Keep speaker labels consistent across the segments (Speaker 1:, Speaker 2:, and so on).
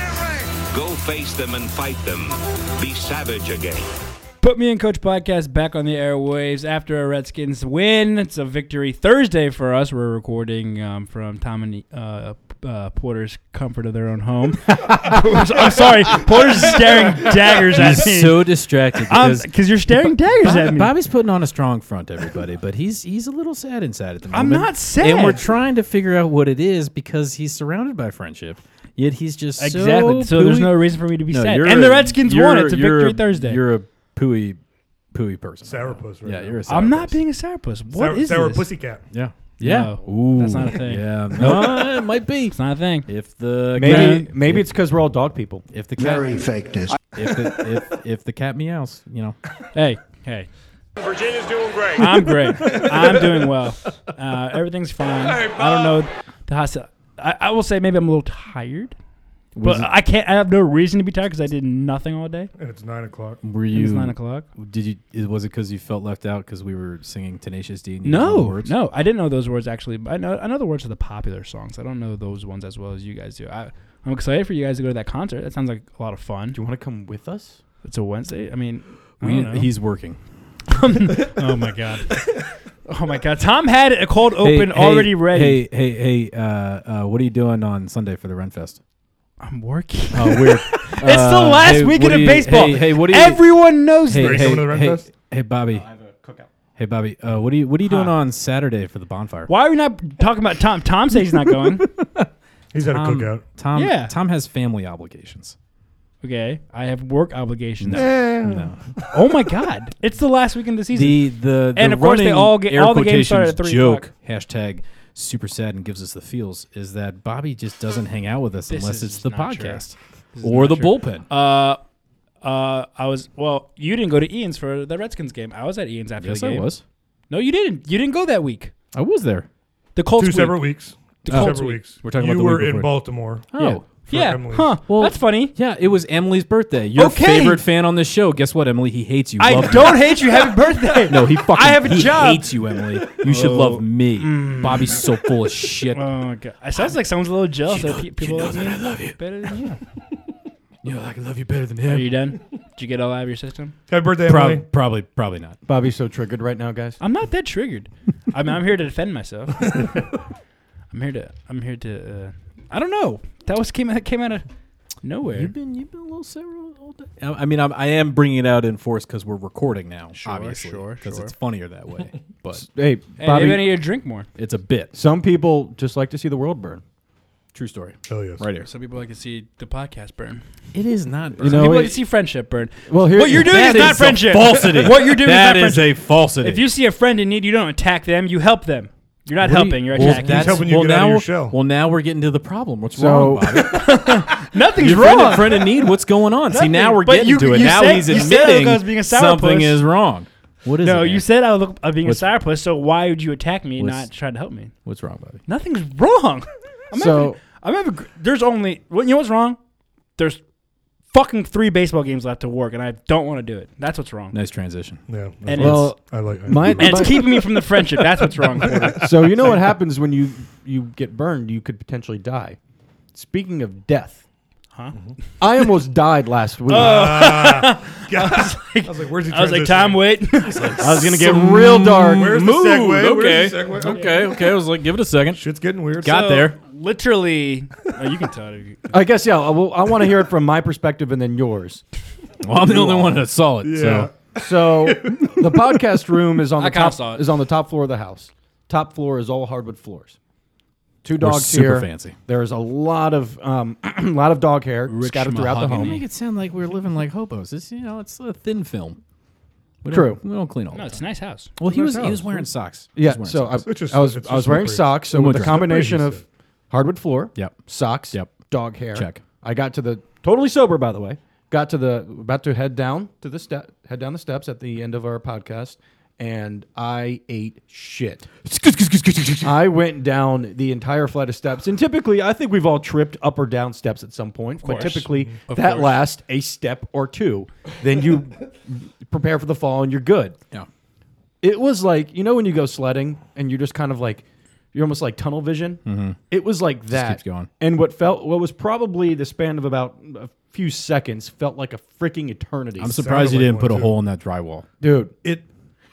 Speaker 1: and rain.
Speaker 2: Go face them and fight them. Be savage again.
Speaker 3: Put Me and Coach podcast back on the airwaves after a Redskins win. It's a victory Thursday for us. We're recording um, from Tom and uh, uh, Porter's comfort of their own home. I'm sorry, Porter's staring daggers at me.
Speaker 4: He's so distracted because
Speaker 3: because you're staring daggers
Speaker 4: Bob-
Speaker 3: at me.
Speaker 4: Bobby's putting on a strong front, everybody, but he's he's a little sad inside at the
Speaker 3: I'm
Speaker 4: moment.
Speaker 3: not sad.
Speaker 4: and we're trying to figure out what it is because he's surrounded by friendship. Yet he's just
Speaker 3: exactly. So,
Speaker 4: So,
Speaker 3: there's
Speaker 4: pooey-
Speaker 3: no reason for me to be
Speaker 4: No,
Speaker 3: sad.
Speaker 4: you're
Speaker 3: And
Speaker 4: a-
Speaker 3: the Redskins
Speaker 4: you're-
Speaker 3: won. It's a
Speaker 4: you're
Speaker 3: victory Thursday.
Speaker 4: You're a pooey pooey person.
Speaker 5: Sourpuss right
Speaker 4: yeah,
Speaker 5: now.
Speaker 4: you're a. Sour
Speaker 3: I'm not being a sourpuss. What
Speaker 5: sour,
Speaker 3: is
Speaker 5: sour
Speaker 3: this?
Speaker 5: pussycat.
Speaker 4: Yeah. Yeah.
Speaker 3: No,
Speaker 4: Ooh.
Speaker 3: that's not a thing.
Speaker 4: Yeah. No, it might be.
Speaker 3: It's not a thing.
Speaker 4: If the
Speaker 6: Maybe
Speaker 4: cat-
Speaker 6: maybe it's because we're all dog people.
Speaker 4: if the cat
Speaker 7: fakeness.
Speaker 4: if the, if, if the cat meows, you know.
Speaker 3: Hey, hey.
Speaker 1: Virginia's doing great.
Speaker 3: I'm great. I'm doing well. Uh, everything's fine. I don't know. The hostel, I, I will say maybe I'm a little tired, but
Speaker 4: Was it-
Speaker 3: I can't. I have no reason to be tired because I did nothing all day.
Speaker 5: And it's nine o'clock.
Speaker 4: were
Speaker 3: And
Speaker 4: you
Speaker 3: It's nine o'clock.
Speaker 4: Did you? Is, was it because you felt left out because we were singing Tenacious D? And you didn't know the
Speaker 3: No,
Speaker 4: words?
Speaker 3: no, I didn't know those words actually. But I know I know the words of the popular songs. I don't know those ones as well as you guys do. I, I'm excited for you guys to go to that concert. That sounds like a lot of fun.
Speaker 6: Do you want to come with us?
Speaker 3: It's a Wednesday. I mean, I
Speaker 4: We,
Speaker 3: don't know.
Speaker 4: he's working.
Speaker 3: oh my god. Oh my god. Tom had a cold open already ready.
Speaker 4: Hey, hey, hey! Uh, uh, what are you doing on Sunday for the Renfest?
Speaker 3: I'm working.
Speaker 4: Oh, uh, weird.
Speaker 3: It's the last weekend of baseball.
Speaker 4: Hey, hey, what are you?
Speaker 3: Everyone knows
Speaker 4: hey,
Speaker 3: this.
Speaker 5: Are you
Speaker 4: hey,
Speaker 5: going to the
Speaker 4: hey,
Speaker 5: Renfest?
Speaker 4: hey, Bobby. Hey, Bobby. Uh, what are you? What are you doing
Speaker 3: Huh.
Speaker 4: on Saturday for the bonfire?
Speaker 3: Why are we not talking about Tom? Tom says he's not going.
Speaker 5: He's at a
Speaker 4: Tom,
Speaker 5: cookout.
Speaker 4: Tom.
Speaker 3: Yeah.
Speaker 4: Tom has family obligations.
Speaker 3: okay, I have work obligations.
Speaker 4: No.
Speaker 3: Oh my God! It's the last weekend of the season.
Speaker 4: the the, the
Speaker 3: And of course they
Speaker 4: running
Speaker 3: all get-
Speaker 4: air
Speaker 3: all the games start
Speaker 4: quotations
Speaker 3: at three
Speaker 4: joke
Speaker 3: o'clock.
Speaker 4: hashtag super sad and gives us the feels is that Bobby just doesn't hang out with us
Speaker 3: This
Speaker 4: unless
Speaker 3: is
Speaker 4: it's the
Speaker 3: not true.
Speaker 4: podcast
Speaker 3: This is
Speaker 4: or
Speaker 3: not
Speaker 4: the
Speaker 3: true.
Speaker 4: bullpen.
Speaker 3: Uh, uh, I was well. You didn't go to Ian's for the Redskins game. I was at Ian's after
Speaker 4: yes,
Speaker 3: the
Speaker 4: I
Speaker 3: game.
Speaker 4: was.
Speaker 3: No, you didn't. You didn't go that week.
Speaker 4: I was there.
Speaker 3: The Colts.
Speaker 5: Two
Speaker 3: week.
Speaker 5: separate weeks. Two
Speaker 3: Colts
Speaker 5: separate
Speaker 3: week.
Speaker 5: weeks.
Speaker 4: We're talking
Speaker 5: you
Speaker 4: about the week
Speaker 5: were in
Speaker 4: before.
Speaker 5: Baltimore.
Speaker 4: Oh. Yeah.
Speaker 5: for
Speaker 3: Yeah.
Speaker 5: Emily's.
Speaker 3: Huh.
Speaker 4: Well-
Speaker 3: That's funny.
Speaker 4: it was Emily's birthday. Your
Speaker 3: Okay.
Speaker 4: favorite fan on this show. Guess what, Emily? He hates you.
Speaker 3: I
Speaker 4: Love
Speaker 3: don't
Speaker 4: me.
Speaker 3: hate you. Happy birthday.
Speaker 4: No, he fucking.
Speaker 3: I have a
Speaker 4: he
Speaker 3: job. Mm.
Speaker 4: hates you, Emily. You should love me. Bobby's so full of shit.
Speaker 3: Oh my God! It sounds like someone's a little jealous. that pe- people like me
Speaker 4: love you.
Speaker 3: better than you.
Speaker 4: You know, I can love you better than
Speaker 3: Are
Speaker 4: him.
Speaker 3: you done? Did you get all out of your system?
Speaker 5: Happy birthday,
Speaker 4: Probably,
Speaker 5: Emily.
Speaker 4: probably, probably not.
Speaker 6: Bobby's so triggered right now, guys.
Speaker 3: I'm not that triggered. I mean, I'm here to defend myself. I'm here to. I'm here to. Uh, I don't know. That was came that came out of nowhere.
Speaker 4: You've been you've been a little sour all day. I I mean, I'm, I am bringing it out in force because we're recording now,
Speaker 3: Sure,
Speaker 4: obviously,
Speaker 3: sure,
Speaker 4: because
Speaker 3: sure.
Speaker 4: it's funnier that way. but
Speaker 6: Hey,
Speaker 3: Hey,
Speaker 6: Bobby.
Speaker 3: maybe I need to drink more.
Speaker 4: it's a bit.
Speaker 6: some people just like to see the world burn.
Speaker 4: True story.
Speaker 5: Hell yes.
Speaker 4: Right here.
Speaker 3: Some people like to see the podcast burn.
Speaker 4: It is not.
Speaker 6: You know,
Speaker 3: people like
Speaker 6: it-
Speaker 3: to see friendship burn.
Speaker 6: well, here
Speaker 3: What you're doing is
Speaker 4: That
Speaker 3: not
Speaker 4: a
Speaker 3: friendship.
Speaker 4: falsity.
Speaker 3: What you're doing is
Speaker 4: That
Speaker 3: not
Speaker 4: is a falsity.
Speaker 3: If you see a friend in need, you don't attack them. You help them. You're not
Speaker 4: What do you-
Speaker 3: helping. You, are
Speaker 4: well,
Speaker 3: attacking.
Speaker 4: that's-
Speaker 5: helping you
Speaker 4: well,
Speaker 5: get out of
Speaker 4: now-
Speaker 5: your shell.
Speaker 4: Well, now we're getting to the problem. What's wrong,
Speaker 6: So-
Speaker 4: Bobby?
Speaker 3: Nothing's
Speaker 4: Your friend,
Speaker 3: wrong.
Speaker 4: friend in need. What's going on? See,
Speaker 3: Nothing.
Speaker 4: now we're
Speaker 3: But
Speaker 4: getting
Speaker 3: you-
Speaker 4: to it.
Speaker 3: you
Speaker 4: Now
Speaker 3: said-
Speaker 4: he's
Speaker 3: you said
Speaker 4: admitting
Speaker 3: I was being a
Speaker 4: something
Speaker 3: sourpuss.
Speaker 4: is wrong. What is
Speaker 3: no,
Speaker 4: it,
Speaker 3: you
Speaker 4: man?
Speaker 3: said I was look- uh, being a
Speaker 4: What's-
Speaker 3: sourpuss. So why would you attack me, and not
Speaker 4: What's-
Speaker 3: try to help me?
Speaker 4: What's wrong, Bobby?
Speaker 3: Nothing's wrong. I'm
Speaker 6: So-
Speaker 3: having, I'm having. gr- There's only. Well, you know what's wrong? There's fucking three baseball games left to work, and I don't want to do it. That's what's wrong.
Speaker 4: Nice transition.
Speaker 5: Yeah.
Speaker 3: And
Speaker 6: Well,
Speaker 5: I like I-
Speaker 6: my,
Speaker 3: And it's
Speaker 6: my-
Speaker 3: keeping me from the friendship. That's what's wrong. Porter.
Speaker 6: so you know what happens when you you get burned? You could potentially die. Speaking of death,
Speaker 3: Huh?
Speaker 6: I almost died last week.
Speaker 5: Uh, God. I, was like, where's he
Speaker 3: I was like, Tom,
Speaker 5: transitioning?"
Speaker 3: wait.
Speaker 6: I was gonna get real dark.
Speaker 5: Where's the segue? Where's the segue?
Speaker 4: Okay. Okay. I was like, give it a second.
Speaker 5: Shit's getting weird.
Speaker 4: Got there.
Speaker 3: Literally, oh, you can tell. it.
Speaker 6: I guess yeah. I, will- I want to hear it from my perspective and then yours.
Speaker 4: Well, I'm the only one that saw it.
Speaker 5: Yeah.
Speaker 4: So
Speaker 6: So the podcast room is on
Speaker 3: I
Speaker 6: the
Speaker 3: kinda
Speaker 6: top
Speaker 3: saw it.
Speaker 6: is on the top floor of the house. Top floor is all hardwood floors. Two
Speaker 4: We're
Speaker 6: dogs
Speaker 4: super
Speaker 6: here.
Speaker 4: fancy.
Speaker 6: There's a lot of um, a lot of dog hair scattered throughout the
Speaker 3: mahogany.
Speaker 6: home.
Speaker 4: Make it sound like we're living like hobos. It's you know, it's a thin film. We
Speaker 6: True.
Speaker 4: Don't, we don't clean all.
Speaker 3: No,
Speaker 4: the
Speaker 3: it's
Speaker 4: time.
Speaker 3: a nice house.
Speaker 4: Well, he
Speaker 5: nice
Speaker 4: was he
Speaker 5: house.
Speaker 4: was wearing socks. He was
Speaker 6: Yeah.
Speaker 4: wearing
Speaker 6: So I,
Speaker 4: socks.
Speaker 5: It's just-
Speaker 6: I was
Speaker 5: it's
Speaker 6: I was
Speaker 5: just
Speaker 6: wearing
Speaker 5: slippery.
Speaker 6: socks. So with the
Speaker 4: Slippery,
Speaker 6: combination
Speaker 5: he
Speaker 6: of
Speaker 5: said.
Speaker 6: hardwood floor,
Speaker 4: Yep.
Speaker 6: socks,
Speaker 4: Yep.
Speaker 6: dog hair.
Speaker 4: Check.
Speaker 6: I got to the totally sober by the way. Got to the about to head down to the step, head down the steps at the end of our podcast, and I ate shit. I went down the entire flight of steps, and typically, I think we've all tripped up or down steps at some point. But
Speaker 3: course.
Speaker 6: typically,
Speaker 3: Of
Speaker 6: that
Speaker 3: course.
Speaker 6: lasts a step or two. Then you prepare for the fall, and you're good.
Speaker 4: Yeah.
Speaker 6: It was like you know when you go sledding and you're just kind of like you're almost like tunnel vision.
Speaker 3: Mm-hmm.
Speaker 6: It was like that.
Speaker 4: keeps going.
Speaker 6: And what felt what was probably the span of about a few seconds felt like a freaking eternity.
Speaker 4: I'm surprised you
Speaker 5: like
Speaker 4: didn't
Speaker 5: one,
Speaker 4: put a
Speaker 5: too.
Speaker 4: hole in that drywall.
Speaker 6: dude.
Speaker 5: It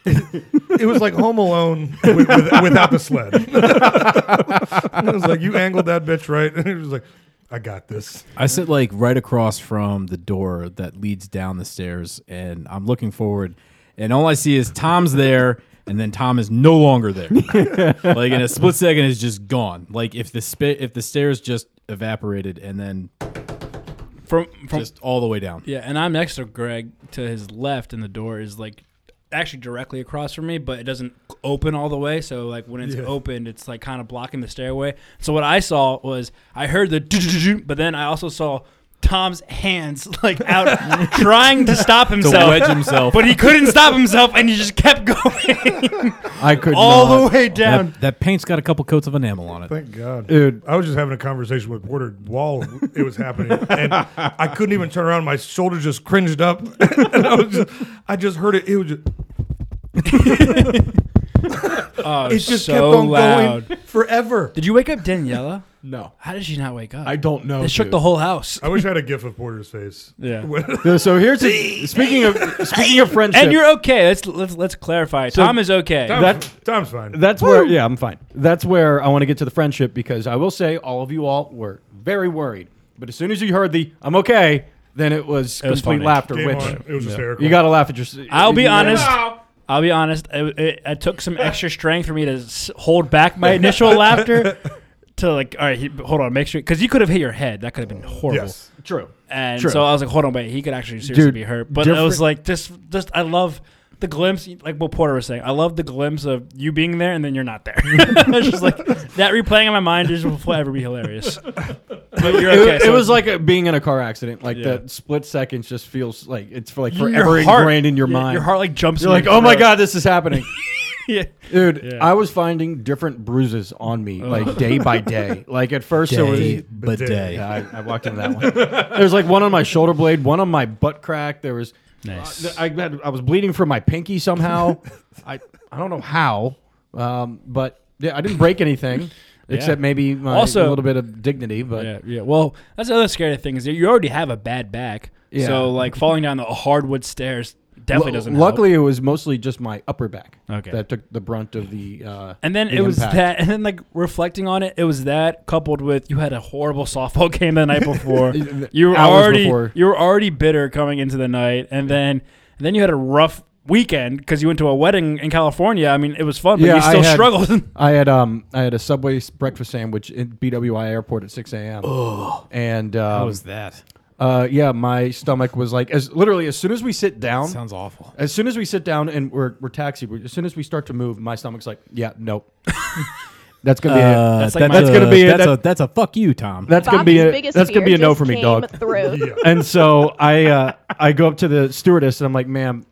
Speaker 5: it was like Home Alone with, with, without the sled. it was like you angled that bitch right, and it was like, I got this.
Speaker 4: I sit like right across from the door that leads down the stairs, and I'm looking forward, and all I see is Tom's there, and then Tom is no longer there. like in a split second, is just gone. Like if the spa- if the stairs just evaporated, and then
Speaker 3: From from
Speaker 4: just all the way down.
Speaker 3: yeah, and I'm next to Greg to his left, and the door is like actually directly across from me, but it doesn't open all the way. So like when it's
Speaker 5: Yeah.
Speaker 3: opened, it's like kind of blocking the stairway. So what I saw was I heard the, doo-doo-doo-doo, but then I also saw. Tom's hands like out trying to stop
Speaker 4: To
Speaker 3: himself,
Speaker 4: wedge himself.
Speaker 3: but he couldn't stop himself, and he just kept going
Speaker 6: I could
Speaker 3: all the
Speaker 6: not-
Speaker 3: way down.
Speaker 4: that, that paint's got a couple coats of enamel on it.
Speaker 5: Thank God.
Speaker 6: Dude.
Speaker 5: I was just having a conversation with Porter while it was happening, and I couldn't even turn around. My shoulders just cringed up, and I was just, I just heard it. It was just,
Speaker 3: Oh,
Speaker 5: it just
Speaker 3: so
Speaker 5: kept on
Speaker 3: loud.
Speaker 5: going forever.
Speaker 3: Did you wake up Daniela?
Speaker 6: No,
Speaker 3: How did she not wake up?
Speaker 6: I don't know.
Speaker 3: They shook
Speaker 6: dude.
Speaker 3: the whole house.
Speaker 5: I wish I had a gif of Porter's face.
Speaker 3: Yeah.
Speaker 6: Dude, So here's a, speaking of speaking of friendship.
Speaker 3: And you're okay. Let's let's let's clarify. Tom is okay.
Speaker 5: Tom,
Speaker 6: That-
Speaker 5: Tom's fine.
Speaker 6: That's where, yeah, I'm fine. That's where I want to get to the friendship because I will say all of you all were very worried. But as soon as you heard the "I'm okay," then it was
Speaker 3: was
Speaker 6: complete
Speaker 3: funny.
Speaker 6: laughter.
Speaker 5: Game
Speaker 6: which
Speaker 5: on. It was hysterical.
Speaker 6: you got to laugh at your.
Speaker 3: I'll be
Speaker 6: you-
Speaker 3: honest. I'll be honest. It, it, it took some extra strength for me to s- hold back my initial laughter. To like, all right, he, hold on, make sure because you could have hit your head. That could have been horrible.
Speaker 5: yes.
Speaker 6: True.
Speaker 3: And
Speaker 6: True.
Speaker 3: so I was like, hold on, wait, he could actually seriously
Speaker 6: Dude,
Speaker 3: be hurt. But I was
Speaker 6: different-
Speaker 3: like, just just I love the glimpse, like what Porter was saying. I love the glimpse of you being there and then you're not there. it's just like that replaying in my mind is will forever be hilarious. But you're
Speaker 6: It,
Speaker 3: okay.
Speaker 6: it
Speaker 3: so
Speaker 6: was like a, being in a car accident. Like
Speaker 3: Yeah.
Speaker 6: that split seconds just feels like it's for like
Speaker 3: your
Speaker 6: forever
Speaker 3: heart-
Speaker 6: ingrained in your
Speaker 3: y-
Speaker 6: mind.
Speaker 3: Your heart like jumps.
Speaker 6: You're
Speaker 3: in
Speaker 6: like,
Speaker 3: your
Speaker 6: oh my
Speaker 3: throat."
Speaker 6: god, this is happening,
Speaker 3: Yeah.
Speaker 6: dude.
Speaker 3: Yeah.
Speaker 6: I was finding different bruises on me, like day by day. Like at first, it was
Speaker 4: Day, but
Speaker 5: bidet.
Speaker 4: day.
Speaker 3: Um,
Speaker 6: Yeah, I, I walked into that one. There was like one on my shoulder blade, one on my butt crack. There was
Speaker 3: Nice.
Speaker 6: uh, I had, I was bleeding from my pinky somehow. I I don't know how, um, but yeah, I didn't break anything except maybe my,
Speaker 3: Also-
Speaker 6: a little bit of dignity. But
Speaker 3: Yeah, yeah. Well, that's the other scary thing is that you already have a bad back.
Speaker 6: Yeah.
Speaker 3: So like falling down the hardwood stairs definitely
Speaker 6: lu-
Speaker 3: doesn't.
Speaker 6: luckily,
Speaker 3: help.
Speaker 6: it was mostly just my upper back
Speaker 3: Okay.
Speaker 6: that took the brunt of the. Uh,
Speaker 3: And then
Speaker 6: the
Speaker 3: it was
Speaker 6: impact.
Speaker 3: that, and then like reflecting on it, it was that coupled with you had a horrible softball game the night before. you were
Speaker 6: Hours
Speaker 3: already
Speaker 6: before.
Speaker 3: you were already bitter coming into the night, and then and then you had a rough weekend because you went to a wedding in California. I mean, it was fun, but
Speaker 6: Yeah,
Speaker 3: you
Speaker 6: I
Speaker 3: still
Speaker 6: had-
Speaker 3: struggled.
Speaker 6: I had um I had a Subway s- breakfast sandwich at BWI Airport at 6 a.m. and um,
Speaker 4: How was that?
Speaker 6: Uh, yeah, my stomach was like as literally as soon as we sit down.
Speaker 4: Sounds awful.
Speaker 6: as soon as we sit down and we're we're taxied, we as soon as we start to move, my stomach's like, yeah, nope. that's gonna be it.
Speaker 3: Uh,
Speaker 4: Uh,
Speaker 3: That's like my-
Speaker 6: that's gonna be it.
Speaker 4: That's,
Speaker 6: That-
Speaker 4: a that's a fuck you, Tom.
Speaker 6: That's gonna be
Speaker 7: Bobby's
Speaker 6: a
Speaker 7: biggest
Speaker 6: that's gonna
Speaker 7: fear
Speaker 6: be a no
Speaker 7: just
Speaker 6: for me,
Speaker 7: came
Speaker 6: dog.
Speaker 7: Through.
Speaker 6: and so I uh, I go up to the stewardess and I'm like, ma'am,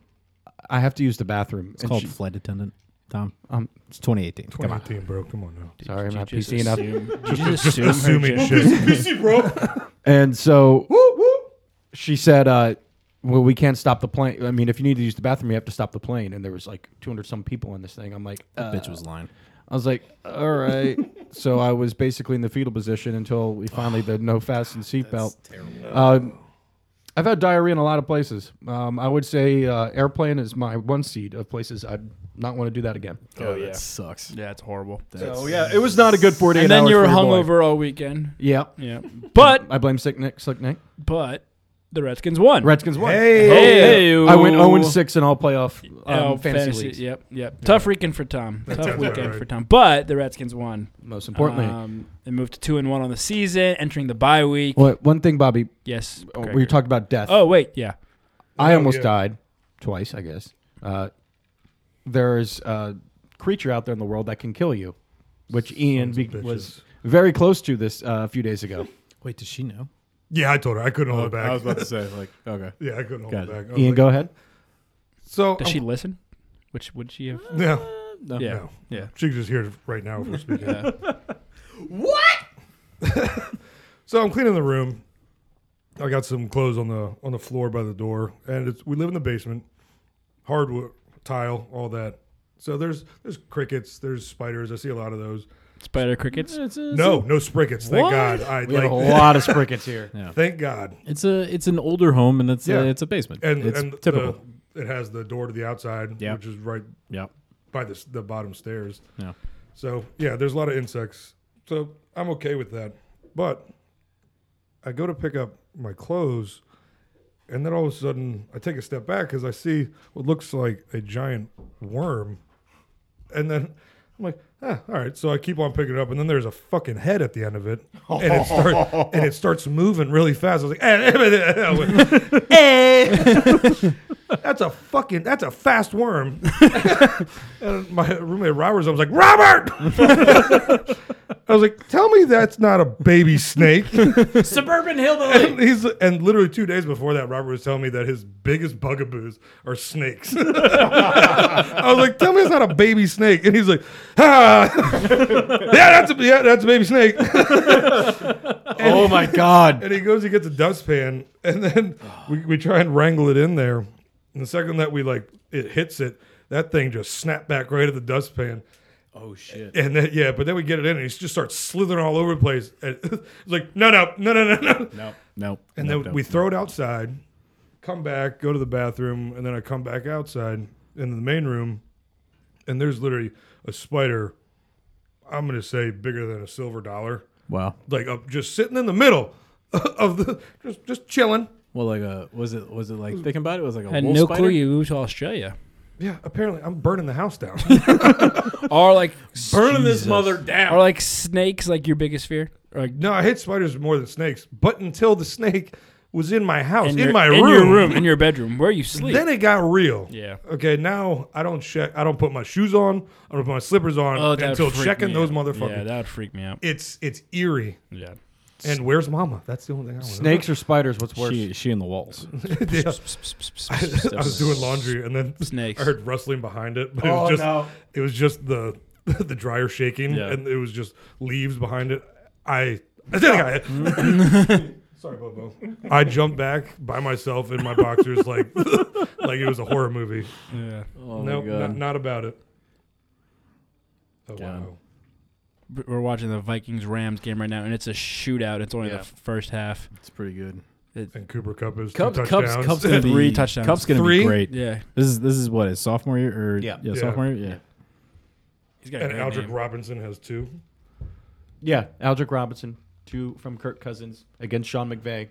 Speaker 6: I have to use the bathroom.
Speaker 4: it's called flight attendant, Tom. Um, it's 2018. Come on.
Speaker 5: 2018, bro. Come on now.
Speaker 6: Sorry, I'm not
Speaker 3: Did
Speaker 6: PC
Speaker 3: you
Speaker 6: enough.
Speaker 3: just assume,
Speaker 5: Assuming shit.
Speaker 6: And so she said, uh, well, we can't stop the plane. I mean, if you need to use the bathroom, you have to stop the plane. And there was like 200 some people on this thing. I'm like, uh,
Speaker 4: Bitch was lying.
Speaker 6: I was like, all right. so I was basically in the fetal position until we finally the no fasten seatbelt. Terrible. Um, I've had diarrhea in a lot of places. Um, I would say uh, airplane is my one seed of places I'd not want to do that again.
Speaker 4: Oh, yeah. That sucks.
Speaker 3: yeah, it's horrible.
Speaker 6: So yeah, it was not a good 48
Speaker 3: and then
Speaker 6: hours
Speaker 3: you were
Speaker 6: for your boy.
Speaker 3: hungover all weekend.
Speaker 6: Yeah,
Speaker 3: Yeah, but
Speaker 6: I blame sick Nick. Sick Nick.
Speaker 3: but the Redskins won.
Speaker 6: Redskins won. Oh,
Speaker 3: Hey,
Speaker 6: I went 0 6 in all playoff um,
Speaker 3: Oh,
Speaker 6: fantasy, leagues.
Speaker 3: Yep, yep. Tough weekend for Tom. Tough
Speaker 5: sounds
Speaker 3: weekend
Speaker 5: right.
Speaker 3: for Tom. But the Redskins won.
Speaker 6: Most importantly,
Speaker 3: um, they moved to two and one on the season, entering the bye week.
Speaker 6: what one thing, Bobby,
Speaker 3: Yes,
Speaker 6: oh,
Speaker 3: Gregor.
Speaker 6: we talked about death.
Speaker 3: Oh wait, yeah.
Speaker 6: I almost
Speaker 5: yeah.
Speaker 6: died twice, I guess. Uh, there's a creature out there in the world that can kill you, which Ian be-
Speaker 5: bitches.
Speaker 6: was very close to this uh, a few days ago.
Speaker 4: Wait, does she know?
Speaker 5: Yeah, I told her I couldn't hold it back.
Speaker 4: Oh, I was about to say, like, okay.
Speaker 5: yeah, I couldn't hold
Speaker 4: Got
Speaker 5: it
Speaker 4: it.
Speaker 5: back. I was
Speaker 6: Ian,
Speaker 5: like,
Speaker 6: go ahead.
Speaker 5: So
Speaker 3: Does she listen? Which would she have?
Speaker 5: No,
Speaker 3: yeah.
Speaker 5: no.
Speaker 3: Yeah.
Speaker 5: She can just hear it right now if we're speaking. what? so I'm cleaning the room. I got some clothes on the on the floor by the door, and it's, we live in the basement, hardwood tile, all that. So there's there's crickets, there's spiders. I see a lot of those.
Speaker 3: Spider crickets.
Speaker 5: No, no sprickets. Thank
Speaker 3: What?
Speaker 5: God. I
Speaker 6: We have a
Speaker 5: like.
Speaker 6: lot of sprickets here.
Speaker 5: Thank God.
Speaker 4: It's a it's an older home and it's
Speaker 5: Yeah.
Speaker 4: a, it's a basement.
Speaker 5: And
Speaker 4: it's
Speaker 5: and the-
Speaker 4: typical.
Speaker 5: it has the door to the outside,
Speaker 4: Yeah.
Speaker 5: which is right
Speaker 4: yeah.
Speaker 5: by the s- the bottom stairs.
Speaker 4: Yeah.
Speaker 5: So yeah, there's a lot of insects. So I'm okay with that. But I go to pick up my clothes, and then all of a sudden I take a step back because I see what looks like a giant worm, and then I'm like, ah, all right. So I keep on picking it up, and then there's a fucking head at the end of it, and it starts and it starts moving really fast. I was like, eh, eh, eh, eh. I went, eh. that's a fucking that's a fast worm. And my roommate Robert, I was like, Robert! I was like, tell me that's not a baby snake.
Speaker 4: Suburban hillbilly.
Speaker 5: and, he's, and literally two days before that, Robert was telling me that his biggest bugaboos are snakes. I was like, tell me it's not a baby snake. And he's like, ah, yeah, that's a, yeah, that's a baby snake.
Speaker 4: oh my god.
Speaker 5: And he goes, he gets a dustpan, and then we, we try and wrangle it in there. And the second that we like it hits it, that thing just snapped back right at the dustpan.
Speaker 4: Oh shit.
Speaker 5: And then yeah, but then we get it in, and it just starts slithering all over the place. And it's like no, no, no, no, no, no.
Speaker 4: No. No.
Speaker 5: And
Speaker 4: no,
Speaker 5: then
Speaker 4: no,
Speaker 5: we
Speaker 4: no.
Speaker 5: throw it outside, come back, go to the bathroom, and then I come back outside into the main room, and there's literally a spider. I'm gonna say bigger than a silver dollar,
Speaker 4: Wow.
Speaker 5: like up just sitting in the middle of the just just chilling.
Speaker 4: Well, like a was it was it like thinking about it, it was like a
Speaker 3: Had
Speaker 4: wolf
Speaker 3: no
Speaker 4: spider?
Speaker 3: clue you moved to Australia.
Speaker 5: Yeah, apparently I'm burning the house down.
Speaker 3: Or like
Speaker 4: burning this mother
Speaker 3: or
Speaker 4: down.
Speaker 3: like snakes, like your biggest fear. Or like
Speaker 5: no, I hate spiders more than snakes, but until the snake was in my house, in,
Speaker 3: your,
Speaker 5: my
Speaker 3: in your room, in your bedroom, where you sleep.
Speaker 5: Then it got real.
Speaker 3: Yeah.
Speaker 5: Okay. Now I don't check. I don't put my shoes on. I don't put my slippers on
Speaker 3: Oh, that would
Speaker 5: until
Speaker 3: freak
Speaker 5: checking
Speaker 3: me
Speaker 5: those
Speaker 3: out.
Speaker 5: motherfuckers.
Speaker 3: Yeah, that would freak me out.
Speaker 5: it's it's eerie.
Speaker 3: Yeah.
Speaker 5: And where's Mama? That's the only thing. I wanna
Speaker 6: Snakes or spiders? What's worse?
Speaker 4: She she in the walls.
Speaker 5: know. Yeah. I was doing laundry and then
Speaker 3: Snakes.
Speaker 5: I heard rustling behind it, but it was
Speaker 6: Oh,
Speaker 5: just
Speaker 6: no.
Speaker 5: it was just the the dryer shaking
Speaker 4: Yeah.
Speaker 5: and it was just leaves behind it. I. I think I- Sorry, Bobo. I jumped back by myself in my boxers, like like it was a horror movie.
Speaker 3: Yeah.
Speaker 4: Oh
Speaker 5: No,
Speaker 4: my god.
Speaker 5: not, not about it. Oh,
Speaker 4: God.
Speaker 5: wow.
Speaker 3: B- We're watching the Vikings Rams game right now, and it's a shootout. It's only
Speaker 4: Yeah.
Speaker 3: the f- first half.
Speaker 4: It's pretty good.
Speaker 5: And Cooper Cup is
Speaker 4: Cubs,
Speaker 5: two
Speaker 4: Cubs,
Speaker 5: touchdowns.
Speaker 4: Cubs gonna be
Speaker 3: Three touchdowns.
Speaker 4: Cubs gonna
Speaker 5: Three?
Speaker 4: be great.
Speaker 3: Yeah.
Speaker 4: This is this is what his sophomore year or
Speaker 6: Yeah.
Speaker 4: yeah
Speaker 5: Yeah.
Speaker 4: sophomore year yeah.
Speaker 3: He's got a
Speaker 5: and
Speaker 3: great
Speaker 5: Aldrick
Speaker 3: name.
Speaker 5: Robinson has two.
Speaker 6: Yeah, Aldrick Robinson, two from Kirk Cousins against Sean McVay.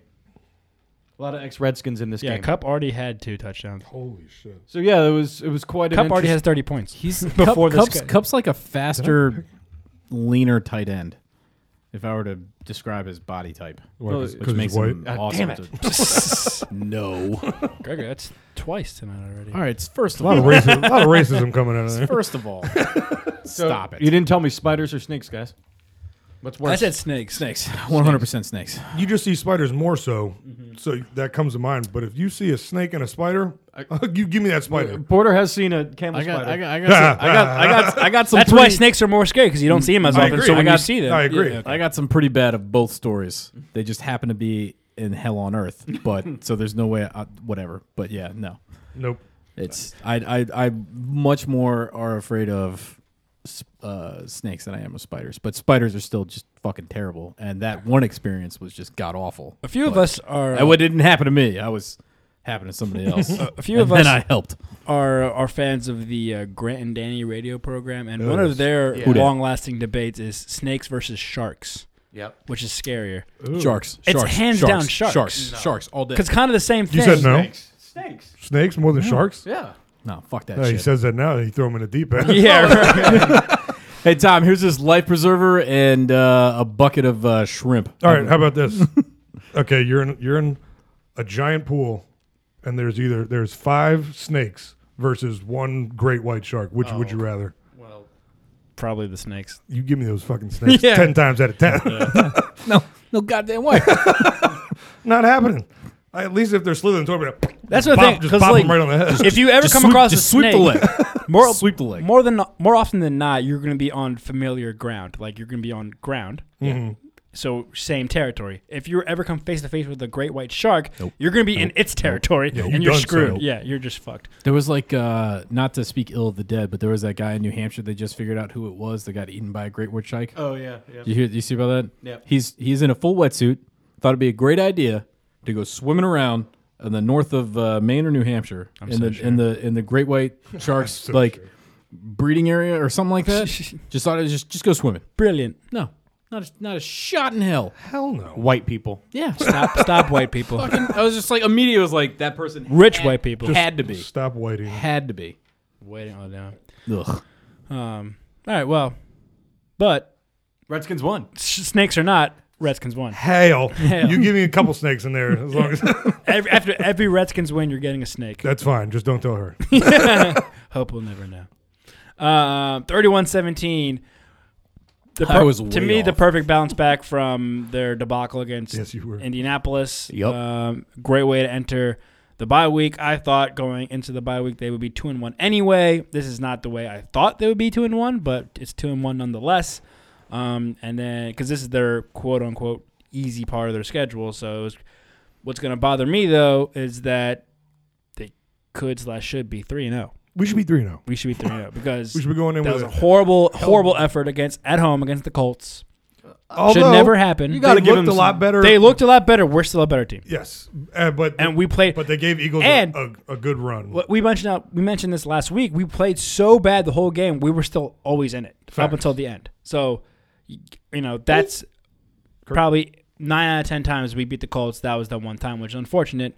Speaker 6: A lot of ex-Redskins in this
Speaker 3: Yeah,
Speaker 6: game.
Speaker 3: Cup already had two touchdowns.
Speaker 5: Holy shit.
Speaker 6: So yeah, it was it was quite.
Speaker 3: Cup
Speaker 6: an
Speaker 3: already
Speaker 6: interest-
Speaker 3: has 30 points.
Speaker 4: He's
Speaker 3: Before this
Speaker 4: Cups,
Speaker 3: guy.
Speaker 4: Cups like a faster, leaner tight end. If I were to describe his body type,
Speaker 5: Well,
Speaker 4: which
Speaker 5: 'cause he's
Speaker 4: makes him
Speaker 6: white? Ah,
Speaker 4: awesome.
Speaker 6: damn
Speaker 4: to- no.
Speaker 3: Gregor, that's twice tonight already.
Speaker 4: All right. First of
Speaker 5: A lot of
Speaker 4: all,
Speaker 5: racism, a lot of racism coming out of there.
Speaker 4: first of all, stop
Speaker 6: You
Speaker 4: it.
Speaker 6: didn't tell me spiders or snakes, guys. What's worse?
Speaker 3: I said snakes.
Speaker 4: Snakes. One hundred percent snakes.
Speaker 5: You just see spiders more so,
Speaker 3: Mm-hmm.
Speaker 5: so that comes to mind. But if you see a snake and a spider, you give me that spider.
Speaker 3: uh,
Speaker 6: Porter has seen a camel
Speaker 4: I got,
Speaker 6: spider.
Speaker 4: I got, I got, some, I got, I got, I got some.
Speaker 3: That's why
Speaker 4: pretty,
Speaker 3: snakes are more scary because you don't see them as
Speaker 5: I
Speaker 3: often.
Speaker 5: agree.
Speaker 3: So
Speaker 5: I
Speaker 3: when you
Speaker 5: got-
Speaker 3: see them,
Speaker 5: I agree.
Speaker 3: Yeah, okay.
Speaker 4: I got some pretty bad of both stories. They just happen to be in hell on earth, but so there's no way. I, whatever. But yeah, no.
Speaker 5: Nope.
Speaker 4: It's I I I much more are afraid of s- uh, snakes than I am of spiders. But spiders are still just fucking terrible, and that one experience was just god awful.
Speaker 3: A few of
Speaker 4: But
Speaker 3: us are.
Speaker 4: That what didn't happen to me. I was happened to somebody else.
Speaker 3: a few of
Speaker 4: and
Speaker 3: us
Speaker 4: then I helped.
Speaker 3: are are fans of the uh, Grant and Danny radio program, and one of
Speaker 5: Yes.
Speaker 3: their
Speaker 6: Yeah. Who
Speaker 4: dat?
Speaker 3: long-lasting debates is snakes versus sharks,
Speaker 6: Yep.
Speaker 3: which is scarier.
Speaker 4: Sharks.
Speaker 3: It's
Speaker 4: sharks,
Speaker 3: hands
Speaker 4: sharks,
Speaker 3: down sharks.
Speaker 4: Sharks. Sharks all day.
Speaker 3: Because kind of the same thing.
Speaker 5: You said no.
Speaker 6: Snakes. Snakes.
Speaker 5: Snakes more than sharks?
Speaker 6: Yeah.
Speaker 4: No, fuck that
Speaker 5: No, he
Speaker 4: shit.
Speaker 5: says that now. He throw him in the deep end.
Speaker 3: Yeah, right.
Speaker 4: hey Tom, here's this life preserver and uh, a bucket of uh, shrimp.
Speaker 5: All right, how about this? okay, you're in you're in a giant pool, and there's either there's five snakes versus one great white shark. Which would
Speaker 3: Oh.
Speaker 5: you rather?
Speaker 6: Well,
Speaker 3: probably the snakes.
Speaker 5: You give me those fucking snakes
Speaker 3: Yeah.
Speaker 5: ten times out of ten.
Speaker 4: No, no goddamn way.
Speaker 5: Not happening. I, at least if they're slithering toward me,
Speaker 3: That's
Speaker 5: just
Speaker 3: the thing,
Speaker 5: pop- Just
Speaker 3: 'cause,
Speaker 5: pop
Speaker 3: like,
Speaker 5: them right on the head.
Speaker 3: If you ever
Speaker 4: Just
Speaker 3: come
Speaker 4: sweep-
Speaker 3: across
Speaker 4: just
Speaker 3: a
Speaker 4: sweep the
Speaker 3: snake,
Speaker 4: leg.
Speaker 3: more
Speaker 4: Sweep the leg.
Speaker 3: More than more often than not, you're going to be on familiar ground. Like you're going to be on ground. Mm-hmm. So same territory. If you ever come face to face with a great white shark, you're going to be in its territory, and
Speaker 5: you
Speaker 3: you're
Speaker 5: done
Speaker 3: screwed.
Speaker 5: so.
Speaker 3: Yeah, you're just fucked.
Speaker 4: There was like uh, not to speak ill of the dead, but there was that guy in New Hampshire. They just figured out who it was that got eaten by a great wood shrike.
Speaker 6: Oh yeah, yeah.
Speaker 4: You hear? You see about that?
Speaker 6: Yep.
Speaker 4: He's he's in a full wetsuit. Thought it'd be a great idea to go swimming around in the north of uh, Maine or New Hampshire in the in the in the great white sharks like breeding area or something like that. just thought it just just go swimming.
Speaker 3: Brilliant.
Speaker 4: No, not a, not a shot in hell.
Speaker 5: Hell no.
Speaker 6: White people.
Speaker 4: Yeah.
Speaker 3: Stop, stop, white people.
Speaker 4: Fucking- I was just like immediately was like that person
Speaker 3: Rich
Speaker 4: had-
Speaker 3: white people.
Speaker 4: had to be
Speaker 5: Stop waiting.
Speaker 4: had to be.
Speaker 3: Waiting all down.
Speaker 4: Ugh.
Speaker 3: Um. All right. Well, but
Speaker 6: Redskins won.
Speaker 3: s- snakes or not, Redskins won.
Speaker 5: Hail. You give me a couple snakes in there as long as
Speaker 3: Every, after every Redskins win, you're getting a snake.
Speaker 5: that's fine. Just don't tell her.
Speaker 3: Hope we'll never know. Um, thirty-one seventeen. The
Speaker 4: I was
Speaker 3: to
Speaker 4: way
Speaker 3: me the
Speaker 4: off.
Speaker 3: perfect bounce back from their debacle against
Speaker 5: Yes, you were.
Speaker 3: Indianapolis.
Speaker 6: Yup.
Speaker 3: Um, great way to enter the bye week. I thought going into the bye week they would be two and one anyway. This is not the way I thought they would be two and one, but it's two and one nonetheless. Um, and then because this is their quote unquote easy part of their schedule, so it was, what's going to bother me though is that they could slash should be three and oh. zero.
Speaker 5: We should be oh. 3 0.
Speaker 3: We should be 3 0 because
Speaker 5: We should be going in
Speaker 3: that
Speaker 5: with
Speaker 3: was a
Speaker 5: it.
Speaker 3: horrible, horrible effort against at home against the Colts.
Speaker 5: Although,
Speaker 3: should never happen.
Speaker 5: You gotta they give looked a lot better.
Speaker 3: They looked a lot better. We're still a better team.
Speaker 5: yes, uh, but
Speaker 3: And we played.
Speaker 5: but they gave Eagles a-
Speaker 3: And-
Speaker 5: a, a, good run.
Speaker 3: what we mentioned out, we mentioned this last week. We played so bad the whole game. We were still always in it up
Speaker 5: Facts.
Speaker 3: until the end. So, y- you know, that's probably nine out of ten times we beat the Colts. That was the one time, which is unfortunate.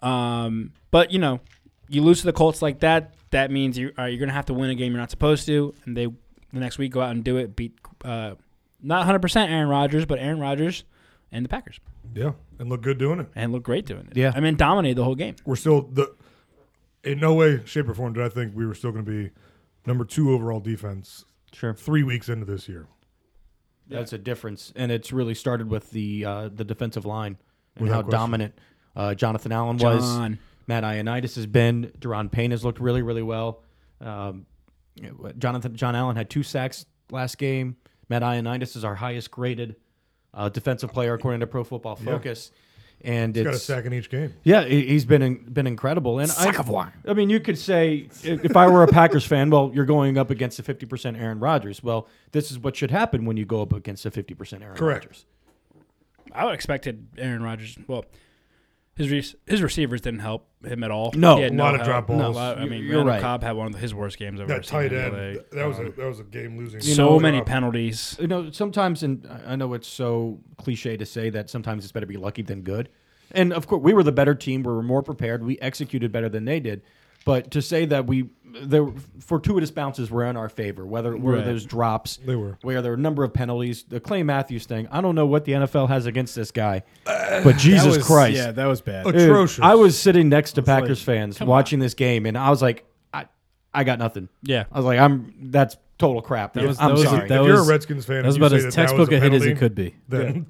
Speaker 3: Um, but you know, you lose to the Colts like that. That means you are you're gonna have to win a game you're not supposed to, and they the next week go out and do it. Beat uh, not 100 percent Aaron Rodgers, but Aaron Rodgers and the Packers,
Speaker 5: Yeah, and look good doing it.
Speaker 3: and look great doing it.
Speaker 6: Yeah.
Speaker 3: I mean, dominated the whole game.
Speaker 5: We're still the. In no way, shape, or form did I think we were still going to be number two overall defense
Speaker 6: Sure.
Speaker 5: three weeks into this year.
Speaker 6: That's a difference, and it's really started with the uh, the defensive line and
Speaker 5: Without
Speaker 6: how
Speaker 5: question.
Speaker 6: dominant uh, Jonathan Allen was.
Speaker 3: John.
Speaker 6: Matt Ioannidis has been. Deron Payne has looked really, really well. Um, you know, Jonathan John Allen had two sacks last game. Matt Ioannidis is our highest graded uh, defensive player according to Pro Football Focus, and
Speaker 5: Got a
Speaker 6: it's
Speaker 5: sack in each game.
Speaker 6: yeah, he- he's been in, been incredible. And I, I mean, you could say if if I were a Packers fan, well, you're going up against a 50% Aaron Rodgers. Well, this is what should happen when you go up against a 50% Aaron
Speaker 5: Correct.
Speaker 6: Rodgers.
Speaker 3: I would expected Aaron Rodgers. Well, his re- his receivers didn't help him at all.
Speaker 6: No,
Speaker 3: He had
Speaker 6: a
Speaker 5: lot of
Speaker 3: help.
Speaker 5: drop balls.
Speaker 3: A lot- I mean,
Speaker 6: You're
Speaker 3: Randall
Speaker 6: right.
Speaker 3: Cobb had one of his worst games I've ever
Speaker 5: That
Speaker 3: seen
Speaker 5: tight
Speaker 3: in
Speaker 5: end, uh,
Speaker 3: LA.
Speaker 5: that was a that was a game losing.
Speaker 3: so many penalties.
Speaker 6: You know, sometimes, and I I know it's so cliche to say that sometimes it's better to be lucky than good. And of course, we were the better team. We were more prepared. We executed better than they did. But to say that we, the fortuitous bounces were in our favor, whether it were
Speaker 3: Right.
Speaker 6: those drops,
Speaker 5: They were.
Speaker 6: where there were a number of penalties. The Clay Matthews thing, I don't know what the NFL has against this guy, but Jesus Christ,
Speaker 4: Yeah, that was bad.
Speaker 6: Dude,
Speaker 5: atrocious.
Speaker 6: I was sitting next to Packers fans watching this game, and I was like, I, I got nothing.
Speaker 3: Yeah.
Speaker 6: I was like, I'm that's total crap.
Speaker 4: was-
Speaker 6: I'm
Speaker 4: that was-
Speaker 6: sorry.
Speaker 4: that
Speaker 5: if you're a
Speaker 4: was-
Speaker 5: Redskins fan,
Speaker 4: that was
Speaker 5: and you
Speaker 4: about
Speaker 5: say
Speaker 4: as
Speaker 5: that that
Speaker 4: textbook
Speaker 5: was a
Speaker 4: a hit as
Speaker 5: penalty,
Speaker 4: it could be.
Speaker 5: Then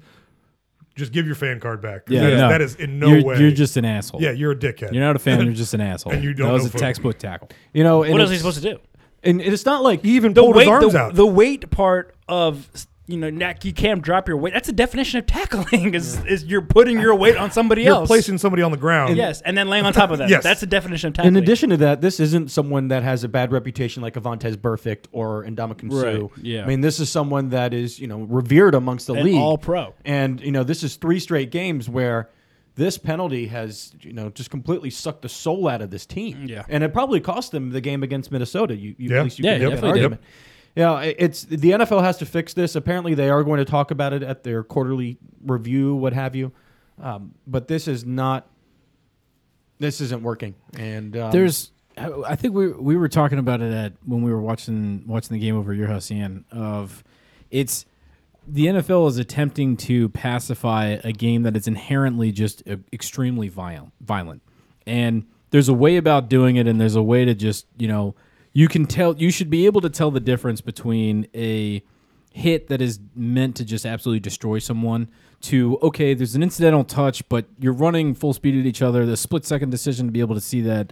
Speaker 5: just give your fan card back.
Speaker 4: Yeah,
Speaker 5: that, is,
Speaker 4: no.
Speaker 5: that is in no
Speaker 4: you're,
Speaker 5: way.
Speaker 4: You're just an asshole.
Speaker 5: yeah, you're a dickhead.
Speaker 4: You're not a fan. You're just an asshole.
Speaker 5: And you don't
Speaker 4: that was
Speaker 5: know
Speaker 4: a
Speaker 5: football.
Speaker 4: textbook tackle.
Speaker 6: you know, and
Speaker 3: What else is he
Speaker 6: it's-
Speaker 3: supposed to do?
Speaker 6: And it's not like
Speaker 5: he even pulled his arms
Speaker 3: the,
Speaker 5: out.
Speaker 3: the weight part of you know, neck, you can't drop your weight. That's the definition of tackling. Is is you're putting your weight on somebody
Speaker 5: you're
Speaker 3: else?
Speaker 5: placing somebody on the ground.
Speaker 3: yes, and then laying on top of that.
Speaker 5: Yes.
Speaker 3: that's the definition of tackling.
Speaker 6: In addition to that, this isn't someone that has a bad reputation like Avantes Burfict or Indomitian Sue.
Speaker 3: Right, yeah.
Speaker 6: I mean, this is someone that is, you know, revered amongst the
Speaker 3: An
Speaker 6: league.
Speaker 3: all-pro.
Speaker 6: And, you know, this is three straight games where this penalty has, you know, just completely sucked the soul out of this team.
Speaker 3: Yeah.
Speaker 6: And it probably cost them the game against Minnesota. You, you
Speaker 5: Yeah.
Speaker 6: at least you
Speaker 3: Yeah,
Speaker 6: can
Speaker 3: it
Speaker 6: make that
Speaker 3: definitely did.
Speaker 6: argument. Yeah, i- it's the NFL has to fix this. Apparently, they are going to talk about it at their quarterly review, what have you. Um, but this is not. This isn't working, and um,
Speaker 4: There's, I I think we we were talking about it at when we were watching watching the game over at your house, Ian. Of it's the NFL is attempting to pacify a game that is inherently just uh, extremely violent, violent, and there's a way about doing it, and there's a way to just you know you can tell you should be able to tell the difference between a hit that is meant to just absolutely destroy someone to okay, there's an incidental touch, but you're running full speed at each other. The split second decision to be able to see that.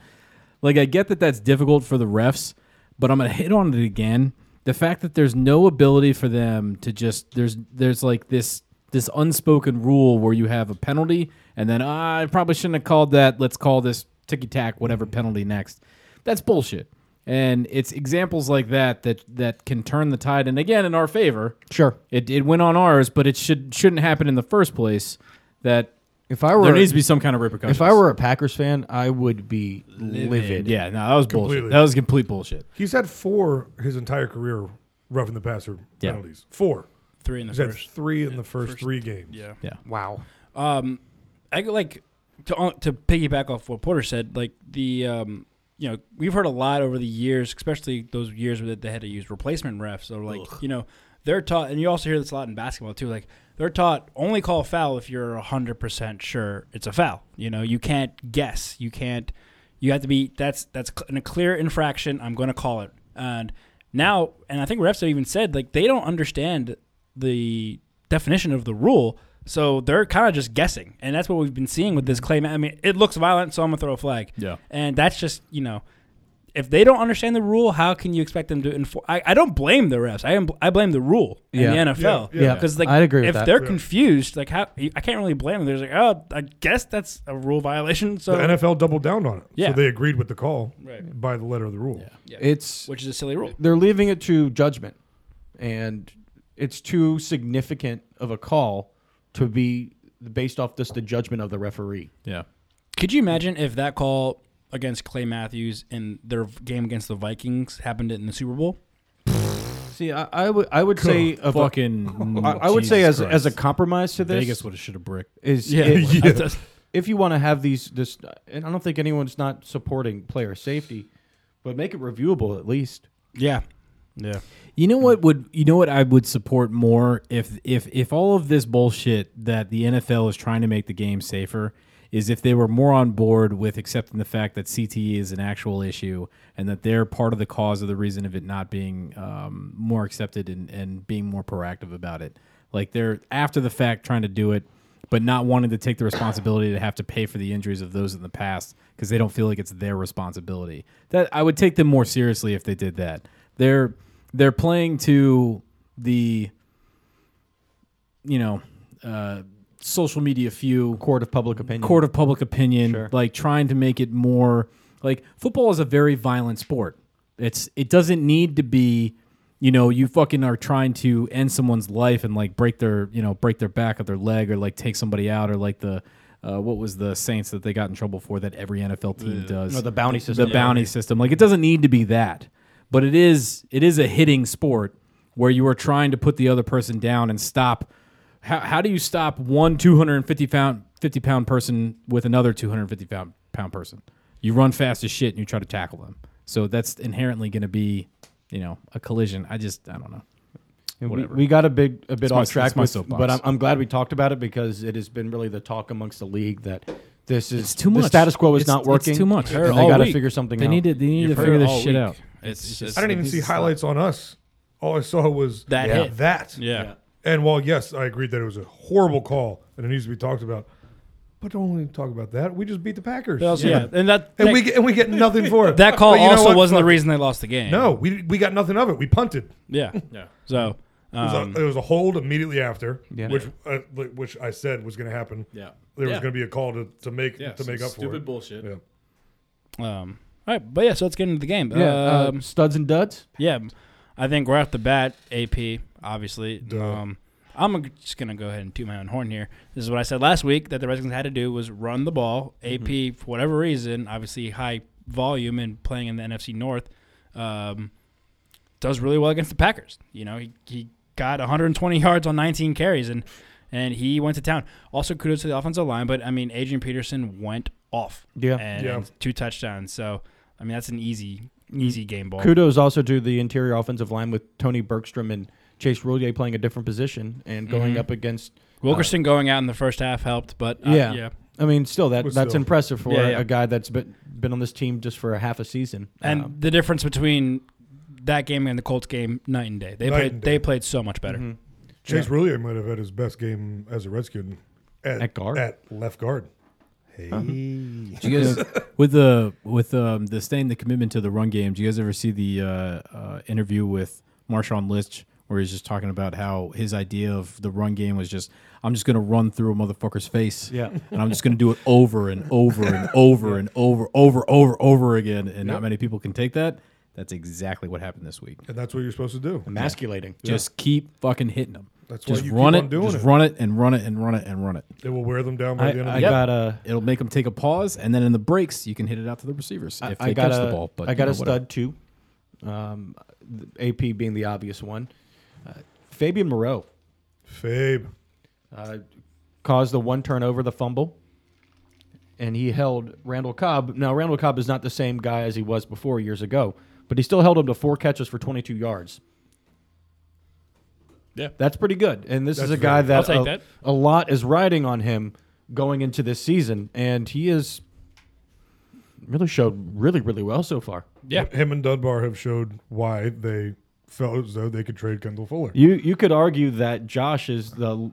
Speaker 4: Like I get that that's difficult for the refs, but I'm gonna hit on it again. The fact that there's no ability for them to just there's there's like this this unspoken rule where you have a penalty and then "Ah, I probably shouldn't have called that. Let's call this ticky tack
Speaker 6: Mm-hmm.
Speaker 4: whatever penalty next. That's bullshit. And it's examples like that that that can turn the tide and again in our favor.
Speaker 6: Sure.
Speaker 4: It, it went on ours, but it should shouldn't happen in the first place. That
Speaker 6: If I
Speaker 4: there
Speaker 6: were
Speaker 4: needs to be some kind of repercussion.
Speaker 6: if I were a Packers fan, I would be livid.
Speaker 4: yeah, no, that was bullshit.
Speaker 5: Completely.
Speaker 4: That was complete bullshit.
Speaker 5: He's had four his entire career roughing the passer
Speaker 4: Yeah.
Speaker 5: penalties. Four.
Speaker 3: Three in the
Speaker 5: He's had
Speaker 3: first.
Speaker 5: three in the first, three games.
Speaker 3: Yeah.
Speaker 6: Wow.
Speaker 3: Um, I could, like to on- to piggyback off what Porter said. Like the um, you know, we've heard a lot over the years, especially those years where they had to use replacement refs. Or like you know, they're taught, and you also hear this a lot in basketball too. Like they're taught only call foul if you're hundred percent sure it's a foul. You know, you can't guess. You can't. You have to be. That's that's cl- in a clear infraction. I'm going to call it. And now, and I think refs have even said like they don't understand the definition of the rule. So they're kind of just guessing, and that's what we've been seeing with this
Speaker 6: Mm-hmm.
Speaker 3: claim. I mean, it looks violent, so I'm gonna throw a flag.
Speaker 4: Yeah.
Speaker 3: and that's just you know, if they don't understand the rule, how can you expect them to enforce? I, I don't blame the refs. I am I blame the rule in
Speaker 6: Yeah.
Speaker 3: the NFL.
Speaker 5: Yeah, yeah.
Speaker 3: because like
Speaker 6: I'd agree with
Speaker 3: if
Speaker 6: that.
Speaker 3: they're confused, like how I can't really blame them. They're just like, oh, I guess that's a rule violation. So
Speaker 5: The NFL doubled down on it.
Speaker 3: Yeah.
Speaker 5: So they agreed with the call
Speaker 3: Right.
Speaker 5: by the letter of the rule.
Speaker 6: It's
Speaker 3: which is a silly rule.
Speaker 6: they're leaving it to judgment, and it's too significant of a call to be based off just the judgment of the referee.
Speaker 4: Yeah,
Speaker 3: Could you imagine if that call against Clay Matthews in their game against the Vikings happened in the Super Bowl?
Speaker 6: See, I, I would I would say of a-
Speaker 4: fucking.
Speaker 6: I, I would say
Speaker 4: Jesus
Speaker 6: as as a
Speaker 4: Christ.
Speaker 6: compromise to this
Speaker 4: Vegas would have should have bricked.
Speaker 6: is
Speaker 3: It-
Speaker 6: it-
Speaker 3: that's-
Speaker 6: if you want to have these this and I don't think anyone's not supporting player safety, but make it reviewable at least.
Speaker 3: yeah, yeah.
Speaker 4: You know what would you know what I would support more if if if all of this bullshit that the NFL is trying to make the game safer is if they were more on board with accepting the fact that CTE is an actual issue and that they're part of the cause of the reason of it not being um, more accepted and, and being more proactive about it. Like they're after the fact trying to do it, but not wanting to take the responsibility to have to pay for the injuries of those in the past because they don't feel like it's their responsibility. That I would take them more seriously if they did that. They're they're playing to the you know uh, social media few
Speaker 6: Court of public opinion.
Speaker 4: court of public opinion like trying to make it more like football is a very violent sport it's it doesn't need to be you know you fucking are trying to end someone's life and like break their you know break their back or their leg or like take somebody out or like the uh, what was the Saints that they got in trouble for that every NFL team does?
Speaker 6: no, the bounty system.
Speaker 4: The bounty system. Like it doesn't need to be that, but it is. It is a hitting sport where you are trying to put the other person down and stop. How, how do you stop one 250 pound 50 pound person with another 250 pound pound person? You run fast as shit and you try to tackle them. So that's inherently going to be, you know, a collision. I just I don't know.
Speaker 6: And we,
Speaker 4: Whatever.
Speaker 6: we got a big a bit
Speaker 4: my-
Speaker 6: off track,
Speaker 4: that's my
Speaker 6: with-
Speaker 4: soapbox.
Speaker 6: but I'm, I'm glad we talked about it because it has been really the talk amongst the league that this is
Speaker 4: It's too much.
Speaker 6: The status quo is
Speaker 4: It's-
Speaker 6: not
Speaker 4: it's
Speaker 6: working.
Speaker 4: too much.
Speaker 6: and
Speaker 4: Heard
Speaker 6: they
Speaker 4: all
Speaker 6: got to
Speaker 4: week.
Speaker 6: figure something
Speaker 4: They
Speaker 6: out.
Speaker 4: need to they need to figure this shit out.
Speaker 7: It's, just,
Speaker 5: I didn't even see highlights on us. All I saw was
Speaker 3: That
Speaker 5: yeah,
Speaker 3: hit.
Speaker 5: That.
Speaker 3: Yeah.
Speaker 5: And while yes, I agreed that it was a horrible call and it needs to be talked about, but don't even talk about that. We just beat the Packers.
Speaker 3: yeah. And that
Speaker 5: And
Speaker 3: that,
Speaker 5: we get- and we get nothing for it.
Speaker 3: that call
Speaker 5: But you know
Speaker 3: also
Speaker 5: what?
Speaker 3: wasn't the
Speaker 5: Fuck
Speaker 3: reason they lost the game.
Speaker 5: it. No, we we got nothing of it. We punted.
Speaker 3: Yeah. Yeah. So
Speaker 5: It was,
Speaker 3: um,
Speaker 5: a, it was a hold immediately after,
Speaker 6: Yeah.
Speaker 5: which uh, li- which I said was going to happen.
Speaker 4: Yeah.
Speaker 5: there was
Speaker 4: Yeah.
Speaker 5: going to be a call to, to make to make up for it.
Speaker 4: bullshit.
Speaker 5: Yeah.
Speaker 3: um, all right, but yeah, so let's get into the game.
Speaker 6: Yeah, uh,
Speaker 3: um,
Speaker 6: studs and duds.
Speaker 3: yeah. I think right off the bat, AP obviously. Um, I'm g- just gonna go ahead and toot my own horn here. This is what I said last week that the Redskins had to do was run the ball. AP for whatever reason, obviously high volume and playing in the NFC North, um, does really well against the Packers. You know, he, he got 120 yards on 19 carries and and he went to town. Also, kudos to the offensive line, but I mean, Adrian Peterson went off.
Speaker 6: Yeah.
Speaker 3: and
Speaker 5: Yeah.
Speaker 3: two touchdowns. So I mean, that's an easy easy game ball.
Speaker 6: Kudos also to the interior offensive line with Tony Bergstrom and Chase Roulier playing a different position and going up against.
Speaker 5: Uh,
Speaker 3: Wilkerson going out in the first half helped, but uh,
Speaker 6: yeah.
Speaker 3: yeah.
Speaker 6: I mean, still that
Speaker 5: But
Speaker 6: that's
Speaker 5: still.
Speaker 6: impressive for
Speaker 3: Yeah, yeah.
Speaker 6: a guy that's been been on this team just for a half a season.
Speaker 3: And
Speaker 6: Um,
Speaker 3: the difference between that game and the Colts game, night and day. They
Speaker 5: Night
Speaker 3: played
Speaker 5: and
Speaker 3: they
Speaker 5: day. Mm-hmm.
Speaker 3: played so much better.
Speaker 5: Chase Roulier might have had his best game as a Redskin at,
Speaker 6: At guard?
Speaker 5: at left guard.
Speaker 4: Do you guys with the with um, the staying the commitment to the run game? Do you guys ever see the uh, uh, interview with Marshawn Lynch where he's just talking about how his idea of the run game was just I'm just gonna run through a motherfucker's face,
Speaker 6: Yeah.
Speaker 4: and I'm just gonna do it over and over and over and over over over over again, and not many people can take that. That's exactly what happened this week.
Speaker 5: And that's what you're supposed to do.
Speaker 6: Emasculating.
Speaker 4: Just keep fucking hitting them.
Speaker 5: That's why
Speaker 4: just
Speaker 5: you
Speaker 4: run
Speaker 5: keep
Speaker 4: it,
Speaker 5: on doing
Speaker 4: just
Speaker 5: it.
Speaker 4: run it and run it and run it and run it.
Speaker 5: It will wear them down by
Speaker 6: I,
Speaker 5: the end of
Speaker 6: I
Speaker 5: the
Speaker 6: got a.
Speaker 4: It'll make them take a pause, and then in the breaks, you can hit it out to the receivers
Speaker 6: I-
Speaker 4: if
Speaker 6: I
Speaker 4: they
Speaker 6: got
Speaker 4: catch
Speaker 6: a,
Speaker 4: the ball. But
Speaker 6: I got
Speaker 4: you know,
Speaker 6: a
Speaker 4: whatever.
Speaker 6: stud too. Um, the AP being the obvious one. Uh, Fabian Moreau
Speaker 5: Fabe.
Speaker 6: uh, caused the one turnover, the fumble, and he held Randall Cobb. Now Randall Cobb is not the same guy as he was before years ago, but he still held him to four catches for 22 yards.
Speaker 7: Yeah.
Speaker 6: that's pretty good. And this
Speaker 5: That's
Speaker 6: is a guy
Speaker 5: very-
Speaker 6: that,
Speaker 7: I'll take
Speaker 6: a,
Speaker 7: that.
Speaker 6: a lot is riding on him going into this season, and he is really showed really really well so far.
Speaker 7: Yeah.
Speaker 5: Him and Dunbar have showed why they felt as though they could trade Kendall Fuller.
Speaker 6: You you could argue that Josh is the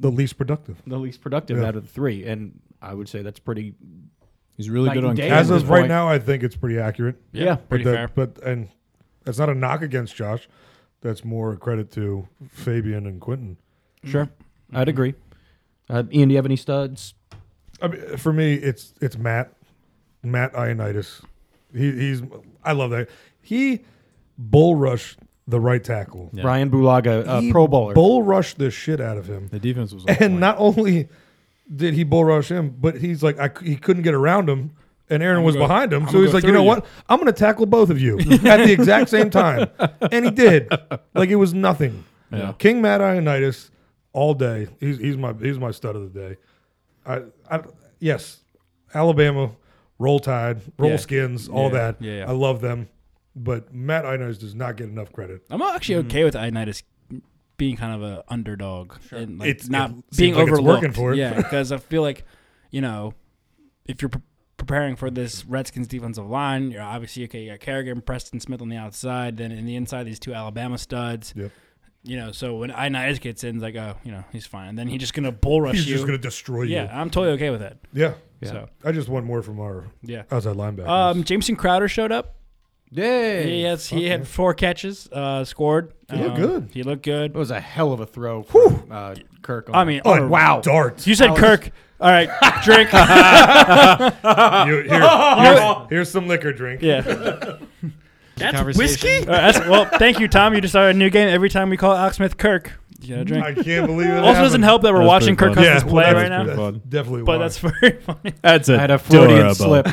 Speaker 5: The least productive.
Speaker 6: the least productive
Speaker 5: Yeah.
Speaker 6: out of the three, and I would say that's pretty.
Speaker 4: He's really good on
Speaker 6: Night and day.
Speaker 4: catch.
Speaker 5: As
Speaker 6: at
Speaker 5: of
Speaker 6: this
Speaker 5: right
Speaker 6: point-
Speaker 5: now, I think it's pretty accurate.
Speaker 6: Yeah,
Speaker 7: Pretty
Speaker 5: but
Speaker 7: fair.
Speaker 5: that, But and that's not a knock against Josh. That's more a credit to Fabian and Quinton.
Speaker 6: sure,
Speaker 3: Mm-hmm.
Speaker 6: I'd agree. Uh, Ian, do you have any studs?
Speaker 5: I mean, for me, it's it's Matt, Matt Ioannidis. He, he's I love that he bull rushed the right tackle.
Speaker 6: Ryan Bulaga, uh,
Speaker 5: He
Speaker 6: Pro Bowler.
Speaker 5: bull rushed the shit out of him.
Speaker 4: The defense was on
Speaker 5: And
Speaker 4: point.
Speaker 5: not only did he bull rush him, but he's like I, c- he couldn't get around him, and Aaron was behind him. so
Speaker 4: gonna
Speaker 5: he's
Speaker 4: go
Speaker 5: like, you know
Speaker 4: through you."
Speaker 5: what? I'm going to tackle both of you at the exact same time, and he did. Like it was nothing.
Speaker 4: Yeah.
Speaker 5: King Matt Ioannidis all day. He's he's my he's my stud of the day. I, I yes, Alabama, Roll Tide, Roll
Speaker 3: Yeah.
Speaker 5: Skins, all
Speaker 3: Yeah.
Speaker 5: that.
Speaker 3: Yeah, yeah.
Speaker 5: I love them, but Matt Ioannidis does not get enough credit.
Speaker 3: I'm actually okay with Ionitis being kind of a underdog and like
Speaker 5: It's-
Speaker 3: not
Speaker 5: it seems
Speaker 3: being
Speaker 5: like it's
Speaker 3: overlooked.
Speaker 5: working for it.
Speaker 3: Yeah, because I feel like you know if you're pre- preparing for this Redskins defensive line, you're obviously okay. You got Kerrigan, Preston Smith on the outside, then in the inside these two Alabama studs.
Speaker 5: Yep.
Speaker 3: You know, so when Ionitis gets in, it's like, oh, you know, he's fine. And then he's just gonna bull rush
Speaker 5: He's
Speaker 3: you.
Speaker 5: just going to destroy you.
Speaker 3: yeah, I'm totally okay with that.
Speaker 5: Yeah.
Speaker 3: So
Speaker 5: I just want more from our
Speaker 3: yeah.
Speaker 5: outside linebackers.
Speaker 3: Um, Jameson Crowder showed up.
Speaker 6: Yay!
Speaker 3: He has, he had four catches, uh, scored. He
Speaker 5: looked good.
Speaker 3: He looked good.
Speaker 6: It was a hell of a throw. From, uh, Kirk. On
Speaker 3: I
Speaker 6: that.
Speaker 3: mean,
Speaker 5: on
Speaker 3: oh,
Speaker 5: darts.
Speaker 3: You said Kirk. All right, drink.
Speaker 5: You- here- here's, here's some liquor drink.
Speaker 3: yeah.
Speaker 4: That's whiskey?
Speaker 3: All right, that's- well, thank you, Tom. You just started a new game. Every time we call Alex Smith Kirk, you gotta drink.
Speaker 5: I can't believe it.
Speaker 3: also, doesn't
Speaker 5: happened.
Speaker 3: help that we're
Speaker 4: That's
Speaker 3: watching
Speaker 4: pretty
Speaker 3: Kirk
Speaker 4: fun.
Speaker 3: Cousins
Speaker 4: Yeah,
Speaker 3: play
Speaker 4: well,
Speaker 3: right
Speaker 4: that's
Speaker 3: now.
Speaker 4: pretty fun.
Speaker 5: definitely
Speaker 3: But
Speaker 5: why.
Speaker 3: that's very funny.
Speaker 4: That's a
Speaker 6: I had a Freudian slip.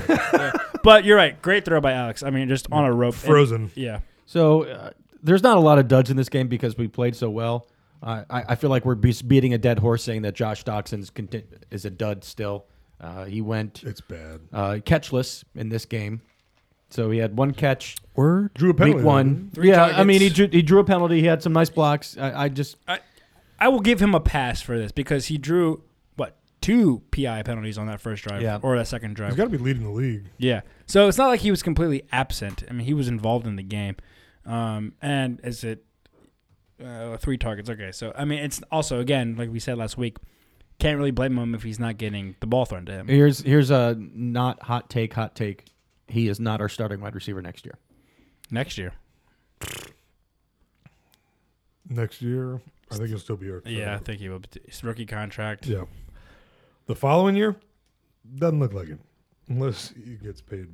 Speaker 3: But you're right. Great throw by Alex. I mean, just on a rope.
Speaker 5: frozen.
Speaker 3: yeah.
Speaker 6: So uh, there's not a lot of duds in this game because we played so well. I I, I feel like we're be- beating a dead horse saying that Josh Doxson's conti- is a dud still. Uh, he went
Speaker 5: It's bad.
Speaker 6: uh, catchless in this game, so he had one catch
Speaker 4: Word.
Speaker 5: Drew a penalty.
Speaker 6: week one. yeah, I mean he drew, he drew a penalty. He had some nice blocks. I, I just
Speaker 3: I will give him a pass for this because he drew what two PI penalties on that first drive
Speaker 6: Yeah.
Speaker 3: or that second drive.
Speaker 5: He's got to be leading the league.
Speaker 3: Yeah. So it's not like he was completely absent. I mean, he was involved in the game. Um, and is it uh, three targets? Okay. So, I mean, it's also, again, like we said last week, can't really blame him if he's not getting the ball thrown to him.
Speaker 6: here's here's a not hot take. Hot take. He is not our starting wide receiver next year.
Speaker 3: Next year.
Speaker 5: Next year, I think he'll still be here.
Speaker 3: Yeah, I think he will. His rookie contract.
Speaker 5: Yeah. The following year, doesn't look like it. Unless he gets paid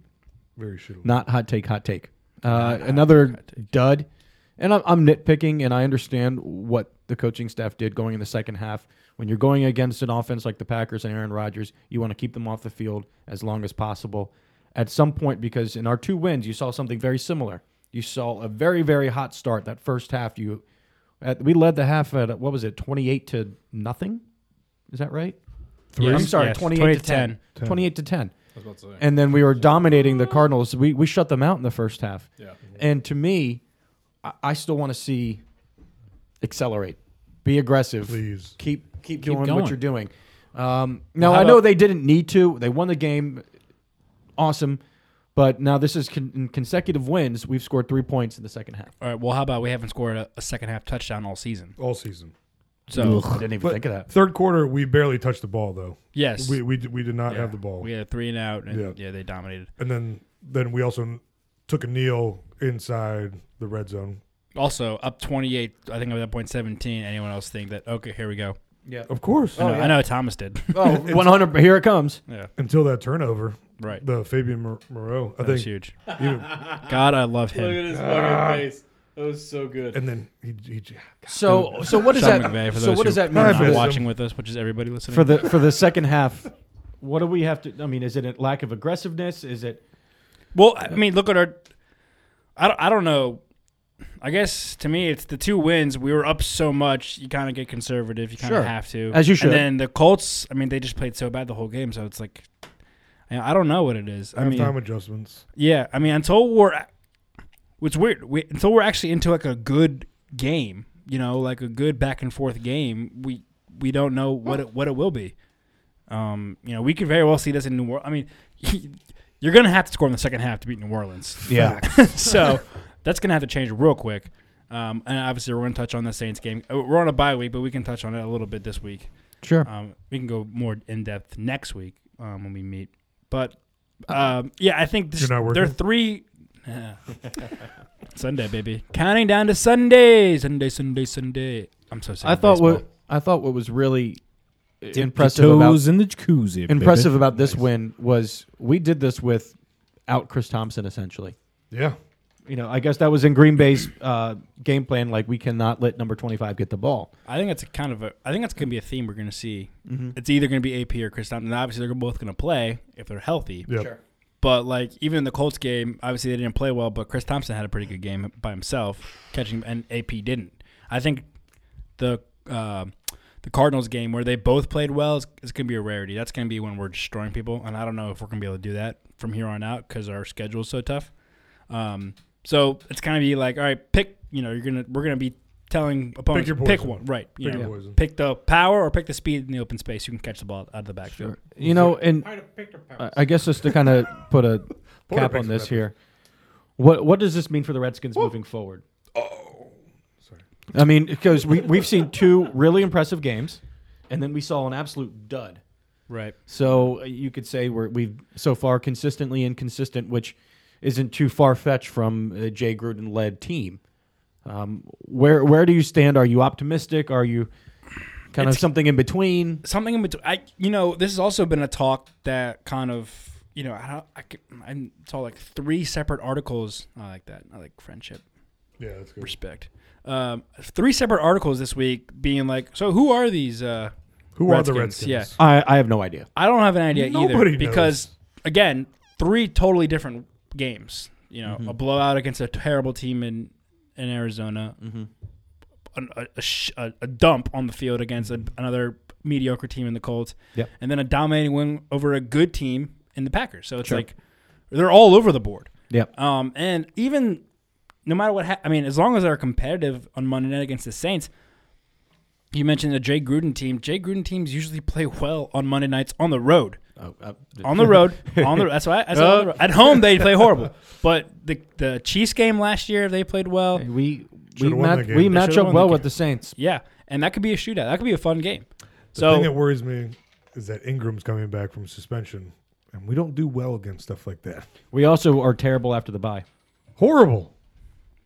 Speaker 5: very shittily.
Speaker 6: Not hot take, hot take. Uh, another dud. And I'm, I'm nitpicking, and I understand what the coaching staff did going in the second half. When you're going against an offense like the Packers and Aaron Rodgers, you want to keep them off the field as long as possible. At some point, because in our two wins, you saw something very similar. You saw a very, very hot start that first half. You, at, we led the half at what was it, 28 to nothing? Is that right?
Speaker 3: Yes,
Speaker 6: I'm sorry,
Speaker 3: yes,
Speaker 6: 28, to 10. 28 to 10.
Speaker 4: about to say.
Speaker 6: And then we were dominating the Cardinals. We, we shut them out in the first half.
Speaker 4: Yeah.
Speaker 6: And to me, I, I still want to see accelerate, be aggressive,
Speaker 5: Please.
Speaker 6: keep keep
Speaker 4: Keep
Speaker 6: doing
Speaker 4: going.
Speaker 6: what you're doing. Um, now
Speaker 3: how
Speaker 6: I know
Speaker 3: about-
Speaker 6: they didn't need to. They won the game, awesome. But now this is con- in consecutive wins. We've scored three points in the second half.
Speaker 3: All right. Well, how about we haven't scored a, a second half touchdown all season?
Speaker 5: All season.
Speaker 3: So
Speaker 6: I didn't even
Speaker 5: But
Speaker 6: think of that.
Speaker 5: Third quarter, we barely touched the ball though.
Speaker 3: yes,
Speaker 5: We we, d- we did not
Speaker 3: Yeah.
Speaker 5: have the ball,
Speaker 3: We had a three and out, and
Speaker 5: Yeah.
Speaker 3: yeah, they dominated.
Speaker 5: and then then we also took a kneel inside the red zone.
Speaker 3: Also up twenty eight. I think at that point seventeen. Anyone else think that? Okay, here we go.
Speaker 5: Of course,
Speaker 3: I know, I know Thomas did.
Speaker 6: Oh, 100. Here it comes.
Speaker 5: until that turnover,
Speaker 3: right,
Speaker 5: the Fabian Mor- Moreau. I
Speaker 3: that was
Speaker 5: think,
Speaker 3: huge.
Speaker 5: even,
Speaker 3: God, I love him.
Speaker 4: Look at his fucking face. That was so good.
Speaker 5: and then he, he j-
Speaker 6: So so what does
Speaker 3: Sean
Speaker 6: that?
Speaker 3: McVay, for
Speaker 6: so
Speaker 3: those
Speaker 6: what
Speaker 3: who
Speaker 6: does that
Speaker 5: I
Speaker 6: mean
Speaker 3: Not
Speaker 5: miss him.
Speaker 3: watching with us, which is everybody listening.
Speaker 6: for the for the second half? What do we have to? I mean, is it a lack of aggressiveness? Is it?
Speaker 3: Well, I mean, look at our. I don't, I don't know. I guess to me, it's the two wins. We were up so much, you kind of get conservative. You kind of
Speaker 6: Sure.
Speaker 3: have to,
Speaker 6: As you should.
Speaker 3: And then the Colts. I mean, they just played so bad the whole game. So it's like, I I don't know what it is. I mean,
Speaker 5: halftime adjustments.
Speaker 3: yeah. I mean, until we're, it's weird. We, until we're actually into like a good game, you know, like a good back and forth game, we we don't know what it what it will be. Um, you know, we could very well see this in New Orleans. I mean, you're gonna have to score in the second half to beat New Orleans.
Speaker 6: Yeah.
Speaker 3: so that's gonna have to change real quick. Um, and obviously, we're gonna touch on the Saints game. Uh, We're on a bye week, but we can touch on it a little bit this week.
Speaker 6: Sure.
Speaker 3: Um, we can go more in depth next week um, when we meet. But um, yeah, I think this,
Speaker 5: You're not
Speaker 3: there are
Speaker 5: working?
Speaker 3: three. uh, Yeah. Sunday, baby. Counting down to Sunday. Sunday, Sunday, Sunday. I'm so sick.
Speaker 6: I
Speaker 3: of
Speaker 6: thought what
Speaker 3: baseball.
Speaker 6: I thought what was really impressive about
Speaker 4: Toes in the jacuzzi.
Speaker 6: impressive about this win was we did this with out Chris Thompson essentially.
Speaker 5: Yeah,
Speaker 6: You know, I guess that was in Green Bay's uh, game plan. Like we cannot let number twenty five get the ball.
Speaker 3: I think that's a kind of a. I think that's going to be a theme we're going to see.
Speaker 6: Mm-hmm.
Speaker 3: It's either going to be AP or Chris Thompson. Obviously, they're both going to play if they're healthy.
Speaker 5: yeah.
Speaker 3: But like even in the Colts game, obviously they didn't play well, but Chris Thompson had a pretty good game by himself, catching and AP didn't. I think the uh, the Cardinals game where they both played well is, is going to be a rarity. That's going to be when we're destroying people, and I don't know if we're going to be able to do that from here on out because our schedule is so tough. Um, so it's kind of be like, all right, pick. You know, you're gonna we're gonna be telling opponents
Speaker 5: your
Speaker 3: pick,
Speaker 5: poison.
Speaker 3: one, right? You
Speaker 5: Pick your
Speaker 3: know,
Speaker 5: poison.
Speaker 3: pick the power or pick the speed in the open space. You can catch the ball out of the backfield.
Speaker 6: You know, and I I guess just to kind of put a cap
Speaker 5: picks
Speaker 6: on this
Speaker 5: it up.
Speaker 6: here. What what does this mean for the Redskins moving forward? Oh, sorry. I mean, because we we've seen two really impressive games, and then we saw an absolute dud.
Speaker 3: Right.
Speaker 6: So uh, you could say we're, we've so far consistently inconsistent, which isn't too far fetched from a Jay Gruden led team. Um, where where do you stand? Are you optimistic? Are you kind of something in between?
Speaker 3: something in between. I, you know, this has also been a talk that kind of, you know, I, don't- I, could- I saw like three separate articles. I like that. I like friendship,
Speaker 5: Yeah, that's good.
Speaker 3: respect. Um, three separate articles this week being like, so who are these? Uh,
Speaker 5: Who are the Redskins?
Speaker 3: Redskins, yeah.
Speaker 6: I, I have no idea.
Speaker 3: I don't have an idea
Speaker 5: Nobody
Speaker 3: either
Speaker 5: knows.
Speaker 3: because again, three totally different games. You know,
Speaker 5: Mm-hmm.
Speaker 3: a blowout against a terrible team in in Arizona,
Speaker 5: Mm-hmm.
Speaker 3: an- a, a, sh- a, a dump on the field against a, another mediocre team in the Colts,
Speaker 6: Yep.
Speaker 3: and then a dominating win over a good team in the Packers. So it's like they're all over the board.
Speaker 6: Yep.
Speaker 3: Um, and even no matter what, ha- I mean, as long as they're competitive on Monday night against the Saints, you mentioned the Jay Gruden team. Jay Gruden teams usually play well on Monday nights on the road.
Speaker 6: Uh,
Speaker 3: on the road, on the that's why that's why on the road. at home they play horrible. But the the Chiefs game last year they played well.
Speaker 6: We we,
Speaker 5: Should've won
Speaker 6: mat-
Speaker 5: that game.
Speaker 6: we
Speaker 5: They
Speaker 6: match
Speaker 3: should've
Speaker 6: up
Speaker 3: won
Speaker 6: well
Speaker 3: that
Speaker 6: with
Speaker 3: game.
Speaker 6: the Saints.
Speaker 3: Yeah, and that could be a shootout. That could be a fun game.
Speaker 5: The thing that
Speaker 3: So
Speaker 5: worries me is that Ingram's coming back from suspension, and we don't do well against stuff like that.
Speaker 6: We also are terrible after the bye.
Speaker 5: Horrible.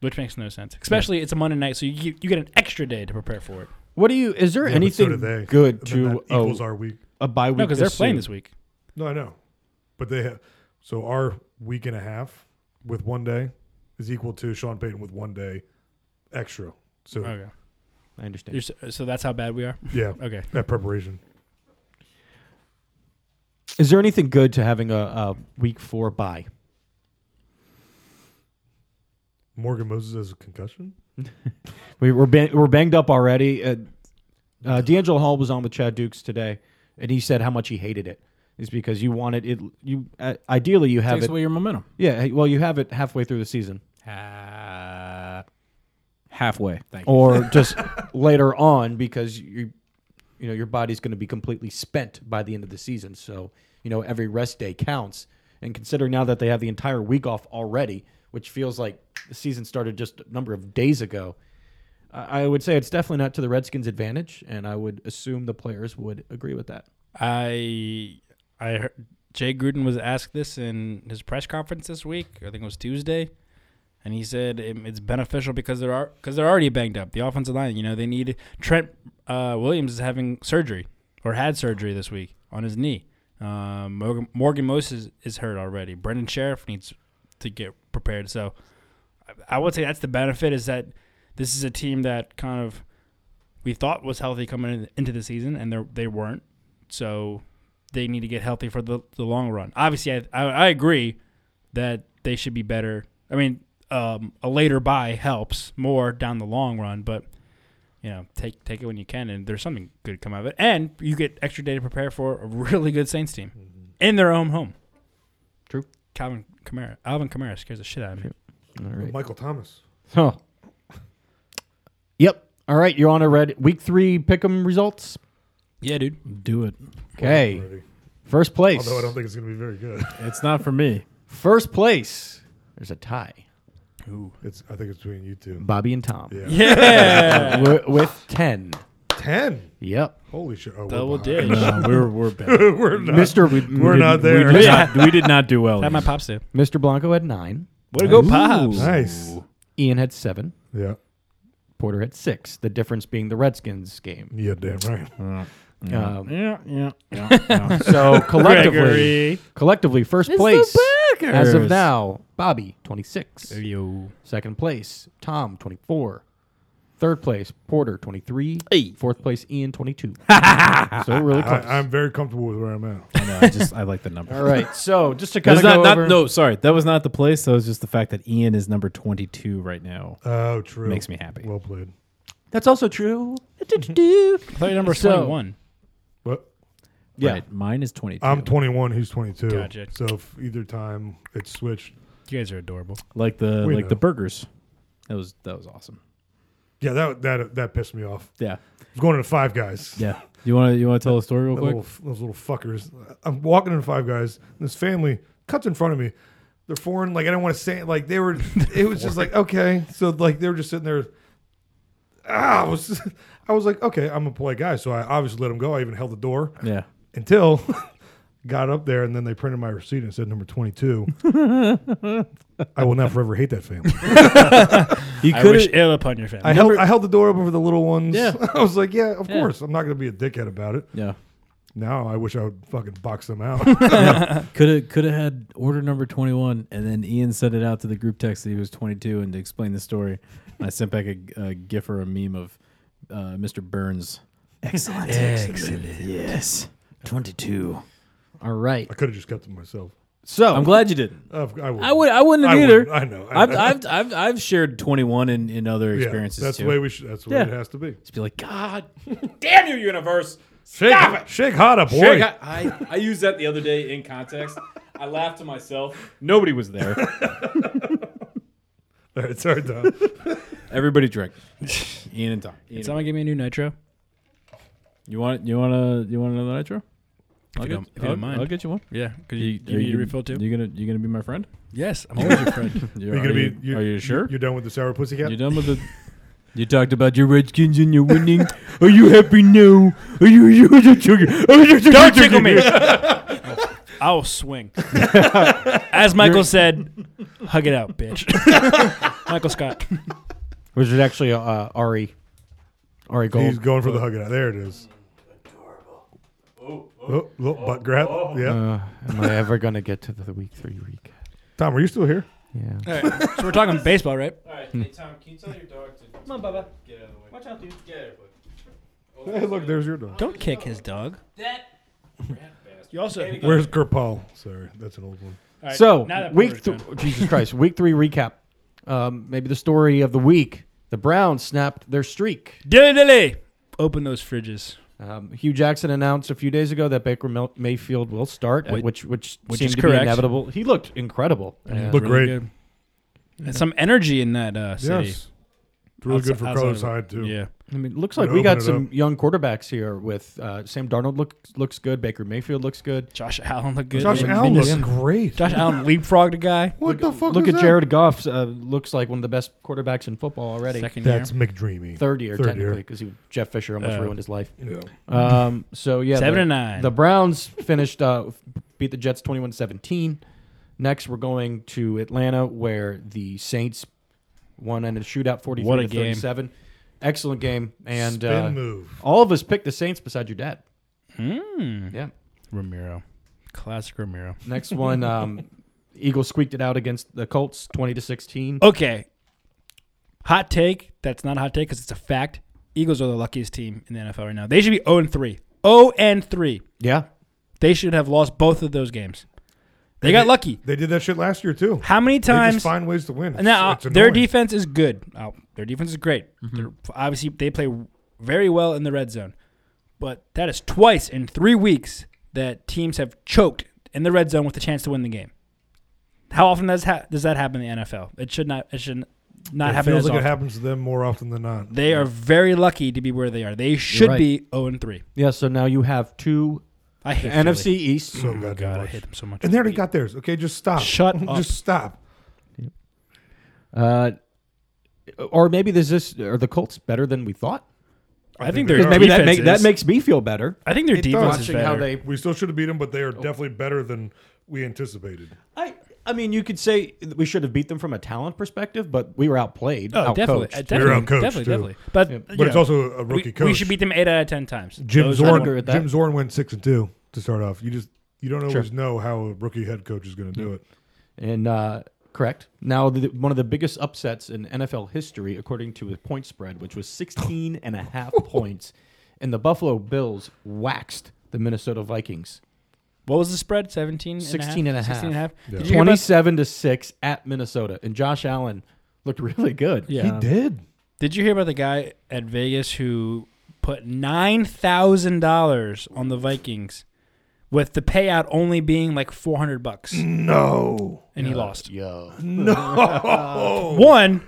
Speaker 3: which makes no sense, especially it's a Monday night, so you get- you get an extra day to prepare for it.
Speaker 6: What do you? Is there
Speaker 5: Yeah, but so
Speaker 6: anything
Speaker 5: do they.
Speaker 6: good
Speaker 5: And then
Speaker 6: to
Speaker 3: oh,
Speaker 5: that equals
Speaker 6: a,
Speaker 5: our week?
Speaker 6: a bye week?
Speaker 3: No, because they're playing
Speaker 6: soon?
Speaker 3: this week.
Speaker 5: No, I know, but they have. So our week and a half with one day is equal to Sean Payton with one day extra. So
Speaker 3: Okay,
Speaker 6: I understand.
Speaker 3: You're s- so that's how bad we are.
Speaker 5: yeah,
Speaker 3: Okay.
Speaker 5: that preparation.
Speaker 6: Is there anything good to having a, a week four bye?
Speaker 5: Morgan Moses has a concussion.
Speaker 6: We, we're bang, we're banged up already. Uh, uh, D'Angelo Hall was on with Chad Dukes today, and he said how much he hated it. Is because you wanted it. You uh, ideally you have
Speaker 4: Takes
Speaker 6: it.
Speaker 4: away your momentum.
Speaker 6: Yeah, hey, well you have it halfway through the season,
Speaker 4: halfway. Thank
Speaker 6: or just later on because you, you know, your body's going to be completely spent by the end of the season. So you know every rest day counts. And considering now that they have the entire week off already, which feels like the season started just a number of days ago, I I would say it's definitely not to the Redskins' advantage, and I would assume the players would agree with that.
Speaker 3: I I heard Jay Gruden was asked this in his press conference this week. I think it was Tuesday, and he said it, it's beneficial because there are because they're already banged up. The offensive line, you know, they need Trent uh, Williams is having surgery or had surgery this week on his knee. Um, Morgan, Morgan Moses is hurt already. Brendan Sheriff needs to get prepared. So I, I would say that's the benefit is that this is a team that kind of we thought was healthy coming in, into the season, and they they weren't. So they need to get healthy for the, the long run. Obviously, I, I I agree that they should be better. I mean, um, a later buy helps more down the long run, but you know, take take it when you can, and there's something good to come out of it, and you get extra day to prepare for a really good Saints team in their own home.
Speaker 6: True.
Speaker 3: Calvin Kamara, Alvin Kamara scares the shit out of me.
Speaker 6: All right.
Speaker 5: Michael Thomas.
Speaker 6: Huh. Yep. All right. You're on a red week three pick'em results.
Speaker 3: Yeah, dude.
Speaker 4: Do it.
Speaker 6: Okay.
Speaker 5: already.
Speaker 6: First place.
Speaker 5: Although I don't think it's going to be very good.
Speaker 4: It's not for me.
Speaker 6: First place. There's a tie.
Speaker 5: It's. I think it's between you two.
Speaker 6: Bobby and Tom.
Speaker 5: Yeah.
Speaker 3: Yeah,
Speaker 6: Wi- with ten.
Speaker 5: Ten.
Speaker 6: Yep.
Speaker 5: Holy shit. Oh, we're
Speaker 3: double
Speaker 5: behind.
Speaker 3: dish.
Speaker 4: No, we're we're bad.
Speaker 5: we're not.
Speaker 6: Mr. We,
Speaker 5: We're
Speaker 6: did-
Speaker 5: not there.
Speaker 4: We did not, we did not do well.
Speaker 3: That my pops do.
Speaker 6: Mr. Blanco had nine.
Speaker 3: Way to go, pops.
Speaker 5: nice.
Speaker 6: Ian had seven.
Speaker 5: Yeah.
Speaker 6: Porter had six. The difference being the Redskins game.
Speaker 5: Yeah. Damn right.
Speaker 6: Um,
Speaker 4: Yeah, yeah, yeah. yeah.
Speaker 6: so collectively,
Speaker 3: Gregory.
Speaker 6: collectively first place as of now. Bobby twenty six.
Speaker 3: Yo.
Speaker 6: Second place, Tom, 24. Third place, Porter, 23. Fourth place, Ian, 22. so really close.
Speaker 5: I, I'm very comfortable with where I'm at.
Speaker 4: No, I just I like the number.
Speaker 6: All right, so just to kind
Speaker 4: That's
Speaker 6: of
Speaker 4: not,
Speaker 6: go
Speaker 4: not
Speaker 6: over,
Speaker 4: no. Sorry, that was not the place. That was just the fact that Ian is number twenty two right now.
Speaker 5: Oh, true.
Speaker 4: Makes me happy.
Speaker 5: Well played.
Speaker 6: that's also true.
Speaker 3: I thought your number was
Speaker 6: So-
Speaker 3: 21.
Speaker 5: But
Speaker 6: Yeah.
Speaker 4: Right, mine is twenty two.
Speaker 5: I'm 21. He's 22.
Speaker 3: Gotcha.
Speaker 5: So if either time it's switched.
Speaker 3: You guys are adorable.
Speaker 4: like the
Speaker 5: We
Speaker 4: like
Speaker 5: know.
Speaker 4: the burgers. That was that was awesome.
Speaker 5: Yeah. That that that pissed me off.
Speaker 4: Yeah,
Speaker 5: I was going to Five Guys.
Speaker 4: yeah. You want to you want to tell a story real
Speaker 5: That
Speaker 4: quick?
Speaker 5: little- those little fuckers. I'm walking in Five Guys. And this family cuts in front of me. They're foreign. Like I didn't want to say it. Like they were. It was just like okay. So like they were just sitting there. Ah, I was. I was like okay. I'm a polite guy. So I obviously let them go. I even held the door
Speaker 4: Yeah.
Speaker 5: until. Got up there and then they printed my receipt and it said number 22. I will now forever hate that family.
Speaker 4: He
Speaker 3: I wish
Speaker 4: could.
Speaker 3: ill upon your family.
Speaker 5: I held, I held the door open for the little ones.
Speaker 4: Yeah.
Speaker 5: I was like, yeah, of course. I'm not going to be a dickhead about it.
Speaker 4: Yeah.
Speaker 5: Now I wish I would fucking box them out.
Speaker 4: Could have could have had order number twenty one, and then Ian sent it out to the group text that he was twenty two, and to explain the story, I sent back a, a gif or a meme of uh, Mr. Burns. Excellent. Excellent. Yes. Twenty two.
Speaker 6: All right,
Speaker 5: I could have just kept them myself.
Speaker 6: so
Speaker 4: I'm glad you didn't.
Speaker 5: Uh, I would.
Speaker 4: I would. I wouldn't have
Speaker 5: I
Speaker 4: either.
Speaker 5: wouldn't. I know. I
Speaker 4: I've,
Speaker 5: know.
Speaker 4: I've, I've, I've shared 21 in, in other experiences
Speaker 5: that's
Speaker 4: too.
Speaker 5: the way we should. That's the way
Speaker 4: Yeah.
Speaker 5: it has to be.
Speaker 4: Just be like, God damn you, universe.
Speaker 5: Shake, shake hot up, boy.
Speaker 4: Shake- I, I, I used that the other day in context. I laughed to myself. Nobody was there.
Speaker 5: All right, sorry, Tom.
Speaker 4: Everybody drank. Ian and Tom. Ian and-
Speaker 3: Someone give me a new nitro.
Speaker 4: you want you want a you want another nitro? I'll
Speaker 3: you
Speaker 4: get,
Speaker 3: don't- if you don't
Speaker 4: I'll-
Speaker 3: mind.
Speaker 4: I'll get you one.
Speaker 3: Yeah, because
Speaker 4: Are
Speaker 3: you, you
Speaker 4: are
Speaker 3: need a refill too.
Speaker 4: You gonna you gonna be my friend?
Speaker 3: yes, I'm always your friend.
Speaker 4: You're,
Speaker 5: You're gonna be.
Speaker 4: you, are you sure?
Speaker 5: You're done with the sour pussy cat?
Speaker 4: You done with the? You talked about your Redskins and your winning. Are you happy now? Are you? you, you, you, you
Speaker 3: Don't tickle me. I'll swing. As Michael said, hug it out, bitch. Michael Scott.
Speaker 6: which is actually uh, Ari, Ari Gold.
Speaker 5: He's going for the hug it out. There it is. Oh, little butt grab. Yeah.
Speaker 6: uh, am I ever gonna get to the week three recap?
Speaker 5: Tom, are you still here?
Speaker 6: Yeah.
Speaker 3: So we're talking baseball, right?
Speaker 5: Hey, look, there's your dog.
Speaker 3: Don't kick his dog. That. You also.
Speaker 5: Where's Kerpal? Sorry, that's an old one.
Speaker 3: All right,
Speaker 6: So
Speaker 3: now that
Speaker 6: week
Speaker 3: Porter's
Speaker 6: th- Jesus Christ, week three recap. Um, maybe the story of the week: the Browns snapped their streak.
Speaker 3: done. Dilly dilly. Open those fridges.
Speaker 6: Um, Hugh Jackson announced a few days ago that Baker Mel- Mayfield will start,
Speaker 4: Wait.
Speaker 6: which which,
Speaker 3: Which
Speaker 6: seemed
Speaker 3: is
Speaker 6: to
Speaker 3: correct. Mm-hmm.
Speaker 6: be inevitable. He looked incredible.
Speaker 5: Look great.
Speaker 3: There's some energy in that uh, city.
Speaker 5: Yes. really
Speaker 3: Outside-
Speaker 5: good for
Speaker 3: outside
Speaker 5: Carlos
Speaker 3: of it.
Speaker 5: Hyde too.
Speaker 3: Yeah.
Speaker 6: I mean, it looks like
Speaker 5: Gonna
Speaker 6: we
Speaker 5: open
Speaker 6: got
Speaker 5: it
Speaker 6: some young quarterbacks here. With uh, Sam Darnold looks looks good. Baker Mayfield looks good.
Speaker 3: Josh Allen looked good.
Speaker 5: Josh
Speaker 3: Vin-
Speaker 5: Allen
Speaker 3: Vin-
Speaker 5: looks great.
Speaker 3: Josh Allen leapfrogged a guy.
Speaker 5: what the fuck?
Speaker 6: Look
Speaker 5: was
Speaker 6: at
Speaker 5: that?
Speaker 6: Jared Goff. Uh, looks like one of the best quarterbacks in football already.
Speaker 3: Second
Speaker 5: That's
Speaker 3: year.
Speaker 5: McDreamy.
Speaker 6: Third year
Speaker 5: Third year. Mm-hmm.
Speaker 6: technically, because Jeff Fisher almost
Speaker 3: Uh,
Speaker 6: ruined his life.
Speaker 5: Yeah.
Speaker 6: Um, so yeah,
Speaker 3: Seven
Speaker 6: the,
Speaker 3: and nine.
Speaker 6: The Browns finished uh, beat the Jets 21-17. Next, we're going to Atlanta, where the Saints won in a shootout, forty
Speaker 3: What a
Speaker 6: three to
Speaker 3: game.
Speaker 6: thirty seven. Excellent game, and
Speaker 5: Spin
Speaker 6: uh,
Speaker 5: move.
Speaker 6: all of us picked the Saints beside your dad.
Speaker 3: Hmm.
Speaker 6: Yeah.
Speaker 3: Ramiro. Classic Ramiro.
Speaker 6: Next one, um, Eagles squeaked it out against the Colts, twenty to sixteen.
Speaker 3: Okay. Hot take. That's not a hot take because it's a fact. Eagles are the luckiest team in the NFL right now. They should be 0 and 3. 0 and 3.
Speaker 6: Yeah,
Speaker 3: They should have lost both of those games. They got lucky.
Speaker 5: They did that shit last year too.
Speaker 3: How many
Speaker 5: They
Speaker 3: times?
Speaker 5: just find ways to win. It's,
Speaker 3: now
Speaker 5: it's
Speaker 3: uh, their
Speaker 5: annoying. Mm-hmm.
Speaker 3: defense is good. Oh, their defense is great. They're, obviously, they play very well in the red zone, but that is twice in three weeks that teams have choked in the red zone with the chance to win the game. How often does ha- does that happen in the NFL? It should not. It should not
Speaker 5: It
Speaker 3: happen.
Speaker 5: feels
Speaker 3: as
Speaker 5: like it
Speaker 3: often.
Speaker 5: happens to them more often than not.
Speaker 3: They are very lucky to be where they are. They should
Speaker 6: right.
Speaker 3: be zero and three.
Speaker 6: yeah. So now you have two
Speaker 3: I hate Philly.
Speaker 6: NFC East.
Speaker 5: so
Speaker 3: Oh my
Speaker 5: goddamn
Speaker 3: God, I
Speaker 5: much.
Speaker 3: hate them so much.
Speaker 5: And they already got theirs. Okay, just stop.
Speaker 3: Shut
Speaker 5: just
Speaker 3: up.
Speaker 5: stop.
Speaker 6: Uh, or maybe there's this. Are the Colts better than we thought?
Speaker 3: I think
Speaker 5: they
Speaker 3: their
Speaker 5: are.
Speaker 6: Maybe that,
Speaker 3: defense
Speaker 6: make, that
Speaker 3: is-
Speaker 6: makes me feel better.
Speaker 3: I think their defense is
Speaker 6: Watching
Speaker 3: better.
Speaker 6: how they.
Speaker 5: We still should have beat them, but they are definitely better than we anticipated.
Speaker 6: I, I mean, you could say that we should have beat them from a talent perspective, but we were outplayed.
Speaker 3: Oh,
Speaker 6: outcoached.
Speaker 3: definitely, uh, definitely,
Speaker 5: You're outcoached,
Speaker 3: definitely,
Speaker 5: too.
Speaker 3: definitely. But, you
Speaker 5: But it's
Speaker 3: know,
Speaker 5: also a rookie
Speaker 3: we,
Speaker 5: coach.
Speaker 3: we should beat them eight out of ten times.
Speaker 5: Jim
Speaker 3: Those-
Speaker 6: agree
Speaker 5: Zorn.
Speaker 6: with that.
Speaker 5: Jim Zorn went six and two to start off. You just you don't always know how a rookie head coach is going to do it.
Speaker 6: And uh, correct. Now, the, one of the biggest upsets in NFL history, according to the point spread, which was 16 and a half points, and the Buffalo Bills waxed the Minnesota Vikings
Speaker 3: What was the spread? 17
Speaker 6: 16 and a half.
Speaker 3: 16 and a half. Did you hear about-
Speaker 6: 27 to 6 at Minnesota. And Josh Allen looked really good.
Speaker 3: Yeah.
Speaker 5: He did.
Speaker 3: Did you hear about the guy at Vegas who put nine thousand dollars on the Vikings, with the payout only being like four hundred bucks, and
Speaker 5: No.
Speaker 3: he lost?
Speaker 6: Yo.
Speaker 3: One,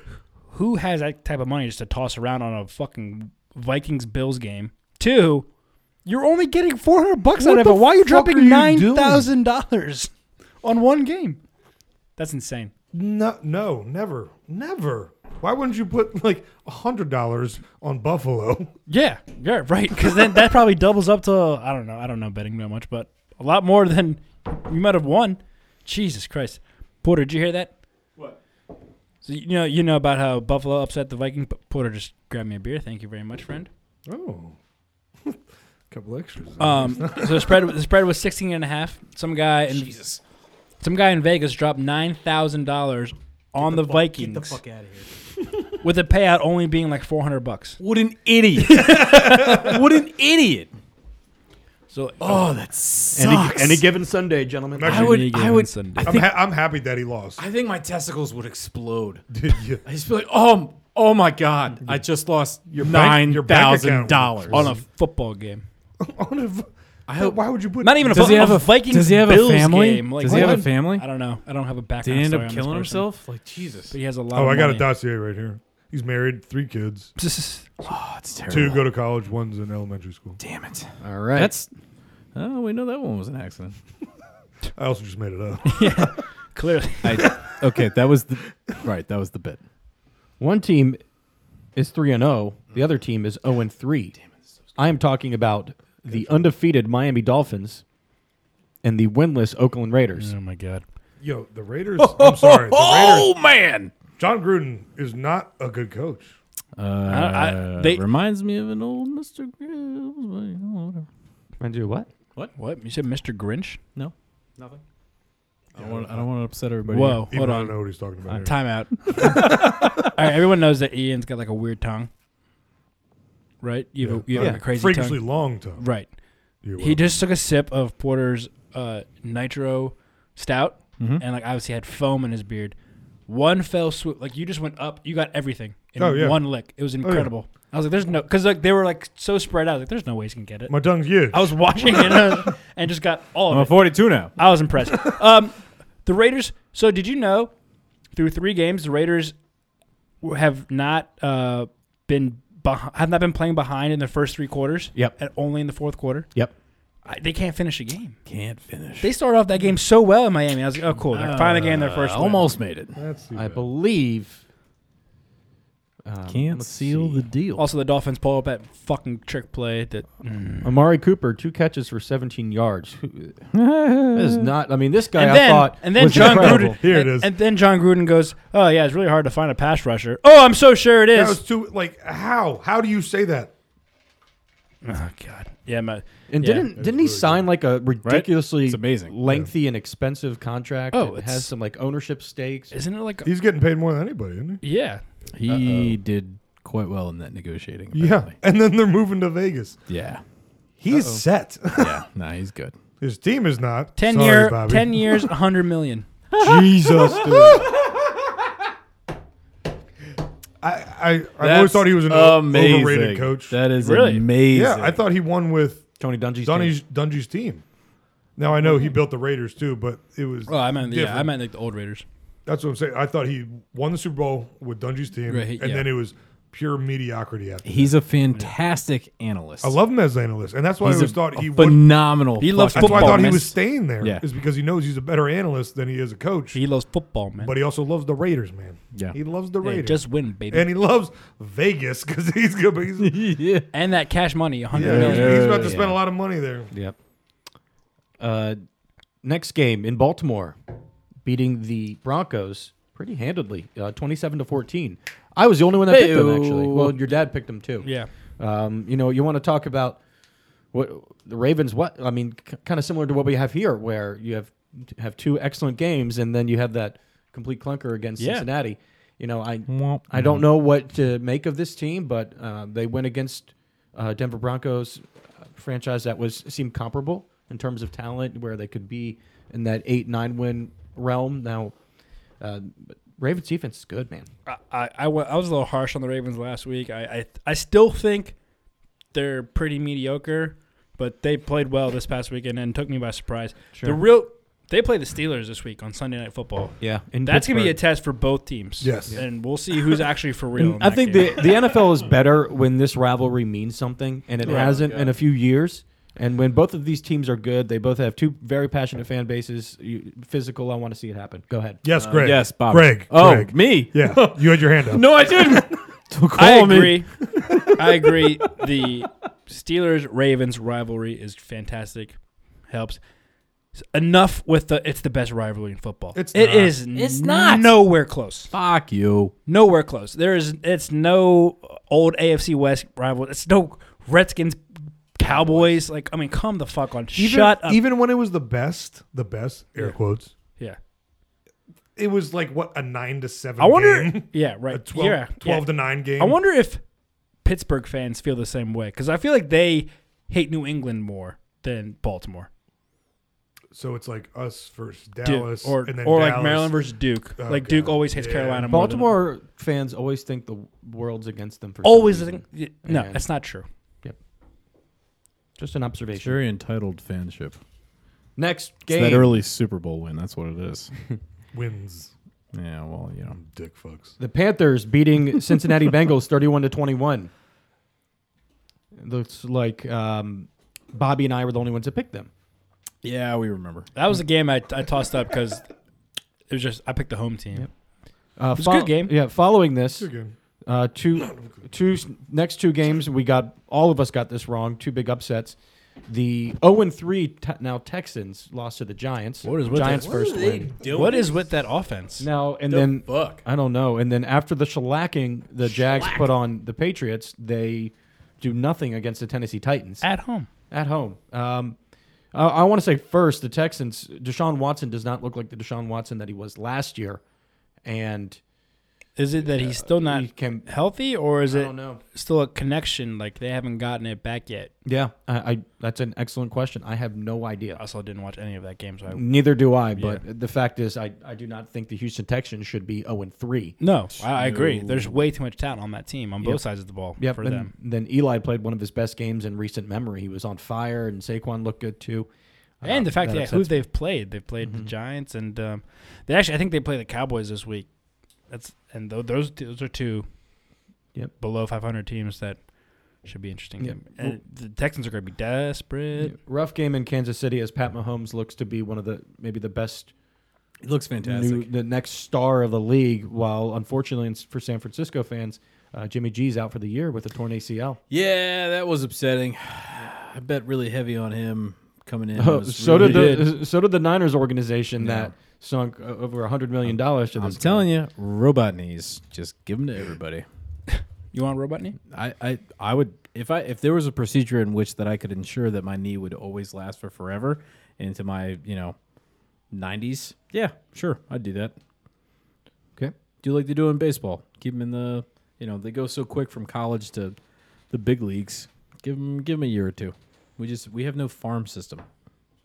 Speaker 3: who has that type of money just to toss around on a fucking Vikings Bills game? Two, you're only getting four hundred bucks out of it. Why are you dropping
Speaker 5: are you
Speaker 3: nine
Speaker 5: doing?
Speaker 3: thousand dollars on one game? That's insane.
Speaker 5: No, no, never, never. Why wouldn't you put like a hundred dollars on Buffalo?
Speaker 3: Yeah, yeah, right. Because then that probably doubles up to I don't know. I don't know betting that much, but a lot more than you might have won. Jesus Christ, Porter, did you hear that? What? So you know you know about how Buffalo upset the Viking. But Porter just grabbed me a beer. Thank you very much, friend.
Speaker 5: Oh, couple extras.
Speaker 3: Um, so the spread the spread was 16 and a half. Some guy in some guy in Vegas dropped nine thousand dollars on the, Vikings
Speaker 7: out of here.
Speaker 3: with the payout only being like 400 bucks.
Speaker 4: What an idiot! what an idiot!
Speaker 3: So
Speaker 4: Oh, that
Speaker 6: Any,
Speaker 4: sucks.
Speaker 6: any given Sunday, gentlemen.
Speaker 5: Actually,
Speaker 4: I
Speaker 3: Any
Speaker 4: would.
Speaker 3: given
Speaker 4: I would.
Speaker 3: Sunday.
Speaker 4: I
Speaker 5: I'm,
Speaker 4: think.
Speaker 5: ha- I'm happy that he lost.
Speaker 4: I think my testicles would explode.
Speaker 5: Did you?
Speaker 4: I just feel like, oh, oh my god! I just lost
Speaker 5: bank-
Speaker 4: nine
Speaker 5: your bank
Speaker 4: thousand
Speaker 5: account
Speaker 4: dollars
Speaker 3: on a football game,
Speaker 5: on a v-
Speaker 4: I hope-
Speaker 5: why would you put
Speaker 3: not even a,
Speaker 4: Does
Speaker 3: fo-
Speaker 4: he have
Speaker 3: a,
Speaker 4: a-
Speaker 3: Vikings.
Speaker 4: does he have a
Speaker 3: Bills
Speaker 4: family?
Speaker 3: Game. Like,
Speaker 4: Does he have a
Speaker 3: what?
Speaker 4: family?
Speaker 3: I don't know. I don't have a
Speaker 4: Did
Speaker 3: background.
Speaker 4: he end
Speaker 3: story
Speaker 4: up
Speaker 3: on this
Speaker 4: killing
Speaker 3: person.
Speaker 4: himself? Like Jesus!
Speaker 3: But he has a lot.
Speaker 5: Oh,
Speaker 3: of
Speaker 5: I got a
Speaker 3: money.
Speaker 5: dossier right here. He's married, three kids.
Speaker 4: Oh, it's terrible.
Speaker 5: Two go to college, one's in elementary school.
Speaker 4: Damn it!
Speaker 6: All right.
Speaker 4: That's. Oh, we know that one was an accident.
Speaker 5: I also just made it up.
Speaker 3: Clearly,
Speaker 4: I, okay, that was the right. That was the bit.
Speaker 6: One team is 3 and 0, the other team is 0 and 3. I am talking about the undefeated Miami Dolphins and the winless Oakland Raiders.
Speaker 3: oh my god.
Speaker 5: Yo, the Raiders. I'm sorry. The Raiders.
Speaker 4: Oh, man!
Speaker 5: John Gruden is not a good coach.
Speaker 3: I-
Speaker 4: Uh,
Speaker 3: I- they-
Speaker 4: reminds me of an old Mister. Whatever.
Speaker 6: And do what?
Speaker 3: What you said, Mr. Grinch?
Speaker 4: No, nothing. I don't, want, I don't want to upset everybody.
Speaker 3: Whoa,
Speaker 5: Even
Speaker 3: Oh,
Speaker 5: though I
Speaker 3: hold
Speaker 5: don't
Speaker 3: on. Uh,
Speaker 5: know what he's talking about. here.
Speaker 3: Time out. All right, everyone knows that Ian's got like a weird tongue, right? You have, a, you have like a crazy
Speaker 5: freakishly
Speaker 3: tongue,
Speaker 5: long tongue.
Speaker 3: right?
Speaker 5: You're
Speaker 3: He
Speaker 5: welcome.
Speaker 3: just took a sip of Porter's uh, nitro stout,
Speaker 5: Mm-hmm.
Speaker 3: and like obviously had foam in his beard. One fell swoop, like you just went up. You got everything in
Speaker 5: Oh, yeah.
Speaker 3: one lick. It was incredible. I was like, "There's no," because like they were like so spread out. I was like, "There's no way he can get it."
Speaker 5: My tongue's huge.
Speaker 3: I was watching it uh, and just got all
Speaker 4: I'm
Speaker 3: of
Speaker 4: at
Speaker 3: it.
Speaker 4: 42 now.
Speaker 3: I was impressed. Um, the Raiders. So did you know through three games the Raiders have not uh, been beh- have not been playing behind in the first three quarters.
Speaker 4: Yep.
Speaker 3: And only in the fourth quarter,
Speaker 4: Yep.
Speaker 3: I, they can't finish a game.
Speaker 4: Can't finish.
Speaker 3: They started off that game so well in Miami. I was like, oh cool, they're finally getting their first.
Speaker 4: Uh,
Speaker 3: win.
Speaker 4: almost made it.
Speaker 5: That's too
Speaker 6: I
Speaker 5: bad.
Speaker 6: believe. Um,
Speaker 4: Can't
Speaker 6: let's
Speaker 4: seal
Speaker 6: see.
Speaker 4: the deal.
Speaker 3: Also, the Dolphins pull up that fucking trick play that
Speaker 6: Amari Cooper, two catches for 17 yards. that is not. I mean, this guy
Speaker 3: and
Speaker 6: I
Speaker 3: then,
Speaker 6: thought
Speaker 3: and then
Speaker 6: was
Speaker 3: John
Speaker 6: incredible.
Speaker 3: Gruden.
Speaker 5: Here it
Speaker 3: and-
Speaker 5: is.
Speaker 3: And then John Gruden goes, "Oh yeah, it's really hard to find a pass rusher." Oh, I'm so sure it
Speaker 5: That
Speaker 3: is.
Speaker 5: was too like how? How do you say that?
Speaker 3: oh God, yeah, my,
Speaker 6: And
Speaker 3: yeah.
Speaker 6: didn't didn't he sign like a ridiculously
Speaker 4: It's amazing.
Speaker 6: lengthy and expensive contract?
Speaker 4: Oh,
Speaker 6: and it
Speaker 4: it's-
Speaker 6: has some like ownership stakes.
Speaker 3: Isn't it like
Speaker 5: He's getting paid more than anybody, isn't
Speaker 3: yeah?
Speaker 4: He did quite well in that negotiating.
Speaker 5: he?
Speaker 4: Apparently.
Speaker 5: And then they're moving to Vegas.
Speaker 4: Yeah.
Speaker 5: He's set.
Speaker 4: Yeah. nah, he's good.
Speaker 5: His team is not.
Speaker 3: Ten
Speaker 5: Sorry,
Speaker 3: year,
Speaker 5: Bobby.
Speaker 3: ten years, hundred million.
Speaker 5: Jesus, dude. I, I, I always
Speaker 4: That's
Speaker 5: thought he was an o-
Speaker 4: amazing.
Speaker 5: overrated coach.
Speaker 4: That is
Speaker 3: Really?
Speaker 4: amazing.
Speaker 5: yeah, I thought he won with
Speaker 6: Tony Dungy's
Speaker 5: Dungy's, Dungy's team. Now I know he built the Raiders too, but it was.
Speaker 3: Oh, I meant yeah,
Speaker 5: different.
Speaker 3: I meant like the old Raiders.
Speaker 5: That's what I'm saying. I thought he won the Super Bowl with Dungy's team,
Speaker 3: Right,
Speaker 5: and
Speaker 3: yeah.
Speaker 5: then it was pure mediocrity after.
Speaker 4: He's a fantastic analyst.
Speaker 5: I love him as an analyst, and that's why
Speaker 4: He's
Speaker 5: I always
Speaker 4: a,
Speaker 5: thought
Speaker 4: a
Speaker 5: he would.
Speaker 4: phenomenal.
Speaker 3: He loves
Speaker 4: fucking
Speaker 5: That's why I
Speaker 3: football,
Speaker 5: thought he
Speaker 3: man.
Speaker 5: was staying there.
Speaker 4: Yeah.
Speaker 5: Is because he knows he's a better analyst than he is a coach.
Speaker 3: He loves football, man.
Speaker 5: but he also loves the Raiders, man.
Speaker 4: Yeah.
Speaker 5: he loves the
Speaker 3: Yeah,
Speaker 5: Raiders.
Speaker 3: just win, baby.
Speaker 5: and
Speaker 3: And,
Speaker 5: he loves Vegas because he's good. but He's, yeah,
Speaker 3: that cash money, hundred million.
Speaker 5: he's- he's about to
Speaker 6: Yeah.
Speaker 5: spend a lot of money there.
Speaker 6: Yep. Uh, next game in Baltimore, beating the Broncos pretty handedly, uh, twenty-seven to fourteen. I was the only one that picked them actually.
Speaker 4: Hey-o.
Speaker 6: Well, your dad picked them too.
Speaker 3: Yeah.
Speaker 6: Um, you know, you want to talk about what the Ravens? What I mean, c- kind of similar to what we have here, where you have have two excellent games, and then you have that complete clunker against
Speaker 3: Yeah.
Speaker 6: Cincinnati. You know, I
Speaker 4: Womp.
Speaker 6: I don't know what to make of this team, but uh, they went against uh, Denver Broncos uh, franchise that was seemed comparable in terms of talent, where they could be in that eight nine win realm. Now, uh, Ravens defense is good, man.
Speaker 3: I, I, I, went, I was a little harsh on the Ravens last week. I, I, I still think they're pretty mediocre, but they played well this past weekend and took me by surprise. The real they play the Steelers this week on Sunday Night Football.
Speaker 6: Yeah, in
Speaker 3: that's gonna be a
Speaker 6: Pittsburgh.
Speaker 3: test for both teams.
Speaker 5: Yes.
Speaker 3: and we'll see who's actually for real. in
Speaker 6: I
Speaker 3: that
Speaker 6: think
Speaker 3: game.
Speaker 6: the, the NFL is better when this rivalry means something, and it hasn't in a few years. And when both of these teams are good, they both have two very passionate fan bases. You, physical, I want to see it happen. Go ahead.
Speaker 5: Yes,
Speaker 3: Uh,
Speaker 5: Greg.
Speaker 4: Yes, Bob.
Speaker 5: Greg.
Speaker 4: Oh,
Speaker 5: Greg.
Speaker 4: me.
Speaker 5: Yeah, you had your hand up.
Speaker 4: No, I didn't. Don't
Speaker 3: I
Speaker 4: call me.
Speaker 3: agree. I agree. The Steelers Ravens rivalry is fantastic. Helps. Enough with the it's the best rivalry in football.
Speaker 5: It's
Speaker 3: It
Speaker 5: not.
Speaker 3: is
Speaker 4: It's not.
Speaker 3: nowhere close.
Speaker 4: Fuck you.
Speaker 3: Nowhere close. There is it's no old AFC West rival. It's no Redskins Cowboys. Like I mean, come the fuck on.
Speaker 5: even,
Speaker 3: Shut up.
Speaker 5: Even when it was the best, the best air quotes,
Speaker 3: yeah.
Speaker 5: it was like what a nine to seven.
Speaker 3: I wonder
Speaker 5: game?
Speaker 3: Yeah,
Speaker 5: a
Speaker 3: right.
Speaker 5: 12,
Speaker 3: yeah,
Speaker 5: 12
Speaker 3: yeah.
Speaker 5: to nine game.
Speaker 3: I wonder if Pittsburgh fans feel the same way because I feel like they hate New England more than Baltimore,
Speaker 5: So it's like us versus
Speaker 3: Duke,
Speaker 5: Dallas,
Speaker 3: or
Speaker 5: and then
Speaker 3: or
Speaker 5: Dallas.
Speaker 3: like Maryland versus Duke.
Speaker 5: Oh,
Speaker 3: like Duke
Speaker 5: God.
Speaker 3: always hates
Speaker 5: Yeah.
Speaker 3: Carolina. More than-
Speaker 6: Baltimore fans always think the world's against them for some
Speaker 3: always.
Speaker 6: reason.
Speaker 3: think- no,
Speaker 6: And-
Speaker 3: that's not true.
Speaker 6: Just an observation.
Speaker 4: Very entitled fanship.
Speaker 6: Next
Speaker 4: It's
Speaker 6: game.
Speaker 4: that early Super Bowl win. That's what it is.
Speaker 5: wins.
Speaker 4: Yeah, well, you know.
Speaker 5: Dick fucks.
Speaker 6: The Panthers beating Cincinnati Bengals 31 to 21. It Looks like um, Bobby and I were the only ones that picked them.
Speaker 4: Yeah, we remember.
Speaker 3: That was a game I, I tossed up because it was just I picked the home team.
Speaker 6: Uh,
Speaker 3: was a good game.
Speaker 6: Yeah, following this,
Speaker 5: Again.
Speaker 6: uh, two, two s- next two games we got all of us got this wrong. Two big upsets. The 0 and 3 te- now Texans lost to the Giants.
Speaker 3: What is with
Speaker 6: Giants
Speaker 3: that-
Speaker 6: first win.
Speaker 3: What is with that offense?
Speaker 6: Now and
Speaker 4: The
Speaker 6: then
Speaker 4: fuck?
Speaker 6: I don't know. And then after the shellacking the Jags put on the Patriots, they do nothing against the Tennessee Titans.
Speaker 3: At home.
Speaker 6: At home. Um, I, I want to say first, the Texans, Deshaun Watson does not look like the Deshaun Watson that he was last year. And
Speaker 3: Is it that he's still not
Speaker 6: he can-
Speaker 3: healthy, or is
Speaker 6: I
Speaker 3: it
Speaker 6: don't know.
Speaker 3: still a connection? Like they haven't gotten it back yet.
Speaker 6: yeah, I, I that's an excellent question. I have no
Speaker 3: I
Speaker 6: idea.
Speaker 3: also didn't watch any of that game, so I,
Speaker 6: Neither do I, but the fact is, I, I do not think the Houston Texans should be 0 and 3.
Speaker 3: no, I, I agree. There's way too much talent on that team on both sides of the ball
Speaker 6: Yep.
Speaker 3: for
Speaker 6: and
Speaker 3: them.
Speaker 6: Then Eli played one of his best games in recent memory. He was on fire, and Saquon looked good too. Um,
Speaker 3: And the fact
Speaker 6: that
Speaker 3: that who
Speaker 6: upsets Mm-hmm.
Speaker 3: they've played, they've played the Giants, and um, they actually I think they play the Cowboys this week. That's and th- those those are two
Speaker 6: Yep.
Speaker 3: below 500 teams that should be interesting.
Speaker 6: Yep.
Speaker 3: And the Texans are going to be desperate.
Speaker 6: Rough game in Kansas City as Pat Mahomes looks to be one of the maybe the best
Speaker 8: It looks fantastic.
Speaker 6: new the next star of the league. While unfortunately in- for San Francisco fans, uh, Jimmy G's out for the year with a torn ACL.
Speaker 8: yeah, that was upsetting. I bet really heavy on him coming
Speaker 4: Oh,
Speaker 8: in. I was
Speaker 6: so
Speaker 8: really-
Speaker 6: did the so did the Niners organization that sunk o- over hundred million dollars to
Speaker 8: I'm
Speaker 6: this.
Speaker 8: telling you, robot knees. Just give them to everybody.
Speaker 3: You want Robotnik?
Speaker 8: I, I, I would if I if there was a procedure in which that I could ensure that my knee would always last for forever into my you know 90s. Yeah, sure, I'd do that.
Speaker 6: Okay.
Speaker 8: Do like they do in baseball. Keep them in the you know they go so quick from college to the big leagues. Give them give them a year or two. We just we have no farm system.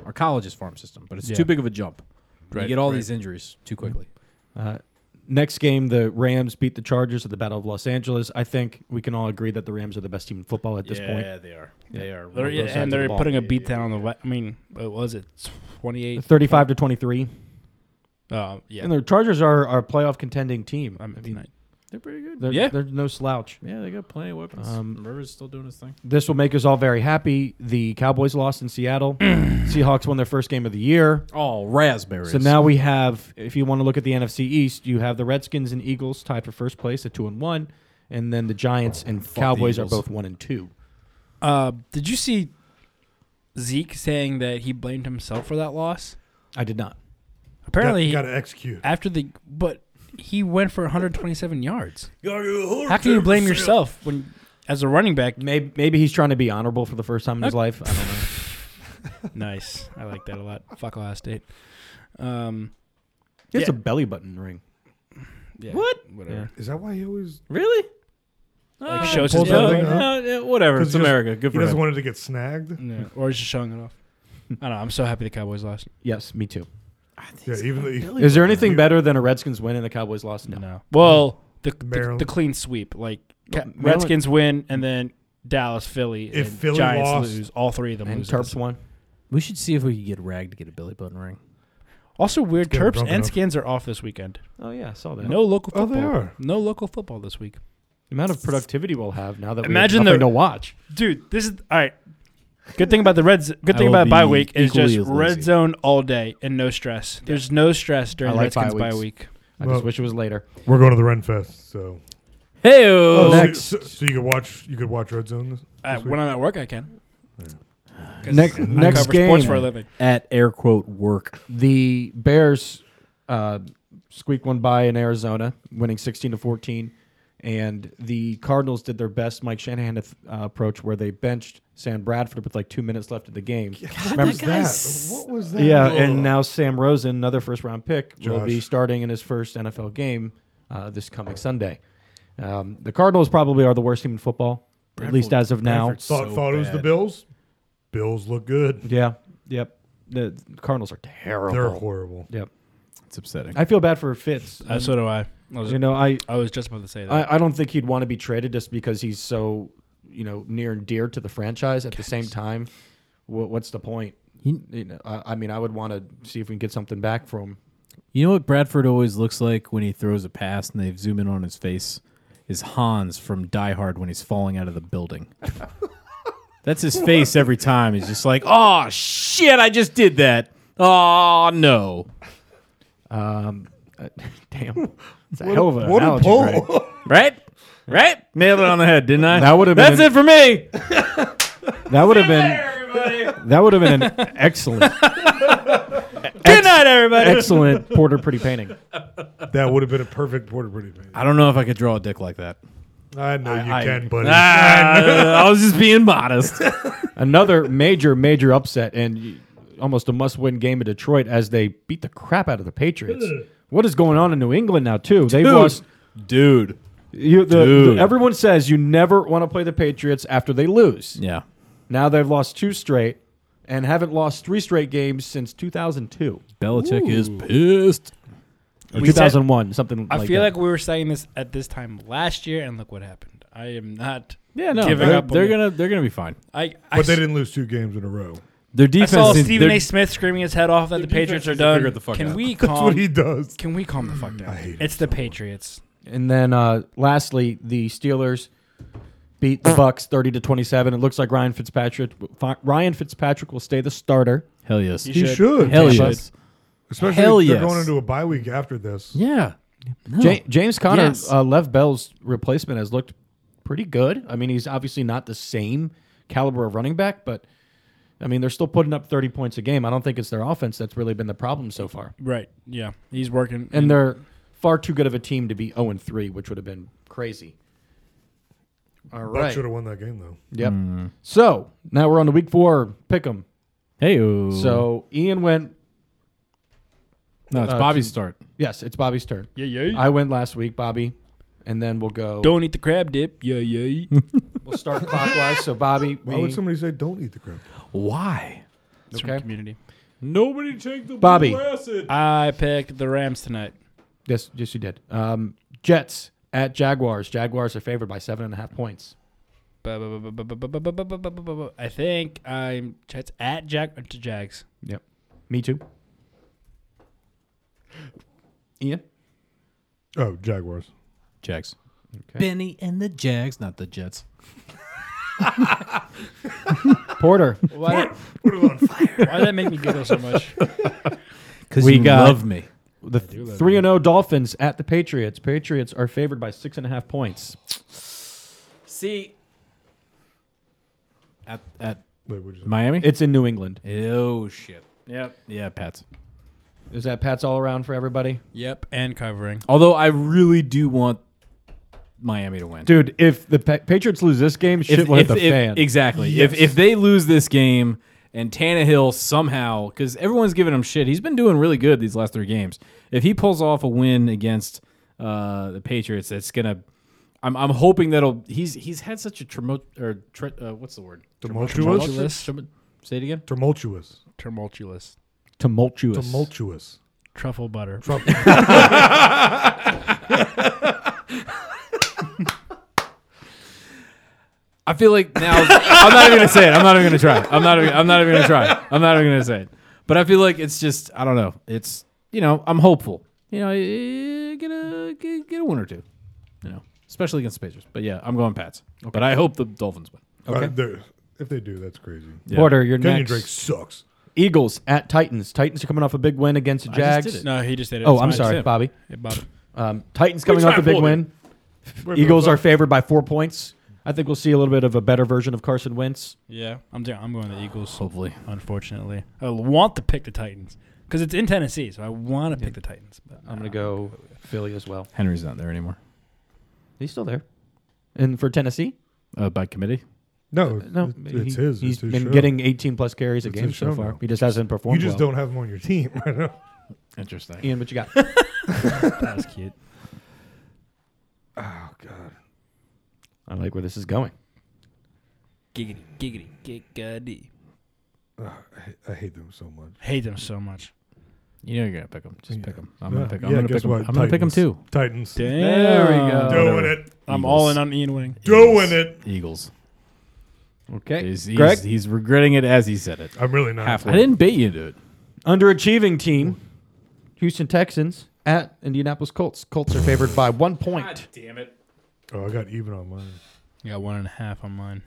Speaker 8: Our college is farm system, but it's
Speaker 3: Yeah.
Speaker 8: too big of a jump.
Speaker 3: Right,
Speaker 8: you get all
Speaker 3: right.
Speaker 8: these injuries too quickly.
Speaker 6: Uh, next game, the Rams beat the Chargers at the Battle of Los Angeles. I think we can all agree that the Rams are the best team in football at this point.
Speaker 8: they are. They
Speaker 3: They're,
Speaker 8: are.
Speaker 6: both sides of
Speaker 3: and
Speaker 6: the
Speaker 3: they're
Speaker 6: ball.
Speaker 3: putting a beat down on the. Wa- I mean, what was it 28?
Speaker 6: Thirty-five to twenty-three,
Speaker 3: Uh, yeah.
Speaker 6: and the Chargers are are a playoff contending team.
Speaker 3: I mean,
Speaker 8: e-, They're pretty good.
Speaker 6: They're,
Speaker 3: Yeah.
Speaker 6: they're no slouch.
Speaker 8: yeah, they got plenty of weapons.
Speaker 6: Um,
Speaker 8: Rivers still doing his thing.
Speaker 6: This will make us all very happy. The Cowboys lost in Seattle. Seahawks won their first game of the year.
Speaker 8: Oh, raspberries.
Speaker 6: So now we have, if you want to look at the NFC East, you have the Redskins and Eagles tied for first place at two and one, and then the Giants and
Speaker 8: the
Speaker 6: Cowboys are
Speaker 8: Eagles.
Speaker 6: both one and two.
Speaker 3: Uh, did you see Zeke saying that he blamed himself for that loss?
Speaker 6: I did not.
Speaker 3: Apparently,
Speaker 5: got to execute.
Speaker 3: after the but he went for 127 yards. How can you blame yourself when, as a running back?
Speaker 6: Maybe maybe he's trying to be honorable for the first time in his life. I don't know.
Speaker 3: nice, I like that a lot. Fuck Ohio State. Um,
Speaker 6: It's
Speaker 3: Yeah.
Speaker 6: a belly button ring.
Speaker 3: yeah,
Speaker 8: What?
Speaker 3: Whatever.
Speaker 5: Is that why he always?
Speaker 8: Really?
Speaker 3: Like shows
Speaker 5: pulled
Speaker 3: his
Speaker 5: that
Speaker 3: belly
Speaker 5: thing
Speaker 3: button.
Speaker 5: up?
Speaker 8: Uh, whatever.
Speaker 5: 'Cause
Speaker 8: It's
Speaker 5: he just-
Speaker 8: America. Good
Speaker 5: He
Speaker 8: for
Speaker 5: doesn't
Speaker 8: him.
Speaker 5: want it to get snagged.
Speaker 3: Yeah, or is just showing it off? I don't know. I'm so happy the Cowboys lost.
Speaker 6: Yes, me too.
Speaker 5: Yeah, even though he-
Speaker 6: Is there anything better than a Redskins win and the Cowboys loss? No.
Speaker 3: No. Well, the the,
Speaker 5: Mm-hmm. Maryland.
Speaker 3: the clean sweep, like Ca-
Speaker 6: Maryland-
Speaker 3: Redskins win, and then Dallas, Philly,
Speaker 5: If
Speaker 3: and
Speaker 5: Philly
Speaker 3: Giants
Speaker 5: lost-
Speaker 3: lose. All three of them
Speaker 6: And
Speaker 3: lose.
Speaker 6: Terps won.
Speaker 8: We should see if we could get Rag to get a belly button ring.
Speaker 3: Also weird.
Speaker 5: Let's get 'em
Speaker 3: Terps
Speaker 5: drunk
Speaker 3: and
Speaker 5: enough.
Speaker 3: Skins are off this weekend.
Speaker 6: Oh yeah, I saw that.
Speaker 3: No local
Speaker 5: Oh,
Speaker 3: football.
Speaker 5: they are.
Speaker 3: No local football this week.
Speaker 6: The amount of productivity we'll have now that
Speaker 3: Imagine
Speaker 6: we have nothing
Speaker 3: the-
Speaker 6: to watch.
Speaker 3: Dude, this is all right. Good thing about the Reds. Good
Speaker 8: I
Speaker 3: thing
Speaker 8: will
Speaker 3: about bye
Speaker 8: be
Speaker 3: week is
Speaker 8: equally
Speaker 3: just
Speaker 8: as lazy.
Speaker 3: red zone all day and no stress. There's no stress during
Speaker 6: I
Speaker 3: the
Speaker 6: like
Speaker 3: Redskins
Speaker 6: bye
Speaker 3: bye,
Speaker 6: weeks.
Speaker 3: week.
Speaker 6: I
Speaker 5: Well-
Speaker 6: just wish it was later.
Speaker 5: we're going to the Ren Fest, so
Speaker 8: Hey,
Speaker 3: Oh,
Speaker 5: so-
Speaker 6: next.
Speaker 5: So, so you could watch. You could watch Red Zone. This,
Speaker 3: Uh,
Speaker 5: this
Speaker 3: when I'm at work, I can. 'Cause
Speaker 6: Next-
Speaker 3: I
Speaker 6: next
Speaker 3: cover sports
Speaker 6: game.
Speaker 3: for a living.
Speaker 8: at air quote work.
Speaker 6: The Bears uh, squeaked one by in Arizona, winning sixteen to fourteen, and the Cardinals did their best Mike Shanahan uh, approach, where they benched Sam Bradford with like two minutes left of the game. Remember-
Speaker 5: week. that? What was that?
Speaker 6: Yeah, and now Sam Rosen, another first round pick, will
Speaker 5: Josh.
Speaker 6: be starting in his first NFL game uh, this coming Sunday. Um, the Cardinals probably are the worst team in football, at least as of now.
Speaker 5: Thought, thought it was the Bills. Bills look good.
Speaker 6: Yeah, yep. The Cardinals are terrible.
Speaker 5: They're horrible.
Speaker 6: Yep.
Speaker 8: It's upsetting.
Speaker 6: I feel bad for Fitz.
Speaker 3: Uh, so do I. I was,
Speaker 6: You Uh, know, I,
Speaker 3: I was just about to say that.
Speaker 6: I I don't think he'd want to be traded just because he's so you know near and dear to the franchise. At the same time, wha what's the point?
Speaker 8: You-
Speaker 6: You know, I, I mean, I would want to see if we can get something back from him.
Speaker 8: You know what Bradford always looks like when he throws a pass and they zoom in on his face? Is Hans from Die Hard when he's falling out of the building. That's his face every time. He's just like, oh, shit, I just did that. Oh, no.
Speaker 6: Damn, it's a hell of an
Speaker 5: what a
Speaker 6: analogy,
Speaker 5: pull.
Speaker 6: Greg.
Speaker 8: Right? Right? Nailed it on the head, didn't I?
Speaker 6: That would've been
Speaker 8: That's
Speaker 6: an-
Speaker 8: it for me.
Speaker 6: That would have been that would have been an excellent,
Speaker 8: Good night, everybody.
Speaker 6: excellent Porter Pretty painting.
Speaker 5: That would have been a perfect Porter Pretty. Man.
Speaker 8: I don't know if I could draw a dick like that.
Speaker 5: I know you
Speaker 8: I-
Speaker 5: can, buddy.
Speaker 8: Ah, I was just being modest.
Speaker 6: Another major, major upset and y- almost a must-win game in Detroit as they beat the crap out of the Patriots. What is going on in New England now? Too they've lost.
Speaker 8: Dude.
Speaker 6: You, the,
Speaker 8: Dude.
Speaker 6: the- everyone says you never want to play the Patriots after they lose.
Speaker 8: Yeah.
Speaker 6: Now they've lost two straight and haven't lost three straight games since 2002
Speaker 8: Belichick is pissed.
Speaker 6: or
Speaker 3: We said-
Speaker 6: 2001, something
Speaker 3: I
Speaker 6: like
Speaker 3: feel
Speaker 6: that.
Speaker 3: like we were saying this at this time last year, and look what happened. I am not.
Speaker 8: Yeah, no,
Speaker 3: Giving
Speaker 8: they're,
Speaker 3: up on
Speaker 8: they're
Speaker 3: it.
Speaker 8: gonna they're gonna be fine.
Speaker 3: I. I
Speaker 5: but they
Speaker 3: s-
Speaker 5: didn't lose two games in a row.
Speaker 4: Their
Speaker 3: I
Speaker 4: defense.
Speaker 3: saw
Speaker 4: is-
Speaker 3: Stephen
Speaker 4: their-
Speaker 3: A. Smith screaming his head off that the Patriots are
Speaker 4: needs to figure
Speaker 3: done.
Speaker 4: the fuck
Speaker 3: Can
Speaker 4: out.
Speaker 3: we
Speaker 5: That's what
Speaker 3: calm?
Speaker 5: he does.
Speaker 3: Can we calm the fuck down? It's the Patriots.
Speaker 6: And then uh, lastly, the Steelers beat the Bucks thirty to twenty seven. It looks like Ryan Fitzpatrick fi- Ryan Fitzpatrick will stay the starter.
Speaker 4: Hell yes.
Speaker 5: He should.
Speaker 4: Hell
Speaker 6: Tampa.
Speaker 4: yes.
Speaker 5: Especially
Speaker 4: Hell
Speaker 5: if they're
Speaker 4: yes.
Speaker 5: going into a bye week after this.
Speaker 4: Yeah. No.
Speaker 6: Ja- James Conner,
Speaker 4: Yes.
Speaker 6: uh, Lev Bell's replacement, has looked pretty good. I mean, he's obviously not the same caliber of running back, but I mean, they're still putting up thirty points a game. I don't think it's their offense that's really been the problem so far,
Speaker 4: Mm-hmm.
Speaker 3: Right. Yeah. He's working.
Speaker 6: and they're far too good of a team to be zero and three, which would have been crazy. All
Speaker 5: Bucks
Speaker 6: right.
Speaker 5: should have won that game though.
Speaker 6: Yep. So now we're on the week four pick 'em.
Speaker 4: Hey.
Speaker 6: So Ian went.
Speaker 4: no, it's
Speaker 6: uh,
Speaker 4: Bobby's start.
Speaker 6: Yes, it's Bobby's turn.
Speaker 3: yeah, yeah.
Speaker 6: I went last week, Bobby, and then we'll go.
Speaker 3: don't eat the crab dip. Yeah, yeah.
Speaker 6: We'll start clockwise. So Bobby,
Speaker 5: Why
Speaker 6: me,
Speaker 5: would somebody say don't eat the crab?
Speaker 4: Why?
Speaker 3: It's
Speaker 6: Okay.
Speaker 3: from community.
Speaker 4: Nobody take the
Speaker 6: Bobby. blue
Speaker 4: acid.
Speaker 3: I picked the Rams tonight.
Speaker 6: yes, yes, you did. Um, Jets at Jaguars. Jaguars are favored by seven and a half points.
Speaker 3: I think I'm Jets at Jack to Jags.
Speaker 6: Yep. Me too. Ian.
Speaker 5: Oh, Jaguars.
Speaker 4: Jags. Benny and the Jags, not the Jets.
Speaker 6: Porter.
Speaker 3: Why,
Speaker 5: Put it on fire.
Speaker 3: why did that make me giggle so much?
Speaker 4: Because
Speaker 6: We
Speaker 4: you
Speaker 6: got-
Speaker 4: love me.
Speaker 6: the three and zero Dolphins at the Patriots. Patriots are favored by six and a half points.
Speaker 4: See. At at
Speaker 5: Wait, what'd you say?
Speaker 4: Miami.
Speaker 6: It's in New England.
Speaker 4: oh shit. Yep. Yeah, Pats.
Speaker 6: Is that Pat's all around for everybody?
Speaker 3: Yep, and covering.
Speaker 4: Although I really do want Miami to win.
Speaker 6: Dude, if the pa- Patriots lose this game, shit will hit the fan.
Speaker 4: Exactly. If if they lose this game and Tannehill somehow, because everyone's giving him shit, he's been doing really good these last three games. If he pulls off a win against uh, the Patriots, that's gonna. I'm, I'm hoping that'll. He's he's had such a tremo, or tre, uh, what's the word?
Speaker 5: Tumultuous.
Speaker 3: Tumultuous.
Speaker 4: Say it again.
Speaker 5: Tumultuous.
Speaker 3: Tumultuous.
Speaker 6: Tumultuous.
Speaker 5: Tumultuous.
Speaker 3: Truffle butter.
Speaker 4: I feel like now I'm not even gonna say it. I'm not even gonna try. I'm not. Even, I'm not even gonna try. I'm not even gonna say it. But I feel like it's just. I don't know. It's you know. I'm hopeful. You know, eh, get a get, get a win or two. You know, especially against Pacers. But yeah, I'm going Pats. But I hope the Dolphins win.
Speaker 5: Uh, they're- if they do, that's crazy.
Speaker 4: Yeah.
Speaker 6: Porter, you're
Speaker 5: Kenyon
Speaker 6: next.
Speaker 5: Drake sucks.
Speaker 6: Eagles at Titans. Titans are coming off a big win against the
Speaker 4: just
Speaker 6: Jags.
Speaker 4: did it.
Speaker 3: No, he just did it.
Speaker 6: Oh,
Speaker 3: It's
Speaker 6: I'm
Speaker 3: fine.
Speaker 6: sorry,
Speaker 4: him.
Speaker 6: Bobby.
Speaker 3: Yeah, Bob.
Speaker 6: Um, Titans coming off a big win.
Speaker 5: Wait a
Speaker 6: Eagles are
Speaker 5: minute,
Speaker 6: favored by four points. I think we'll see a little bit of a better version of Carson Wentz.
Speaker 3: Yeah, I'm down. I'm going to the Eagles.
Speaker 4: Hopefully.
Speaker 3: Unfortunately, I want to pick the Titans because it's in Tennessee, so I want to pick the Titans. But
Speaker 6: I'm going to go Philly as well.
Speaker 4: Henry's not there anymore.
Speaker 6: He's still there. And for Tennessee?
Speaker 4: Uh, by committee.
Speaker 5: No,
Speaker 6: Uh, No.
Speaker 5: it- it's his.
Speaker 6: He's
Speaker 5: it's his
Speaker 6: been
Speaker 5: show.
Speaker 6: getting 18 plus carries a
Speaker 5: It's
Speaker 6: game
Speaker 5: his
Speaker 6: so
Speaker 5: show
Speaker 6: far.
Speaker 5: now.
Speaker 6: He just hasn't
Speaker 5: You
Speaker 6: performed
Speaker 5: just
Speaker 6: well.
Speaker 5: don't have him on your team. I know.
Speaker 4: Interesting.
Speaker 6: Ian, what you got?
Speaker 3: that was cute.
Speaker 5: Oh God.
Speaker 6: I like where this is going.
Speaker 3: Giggity, giggity, giggity.
Speaker 5: I hate them so much.
Speaker 3: Hate them so much.
Speaker 4: You know you're gonna pick them. Just pick them. I'm
Speaker 5: Yeah.
Speaker 4: gonna pick. I'm
Speaker 5: Yeah,
Speaker 4: gonna
Speaker 5: guess
Speaker 4: pick them.
Speaker 5: what?
Speaker 4: I'm gonna pick them
Speaker 5: Titans.
Speaker 4: too.
Speaker 5: Titans.
Speaker 4: There we go.
Speaker 3: Damn.
Speaker 5: Doing
Speaker 4: Whatever.
Speaker 5: it.
Speaker 3: I'm
Speaker 4: Eagles.
Speaker 3: all in on Ian winning.
Speaker 5: Doing it.
Speaker 4: Eagles.
Speaker 6: Okay.
Speaker 4: He's, he's,
Speaker 6: Greg?
Speaker 4: he's regretting it as he said it.
Speaker 5: I'm really not.
Speaker 4: I didn't bait you to it.
Speaker 6: Underachieving team, Houston Texans at Indianapolis Colts. Colts are favored by one point.
Speaker 4: damn it.
Speaker 5: Oh, I got even on mine
Speaker 3: I got one and a half on mine.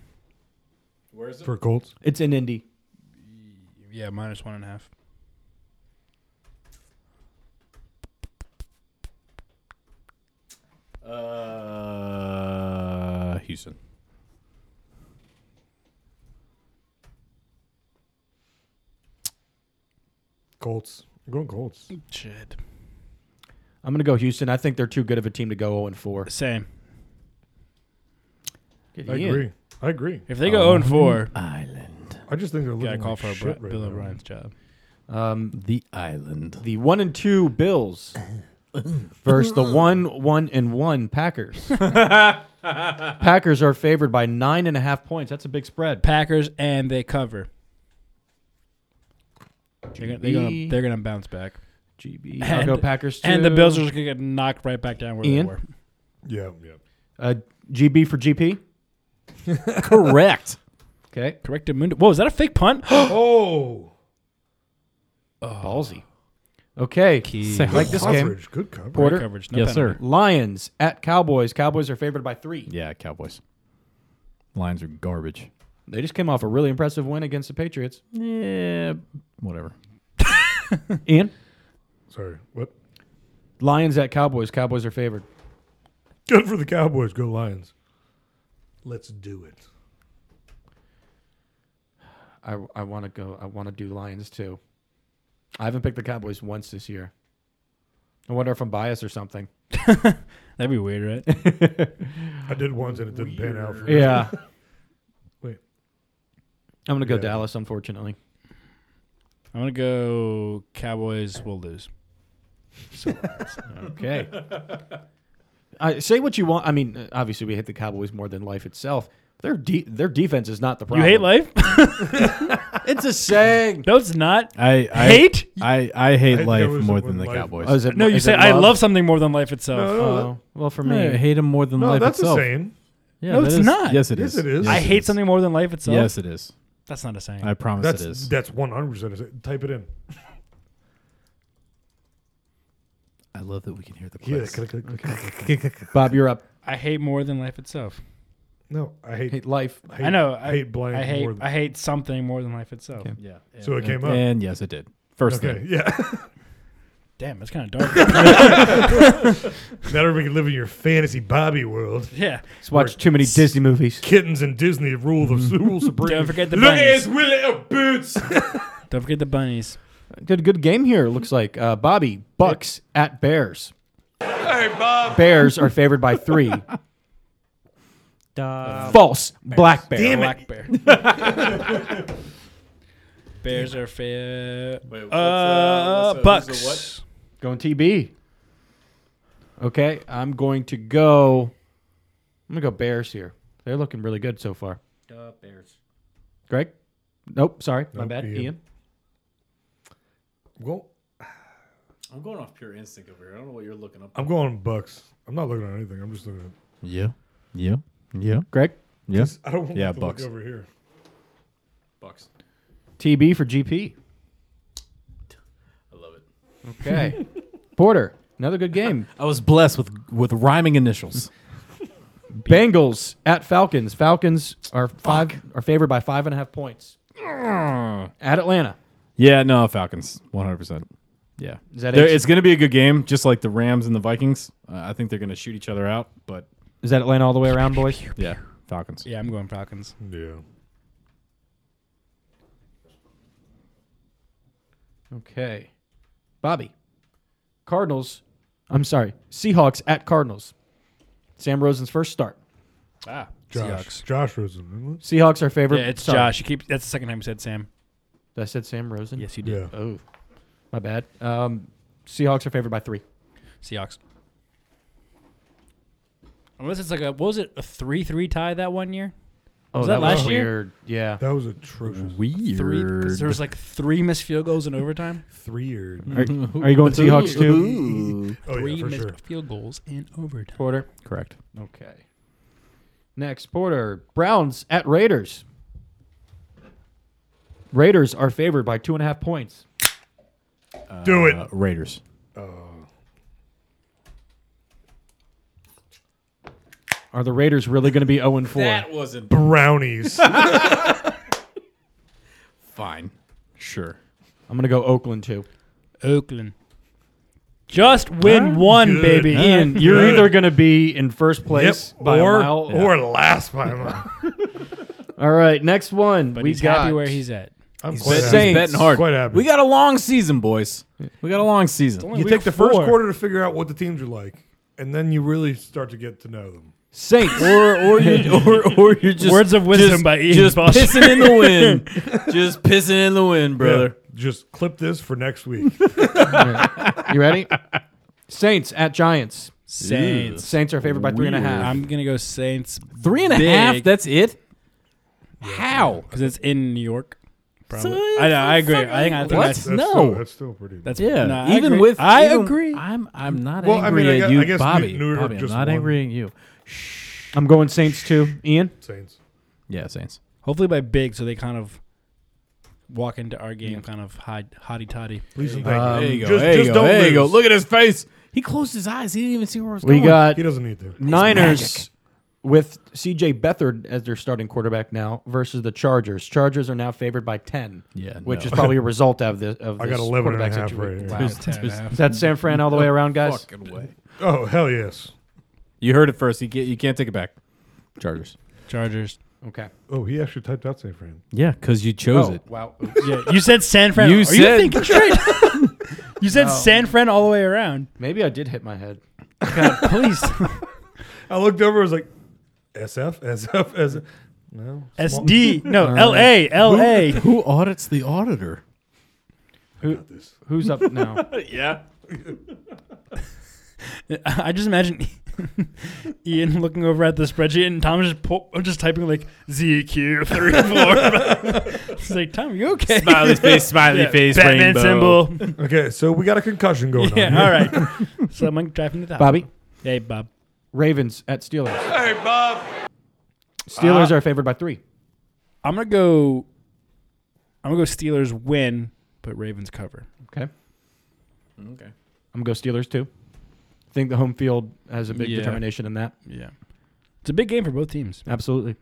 Speaker 4: Where is it?
Speaker 5: for Colts.
Speaker 6: It's in Indy.
Speaker 3: Yeah, minus one and a half.
Speaker 4: Uh, Houston.
Speaker 5: Colts. I'm going Colts.
Speaker 3: Shit.
Speaker 6: I'm going to go Houston. I think they're too good of a team to go 0 and 4.
Speaker 3: Same.
Speaker 5: I agree. I agree.
Speaker 3: If they go 0 and 4,
Speaker 4: Island.
Speaker 5: I just think they're looking
Speaker 3: gotta call
Speaker 5: like
Speaker 3: for a
Speaker 5: shit
Speaker 3: Bri-
Speaker 5: right
Speaker 3: Bill
Speaker 5: now.
Speaker 3: O'Brien's job.
Speaker 6: Um,
Speaker 4: The island.
Speaker 6: the 1 and 2 Bills versus the 1 1 and 1 Packers. Packers are favored by nine and a half points. That's a big spread.
Speaker 3: Packers and they cover. They're gonna, they're gonna,
Speaker 6: GB.
Speaker 3: they're gonna bounce back.
Speaker 6: GB. I'll go Packers too.
Speaker 3: And the Bills are just gonna get knocked right back down where
Speaker 6: Ian?
Speaker 3: they
Speaker 5: Yeah,
Speaker 3: were.
Speaker 5: yeah.
Speaker 6: Uh, GB for GP.
Speaker 4: Correct.
Speaker 6: Okay.
Speaker 3: Corrected mundo. Whoa, is that a fake punt?
Speaker 5: Oh,
Speaker 3: Oh.
Speaker 6: Ballsy. Okay.
Speaker 4: Say-
Speaker 6: Like this game.
Speaker 5: coverage. Good coverage.
Speaker 6: Porter.
Speaker 3: coverage.
Speaker 4: yes, sir.
Speaker 6: Lions at Cowboys. Cowboys are favored by three.
Speaker 4: Yeah, Cowboys. Lions are garbage.
Speaker 6: They just came off a really impressive win against the Patriots.
Speaker 4: Yeah, whatever.
Speaker 6: Ian?
Speaker 5: Sorry. What?
Speaker 6: Lions at Cowboys. Cowboys are favored.
Speaker 5: Good for the Cowboys. Go Lions. Let's do it.
Speaker 6: I, I want to go. I want to do Lions too. I haven't picked the Cowboys once this year. I wonder if I'm biased or something.
Speaker 3: That'd be weird, right?
Speaker 5: I did once and it didn't pan out. For me.
Speaker 6: Yeah.
Speaker 5: Wait.
Speaker 6: I'm going to go
Speaker 5: Yeah.
Speaker 6: Dallas, unfortunately.
Speaker 3: I'm gonna go Cowboys will lose.
Speaker 6: Okay. I say what you want. I mean, uh, obviously, we hate the Cowboys more than life itself. Their de- their defense is not the
Speaker 3: You
Speaker 6: problem.
Speaker 3: hate life?
Speaker 6: It's a saying.
Speaker 3: no, it's not.
Speaker 4: I, I
Speaker 3: Hate?
Speaker 4: I, I hate
Speaker 5: I
Speaker 4: life
Speaker 5: never
Speaker 4: more
Speaker 5: said
Speaker 4: than the
Speaker 5: life.
Speaker 4: Cowboys.
Speaker 6: Oh, is it,
Speaker 3: No, you
Speaker 6: is
Speaker 3: say
Speaker 6: it
Speaker 3: I love something more than life
Speaker 5: No,
Speaker 3: itself.
Speaker 5: no, that-
Speaker 6: Oh, well, for me,
Speaker 4: I hate them more than
Speaker 5: no,
Speaker 4: Uh, life
Speaker 5: that's
Speaker 4: itself.
Speaker 5: a saying.
Speaker 4: Yeah,
Speaker 3: No,
Speaker 4: that
Speaker 3: it's
Speaker 4: is-
Speaker 3: not.
Speaker 4: Yes, it
Speaker 5: Yes,
Speaker 4: is.
Speaker 5: it is.
Speaker 3: I
Speaker 5: it
Speaker 3: hate something more than life itself.
Speaker 4: Yes, it is.
Speaker 3: that's not a saying.
Speaker 4: I promise
Speaker 5: That's
Speaker 4: it is.
Speaker 5: that's one hundred percent. Type it in.
Speaker 4: I love that we can hear the
Speaker 5: Yeah.
Speaker 4: clicks.
Speaker 5: click, click, click, click, click.
Speaker 6: Bob, you're up.
Speaker 3: I hate more than life itself.
Speaker 5: No, I hate.
Speaker 6: Hate life.
Speaker 5: hate
Speaker 3: I know. I
Speaker 5: I hate blank.
Speaker 3: I hate.
Speaker 5: More than,
Speaker 3: I hate something more than life itself.
Speaker 6: Okay.
Speaker 4: Yeah.
Speaker 5: So it
Speaker 4: And-
Speaker 5: came up.
Speaker 4: And yes, it did. First
Speaker 5: okay.
Speaker 4: thing.
Speaker 5: Yeah.
Speaker 3: Damn, that's kind of dark.
Speaker 5: Not everybody can live in your fantasy Bobby world.
Speaker 3: yeah.
Speaker 6: Just watch too many Disney movies.
Speaker 5: Kittens and Disney rule the
Speaker 4: Mm-hmm.
Speaker 5: rule supreme.
Speaker 3: Don't forget the
Speaker 5: Look at
Speaker 3: bunnies.
Speaker 5: his Willie of boots.
Speaker 3: Don't forget the bunnies.
Speaker 6: Good, good game here. Looks like uh, Bobby Bucks at Bears.
Speaker 1: Hey, Bob.
Speaker 6: Bears are favored by three.
Speaker 3: Uh,
Speaker 6: False. Black Bear.
Speaker 5: Damn
Speaker 3: Black
Speaker 5: it.
Speaker 3: bear. Bears are fair.
Speaker 4: Wait, what's,
Speaker 3: uh, Bucks.
Speaker 6: Going TB. Okay, I'm going to go. I'm gonna go Bears here. They're looking really good so far.
Speaker 4: Bears.
Speaker 6: Greg? Nope. Sorry, my
Speaker 5: Nope,
Speaker 6: bad.
Speaker 5: Ian.
Speaker 6: Ian.
Speaker 5: well,
Speaker 4: I'm going off pure instinct over here. I don't know what you're looking up.
Speaker 5: I'm going Bucks. I'm not looking at anything. I'm just looking at.
Speaker 4: Yeah. Yeah. Yeah.
Speaker 6: Greg.
Speaker 4: Yeah.
Speaker 5: I don't want
Speaker 4: Yeah,
Speaker 5: to
Speaker 4: Bucks.
Speaker 5: look over here.
Speaker 4: Bucks.
Speaker 6: TB for GP.
Speaker 4: I love it.
Speaker 6: Okay. Porter. Another good game.
Speaker 4: I was blessed with with rhyming initials.
Speaker 6: Bengals at Falcons. Falcons are five are favored by five and a half points. At Atlanta.
Speaker 4: yeah, no, Falcons, 100. percent Yeah,
Speaker 6: Is that
Speaker 4: They're-
Speaker 6: it?
Speaker 4: it's going to be a good game, just like the Rams and the Vikings. Uh, I think they're going to shoot each other out, but
Speaker 6: Is that Atlanta all the way around, boys?
Speaker 4: yeah, Falcons.
Speaker 3: Yeah, I'm going Falcons.
Speaker 5: Yeah.
Speaker 6: Okay. Bobby. Cardinals. I'm sorry. Seahawks at Cardinals. Sam Rosen's first start.
Speaker 4: Ah,
Speaker 5: Josh. Josh Rosen. isn't
Speaker 6: Seahawks are favored.
Speaker 3: Yeah, it's
Speaker 6: sorry.
Speaker 3: Josh. You keep. That's the second time you said Sam.
Speaker 6: Did I said Sam Rosen?
Speaker 3: Yes, you
Speaker 5: it?
Speaker 3: did.
Speaker 5: Yeah.
Speaker 6: Oh, my bad. Um, Seahawks are favored by three.
Speaker 3: Seahawks. Unless it's like a what was it a three three tie that one year?
Speaker 6: Oh,
Speaker 3: Was that last year?
Speaker 6: Weird. Yeah.
Speaker 5: That was atrocious.
Speaker 4: weird.
Speaker 3: Three because there was like three missed field goals in overtime.
Speaker 5: Three or
Speaker 4: Mm-hmm.
Speaker 6: Are, are you going Seahawks too?
Speaker 5: oh
Speaker 3: three
Speaker 5: yeah, for
Speaker 3: missed
Speaker 5: sure.
Speaker 3: field goals in overtime.
Speaker 6: Porter.
Speaker 4: correct.
Speaker 6: Okay. Next, Porter. Browns at Raiders. Raiders are favored by two and a half points.
Speaker 5: Do it.
Speaker 4: Uh, Raiders.
Speaker 6: Are the Raiders really going to be 0 and 4?
Speaker 4: wasn't
Speaker 5: Brownies.
Speaker 4: fine. Sure.
Speaker 6: I'm going to go Oakland too.
Speaker 3: Oakland. Just win one,
Speaker 5: Good.
Speaker 3: baby.
Speaker 6: Ian, you're
Speaker 5: Good.
Speaker 6: either going to be in first
Speaker 5: yep.
Speaker 6: place by
Speaker 5: Or
Speaker 6: a mile.
Speaker 5: or last by a mile.
Speaker 6: All right, next one.
Speaker 3: But
Speaker 6: we
Speaker 3: he's
Speaker 6: got
Speaker 3: happy where he's at.
Speaker 5: I'm he's
Speaker 6: bet-
Speaker 5: quite
Speaker 6: saying-
Speaker 5: happy.
Speaker 6: Saints.
Speaker 4: betting hard.
Speaker 5: Quite happy.
Speaker 4: We got a long season, boys. We got a long season.
Speaker 5: You
Speaker 3: Week
Speaker 5: take the first
Speaker 3: four.
Speaker 5: quarter to figure out what the teams are like, and then you really start to get to know them.
Speaker 6: Saints.
Speaker 4: Or or you or, or you're just
Speaker 3: Words of wisdom
Speaker 4: just-
Speaker 3: by Ian
Speaker 4: Just
Speaker 3: Foster.
Speaker 4: pissing in the wind. just pissing in the wind, brother.
Speaker 5: Yeah. Just clip this for next week.
Speaker 6: you ready? Saints at Giants.
Speaker 3: Saints.
Speaker 6: Saints are favored by three and a half.
Speaker 3: I'm gonna go Saints
Speaker 4: Three and a half.
Speaker 3: Big.
Speaker 4: That's it. How?
Speaker 3: because it's in New York. Probably.
Speaker 4: So-
Speaker 3: I know. I agree. I think I think
Speaker 4: What?
Speaker 3: that's
Speaker 5: That's
Speaker 4: No.
Speaker 5: still, that's still pretty.
Speaker 3: that's
Speaker 4: Yeah.
Speaker 3: no, I
Speaker 4: even
Speaker 3: agree.
Speaker 4: with
Speaker 3: I
Speaker 4: even-
Speaker 3: agree.
Speaker 4: I'm I'm not
Speaker 5: Well, I
Speaker 4: angry
Speaker 5: mean, I
Speaker 4: at
Speaker 5: gue- I
Speaker 4: you,
Speaker 5: guess
Speaker 4: Bobby.
Speaker 5: New- New York
Speaker 4: Bobby, I'm
Speaker 5: just
Speaker 4: not
Speaker 5: won.
Speaker 4: angry at you.
Speaker 6: I'm going Saints too. Ian.
Speaker 5: Saints.
Speaker 4: Yeah, Saints.
Speaker 3: Hopefully by big, so they kind of walk into our game kind of hide, hotty toddy.
Speaker 5: Please and thank
Speaker 4: Um, There
Speaker 5: you.
Speaker 4: you go.
Speaker 5: Um, Just-
Speaker 4: there you
Speaker 5: just
Speaker 4: go.
Speaker 5: don't
Speaker 4: there you go.
Speaker 5: lose.
Speaker 4: Look at his face. He closed his eyes. He didn't even see where I was
Speaker 6: We
Speaker 4: going.
Speaker 6: got
Speaker 5: He doesn't need to.
Speaker 6: Niners with C.J. Beathard as their starting quarterback now versus the Chargers. Chargers are now favored by ten.
Speaker 4: Yeah,
Speaker 6: which
Speaker 4: no.
Speaker 6: is probably a result of this. Of
Speaker 5: I got
Speaker 6: this
Speaker 5: 11 and a
Speaker 6: quarterback
Speaker 5: half
Speaker 6: situation.
Speaker 5: right here.
Speaker 3: Wow, ten and a half.
Speaker 6: Is that San Fran all the way around, guys?
Speaker 4: Fucking way.
Speaker 5: Oh, hell yes.
Speaker 4: You heard it first. You can't, you can't take it back. Chargers.
Speaker 3: Chargers.
Speaker 6: Okay. Oh,
Speaker 5: Oh, he actually typed out San Fran.
Speaker 4: Yeah, because you chose it.
Speaker 6: wow.
Speaker 3: Yeah, you said San Fran.
Speaker 4: Oh. You
Speaker 3: Are
Speaker 4: said-
Speaker 3: you thinking straight? you said San Fran all the way around.
Speaker 6: Maybe I did hit my head.
Speaker 3: Please,
Speaker 5: I looked over. I was like, SF, SF, SF. No. small-
Speaker 3: SD. No, L A L A.
Speaker 4: Who audits the auditor?
Speaker 6: Who's up now?
Speaker 3: Yeah. I just imagine Ian looking over at the spreadsheet and Tom just pull, just typing like ZQ three four. It's like Tom, you okay?
Speaker 4: Smiley face, smiley
Speaker 3: Yeah,
Speaker 4: face,
Speaker 3: Batman
Speaker 4: rainbow.
Speaker 3: symbol.
Speaker 5: Okay, so we got a concussion going on.
Speaker 3: yeah, all right. So I'm driving to the house.
Speaker 6: Bobby.
Speaker 3: Hey, Bob.
Speaker 6: Ravens at Steelers. Hey, Bob. Steelers are favored by three.
Speaker 3: I'm gonna go. I'm gonna go Steelers win, but Ravens cover.
Speaker 6: Okay. Okay. I'm going to go Steelers too. I think the home field has a big
Speaker 3: Yeah.
Speaker 6: determination in that.
Speaker 3: Yeah, it's a big game for both teams.
Speaker 6: Absolutely.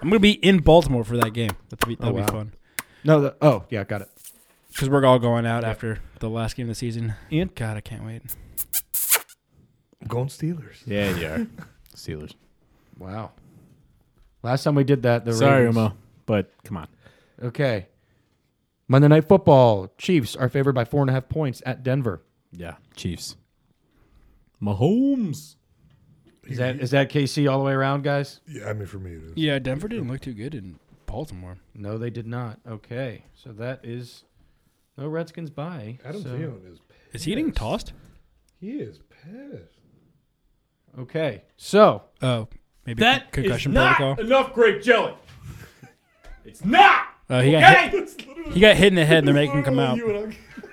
Speaker 3: I'm gonna be in Baltimore for that game. That'll be, that'll
Speaker 6: Oh, wow.
Speaker 3: be fun
Speaker 6: No, the, oh, yeah, got it.
Speaker 3: because we're all going out after the last game of the season. Ian, God, I can't wait.
Speaker 5: I'm going Steelers.
Speaker 4: Yeah, you are. Steelers.
Speaker 6: Wow. Last time we did that, the
Speaker 4: Sorry,
Speaker 6: Ravens.
Speaker 4: Umo, but come on.
Speaker 6: Okay. Monday Night Football. Chiefs are favored by four and a half points at Denver.
Speaker 4: Yeah, Chiefs. Mahomes.
Speaker 6: Is that is that KC all the way around, guys?
Speaker 5: Yeah, I mean, for me, it is.
Speaker 3: Yeah, Denver didn't look too good in Baltimore.
Speaker 6: No, they did not. Okay, so that is no Redskins by.
Speaker 5: Adam
Speaker 6: so,
Speaker 5: Thielen is pissed.
Speaker 3: Is he getting tossed?
Speaker 5: He is pissed.
Speaker 6: Okay, so
Speaker 3: Oh, maybe con- concussion protocol.
Speaker 4: enough grape jelly. It's not.
Speaker 3: Oh, he got hit, he got hit in the head and they're making him come out.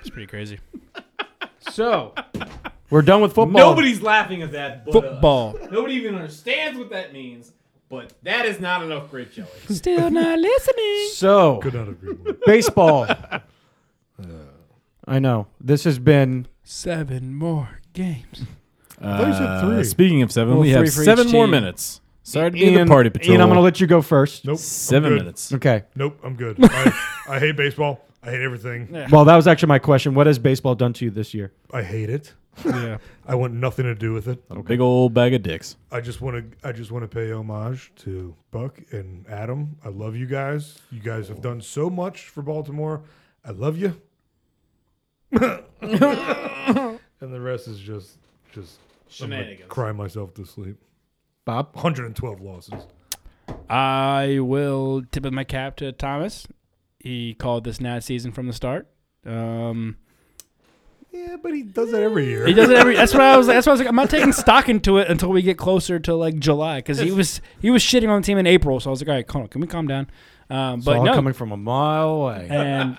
Speaker 3: It's pretty crazy.
Speaker 6: so we're done with football.
Speaker 4: laughing at that. but, uh,
Speaker 3: Football.
Speaker 4: Nobody even understands what that means. But that is not enough grape jelly.
Speaker 3: Still not listening.
Speaker 6: So
Speaker 5: Could not agree more.
Speaker 6: baseball. Uh, I know this has been
Speaker 3: Seven more games.
Speaker 5: thought you said three.
Speaker 4: Uh, Speaking of seven,
Speaker 3: Well,
Speaker 4: we
Speaker 3: three
Speaker 4: have
Speaker 3: for each
Speaker 4: seven more
Speaker 3: team.
Speaker 4: minutes. Sorry to be the party patrol.
Speaker 6: Ian, I'm gonna let you go first.
Speaker 5: Nope. I'm
Speaker 4: seven
Speaker 5: good.
Speaker 4: minutes.
Speaker 6: Okay.
Speaker 5: Nope, I'm good. I, I hate baseball. I hate everything.
Speaker 6: Well, that was actually my question. What has baseball done to you this year?
Speaker 5: I hate it.
Speaker 3: Yeah.
Speaker 5: I want nothing to do with it.
Speaker 4: A Big old bag of dicks.
Speaker 5: I just want to. I just want to pay homage to Buck and Adam. I love you guys. You guys have done so much for Baltimore. I love you. and the rest is just just I'm gonna
Speaker 4: Shenanigans.
Speaker 5: Cry myself to sleep.
Speaker 6: Bob.
Speaker 5: 112 losses.
Speaker 3: I will tip of my cap to Thomas. He called this Nat season from the start. Um,
Speaker 5: Yeah, but he does that every year.
Speaker 3: he does it every. That's what I was. That's what I was like. I'm not taking stock into it until we get closer to like July because he was he was shitting on the team in April. So I was like, all right, calm, can we calm down? Um,
Speaker 6: But
Speaker 3: but no.
Speaker 6: coming from a mile away.
Speaker 3: and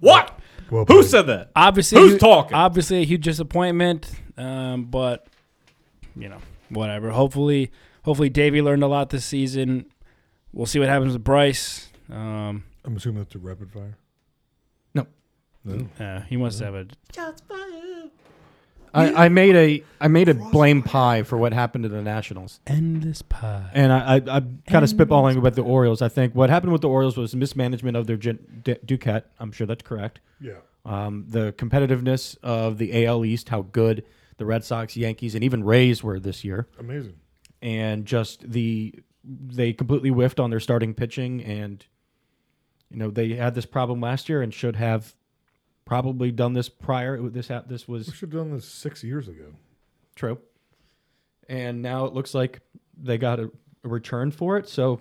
Speaker 4: What?
Speaker 5: Well
Speaker 4: Who
Speaker 5: played.
Speaker 4: said that?
Speaker 3: obviously,
Speaker 4: Who's
Speaker 3: hu-
Speaker 4: talking?
Speaker 3: Obviously, a huge disappointment. Um, but you know, whatever. Hopefully, hopefully, Davey learned a lot this season. We'll see what happens with Bryce. Um,
Speaker 5: I'm assuming that's a rapid fire.
Speaker 6: No.
Speaker 5: No.
Speaker 3: uh, he wants to have a
Speaker 6: I, I made a I made a blame pie for what happened to the Nationals,
Speaker 3: endless pie.
Speaker 6: and I, I I'm kind of spitballing about the Orioles. I think what happened with the Orioles was mismanagement of their gen, D- Duquette. I'm sure that's correct.
Speaker 5: Yeah.
Speaker 6: Um, the competitiveness of the AL East, how good the Red Sox, Yankees, and even Rays were this year,
Speaker 5: Amazing.
Speaker 6: and just the they completely whiffed on their starting pitching, and you know they had this problem last year and should have probably done this prior. This ha- this was
Speaker 5: We should have done this six years ago.
Speaker 6: True. And now it looks like they got a, a return for it. So,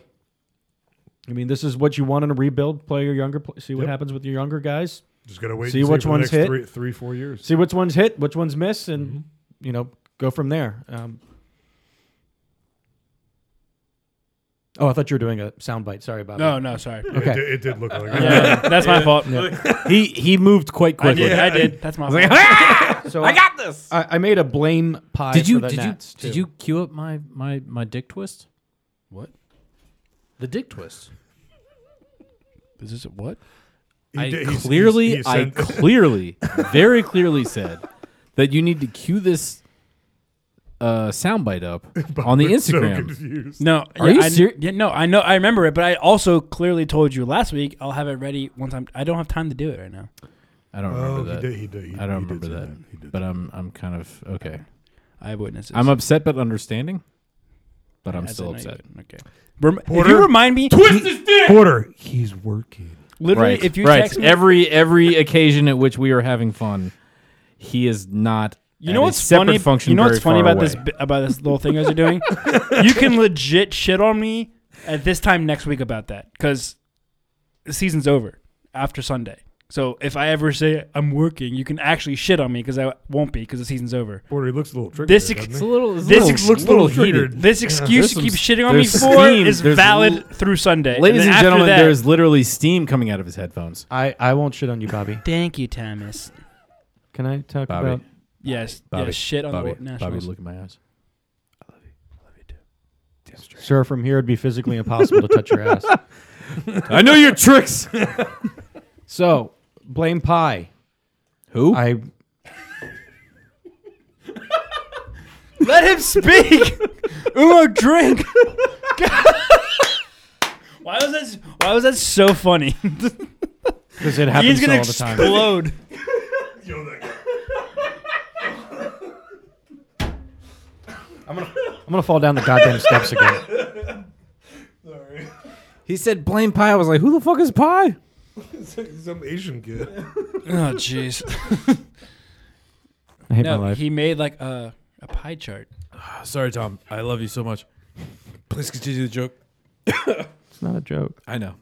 Speaker 6: I mean, this is what you want in a rebuild. Play your younger, pl- see what
Speaker 5: Yep.
Speaker 6: happens with your younger guys.
Speaker 5: Just gotta wait.
Speaker 6: See
Speaker 5: and
Speaker 6: which
Speaker 5: for the
Speaker 6: ones
Speaker 5: next
Speaker 6: hit.
Speaker 5: Three, three, four years.
Speaker 6: See which ones hit, which ones miss, and you know go from there. Um, oh, I thought you were doing a soundbite. Sorry about
Speaker 3: No, no, sorry.
Speaker 5: It
Speaker 6: Okay.
Speaker 5: did- It, did look like it.
Speaker 3: Yeah, that's my fault.
Speaker 4: He he moved quite
Speaker 3: I
Speaker 4: quickly.
Speaker 3: did. I did. That's my fault.
Speaker 6: that. So I got this. I, I made a blame pie.
Speaker 4: Did you
Speaker 6: For the
Speaker 4: did
Speaker 6: Nats,
Speaker 4: you did
Speaker 6: too.
Speaker 4: you cue up my my my dick twist?
Speaker 3: What?
Speaker 4: The dick twist.
Speaker 3: Is this what?
Speaker 4: I
Speaker 5: did- he's-
Speaker 4: clearly,
Speaker 5: he's- he
Speaker 4: I
Speaker 5: sent-
Speaker 4: clearly, very clearly said that you need to cue this uh, soundbite up on the
Speaker 5: So
Speaker 4: Instagram.
Speaker 5: confused.
Speaker 3: No,
Speaker 4: Are
Speaker 3: yeah,
Speaker 4: you
Speaker 3: I,
Speaker 4: serious?
Speaker 3: Yeah, no, I know, I remember it, but I also clearly told you last week I'll have it ready once I'm. I don't have time to do it right now.
Speaker 4: I don't
Speaker 5: Oh,
Speaker 4: remember
Speaker 5: he
Speaker 4: that.
Speaker 5: did. He did. he-
Speaker 4: I don't
Speaker 5: he did
Speaker 4: remember
Speaker 5: say
Speaker 4: that, but I'm I'm kind of okay.
Speaker 3: Eyewitnesses.
Speaker 4: I'm upset but understanding, but I'm
Speaker 3: That's
Speaker 4: still
Speaker 3: a night-
Speaker 4: upset.
Speaker 3: Okay. Rem- if
Speaker 5: Porter?
Speaker 3: you remind me,
Speaker 5: Porter, he's working.
Speaker 3: literally, if you
Speaker 4: right.
Speaker 3: text me,
Speaker 4: every every occasion at which we are having fun, he is not.
Speaker 3: you
Speaker 4: at
Speaker 3: know
Speaker 4: a
Speaker 3: what's
Speaker 4: separate
Speaker 3: funny?
Speaker 4: Function
Speaker 3: you know
Speaker 4: very
Speaker 3: what's funny
Speaker 4: far
Speaker 3: about this
Speaker 4: away.
Speaker 3: bi- about this little thing guys are doing? you can legit shit on me at this time next week about that because the season's over after Sunday. So if I ever say I'm working, you can actually shit on me because I won't be because the season's over.
Speaker 5: Porter, he looks a little tricky.
Speaker 3: This
Speaker 5: there,
Speaker 3: ex-
Speaker 5: doesn't
Speaker 4: It's
Speaker 5: he?
Speaker 4: a little. It's a
Speaker 3: This
Speaker 4: little,
Speaker 3: ex-
Speaker 5: looks a
Speaker 4: little
Speaker 5: little
Speaker 4: heated.
Speaker 5: triggered.
Speaker 3: This excuse
Speaker 4: there's
Speaker 3: you
Speaker 4: some
Speaker 3: keep
Speaker 4: s-
Speaker 3: shitting on me
Speaker 4: there's
Speaker 3: for
Speaker 4: steam.
Speaker 3: is
Speaker 4: There's
Speaker 3: valid
Speaker 4: l-
Speaker 3: through Sunday.
Speaker 4: Ladies and,
Speaker 3: then after
Speaker 4: gentlemen,
Speaker 3: that-
Speaker 4: there is literally steam coming out of his headphones.
Speaker 6: I, I won't shit on you, Bobby.
Speaker 3: Thank you, Thomas.
Speaker 6: Can I talk
Speaker 4: Bobby.
Speaker 6: about?
Speaker 3: Yes,
Speaker 4: Bobby,
Speaker 3: yes, shit on
Speaker 4: Bobby,
Speaker 3: the
Speaker 4: Bobby,
Speaker 3: Nationals.
Speaker 4: look at my eyes.
Speaker 6: Sir, from here it'd be physically impossible to touch your ass.
Speaker 4: I know your tricks.
Speaker 6: So blame pie.
Speaker 4: Who?
Speaker 6: I
Speaker 3: Let him speak. Uno, drink. why was that? Why was that so funny?
Speaker 6: because
Speaker 3: He's
Speaker 6: it happens
Speaker 3: gonna
Speaker 6: all the time.
Speaker 3: explode.
Speaker 5: Yo, that guy.
Speaker 6: I'm gonna fall down the goddamn steps again.
Speaker 4: He said blame pie. I was like, who the fuck is pie?
Speaker 5: Some Asian kid.
Speaker 3: Oh, jeez.
Speaker 6: I hate my
Speaker 3: No,
Speaker 6: life.
Speaker 3: he made like a a pie chart.
Speaker 4: Sorry, Tom. I love you so much. Please continue the joke.
Speaker 6: it's not a joke.
Speaker 4: I know.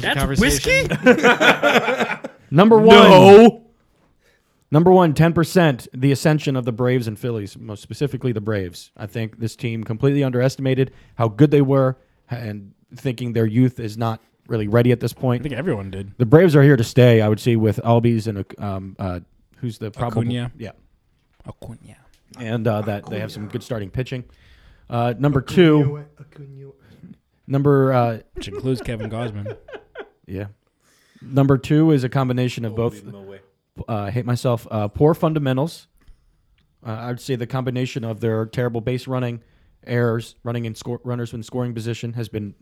Speaker 3: That's whiskey.
Speaker 6: Number one.
Speaker 4: Oh!
Speaker 6: Number one, 10%, the ascension of the Braves and Phillies, most specifically the Braves. I think this team completely underestimated how good they were and thinking their youth is not really ready at this
Speaker 3: I
Speaker 6: point.
Speaker 3: think everyone did.
Speaker 6: The Braves are here to stay, I would say, with Albies and um, uh, who's the probable.
Speaker 3: Acuna.
Speaker 6: Yeah.
Speaker 3: Oh, Acuna.
Speaker 6: And uh, that they have some good starting pitching. Uh, number two, number uh,
Speaker 3: Which includes Kevin Gosman.
Speaker 6: Yeah. Number two is a combination of both. Uh, I hate myself. Uh, poor fundamentals. Uh, I would say the combination of their terrible base running, errors, running in score, runners in scoring position has been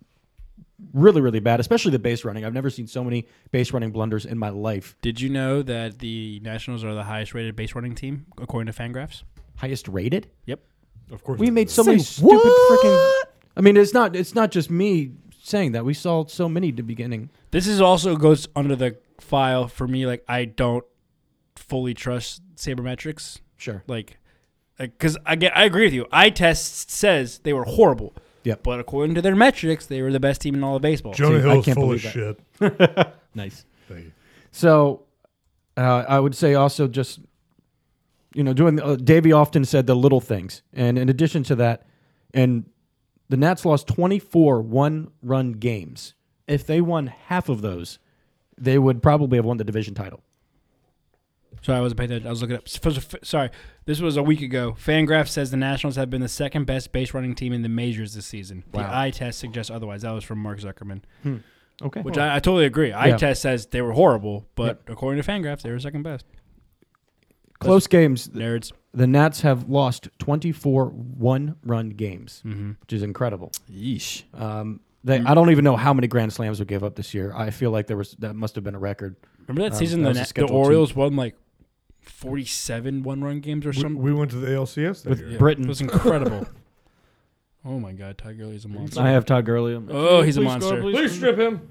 Speaker 6: really, really bad. Especially the base running. I've never seen so many base running blunders in my life.
Speaker 3: Did you know that the Nationals are the highest rated base running team according to Fangraphs?
Speaker 6: Highest rated.
Speaker 3: Yep.
Speaker 5: Of course.
Speaker 6: We
Speaker 5: he
Speaker 6: made
Speaker 5: did.
Speaker 6: so many
Speaker 4: Say
Speaker 6: stupid
Speaker 4: what?
Speaker 6: freaking. I mean, it's not. It's not just me saying that. We saw so many at the beginning.
Speaker 3: This is also goes under the file for me. Like I don't fully trust sabermetrics.
Speaker 6: Sure.
Speaker 3: Like, because I get, I agree with you. I test says they were horrible.
Speaker 6: Yep.
Speaker 3: But according to their metrics, they were the best team in all of baseball.
Speaker 5: Jonah
Speaker 6: Dude, I
Speaker 5: Hill's
Speaker 6: can't
Speaker 5: full of
Speaker 6: believe that.
Speaker 5: shit.
Speaker 4: Nice.
Speaker 5: Thank you.
Speaker 6: So, uh, I would say also just, you know, doing. Uh, Davey often said the little things, and in addition to that, and the Nats lost twenty four one run games. If they won half of those, they would probably have won the division title.
Speaker 3: Sorry, I wasn't paying attention. I was looking up. Supposed to- Sorry, this was a week ago. Fangraph says the Nationals have been the second best base running team in the majors this season. The eye test suggests otherwise. That was from Mark Zuckerman,
Speaker 6: Okay,
Speaker 3: which I, I totally agree. Eye
Speaker 6: Yeah.
Speaker 3: test says they were horrible, but according to Fangraphs, they were second best.
Speaker 6: close games.
Speaker 3: Nerds.
Speaker 6: The Nats have lost twenty four one run games,
Speaker 3: Mm-hmm.
Speaker 6: which is incredible.
Speaker 4: Yeesh.
Speaker 6: Um, they, I don't even know how many grand slams we gave up this year. I feel like there was that must have been a record.
Speaker 3: Remember that
Speaker 6: Um,
Speaker 3: season
Speaker 6: that
Speaker 3: the,
Speaker 6: was a
Speaker 3: Na- the
Speaker 6: scheduled team.
Speaker 3: Orioles won like 47 one run games or
Speaker 5: We,
Speaker 3: something?
Speaker 5: we went to the ALCS that year.
Speaker 3: Yeah,
Speaker 6: Britain.
Speaker 3: It was incredible. oh my God, Ty Gurley's a monster.
Speaker 6: I have Todd Gurley. I'm
Speaker 3: oh, he's a monster.
Speaker 5: Please strip him.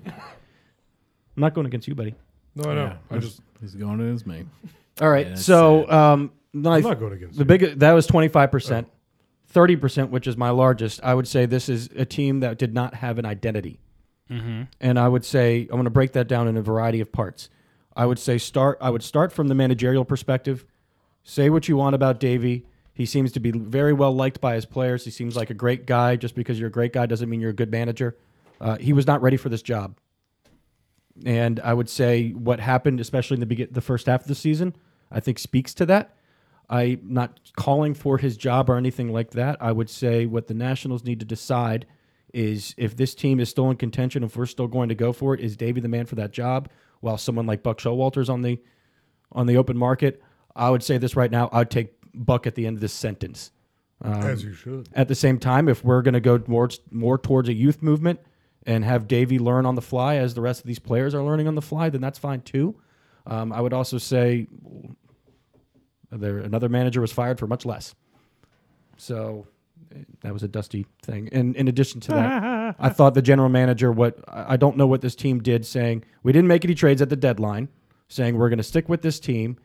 Speaker 6: not going against you, buddy.
Speaker 5: No, I know. I just.
Speaker 4: He's going to his mate.
Speaker 6: All right.
Speaker 4: Yeah, that's
Speaker 6: so, um,
Speaker 5: I'm
Speaker 6: knife,
Speaker 5: not going against
Speaker 6: the
Speaker 5: you.
Speaker 6: big that was twenty five percent, thirty percent, which is my largest. I would say this is a team that did not have an identity,
Speaker 3: Mm-hmm.
Speaker 6: and I would say I'm going to break that down in a variety of parts. I would say start. I would start from the managerial perspective. Say what you want about Davey. He seems to be very well liked by his players. He seems like a great guy. Just because you're a great guy doesn't mean you're a good manager. Uh, he was not ready for this job. And I would say what happened, especially in the begin- the first half of the season, I think speaks to that. I'm not calling for his job or anything like that. I would say what the Nationals need to decide is if this team is still in contention, if we're still going to go for it, is Davey the man for that job? While someone like Buck Showalter's on the on the open market, I would say this right now. I'd take Buck at the end of this sentence.
Speaker 5: as you should.
Speaker 6: At the same time, if we're going to go more more towards a youth movement and have Davey learn on the fly as the rest of these players are learning on the fly, then that's fine too. Um, I would also say there another manager was fired for much less. So eh, that was a dusty thing. And in addition to that, I thought the general manager what I I don't know what this team did saying we didn't make any trades at the deadline, saying we're going to stick with this team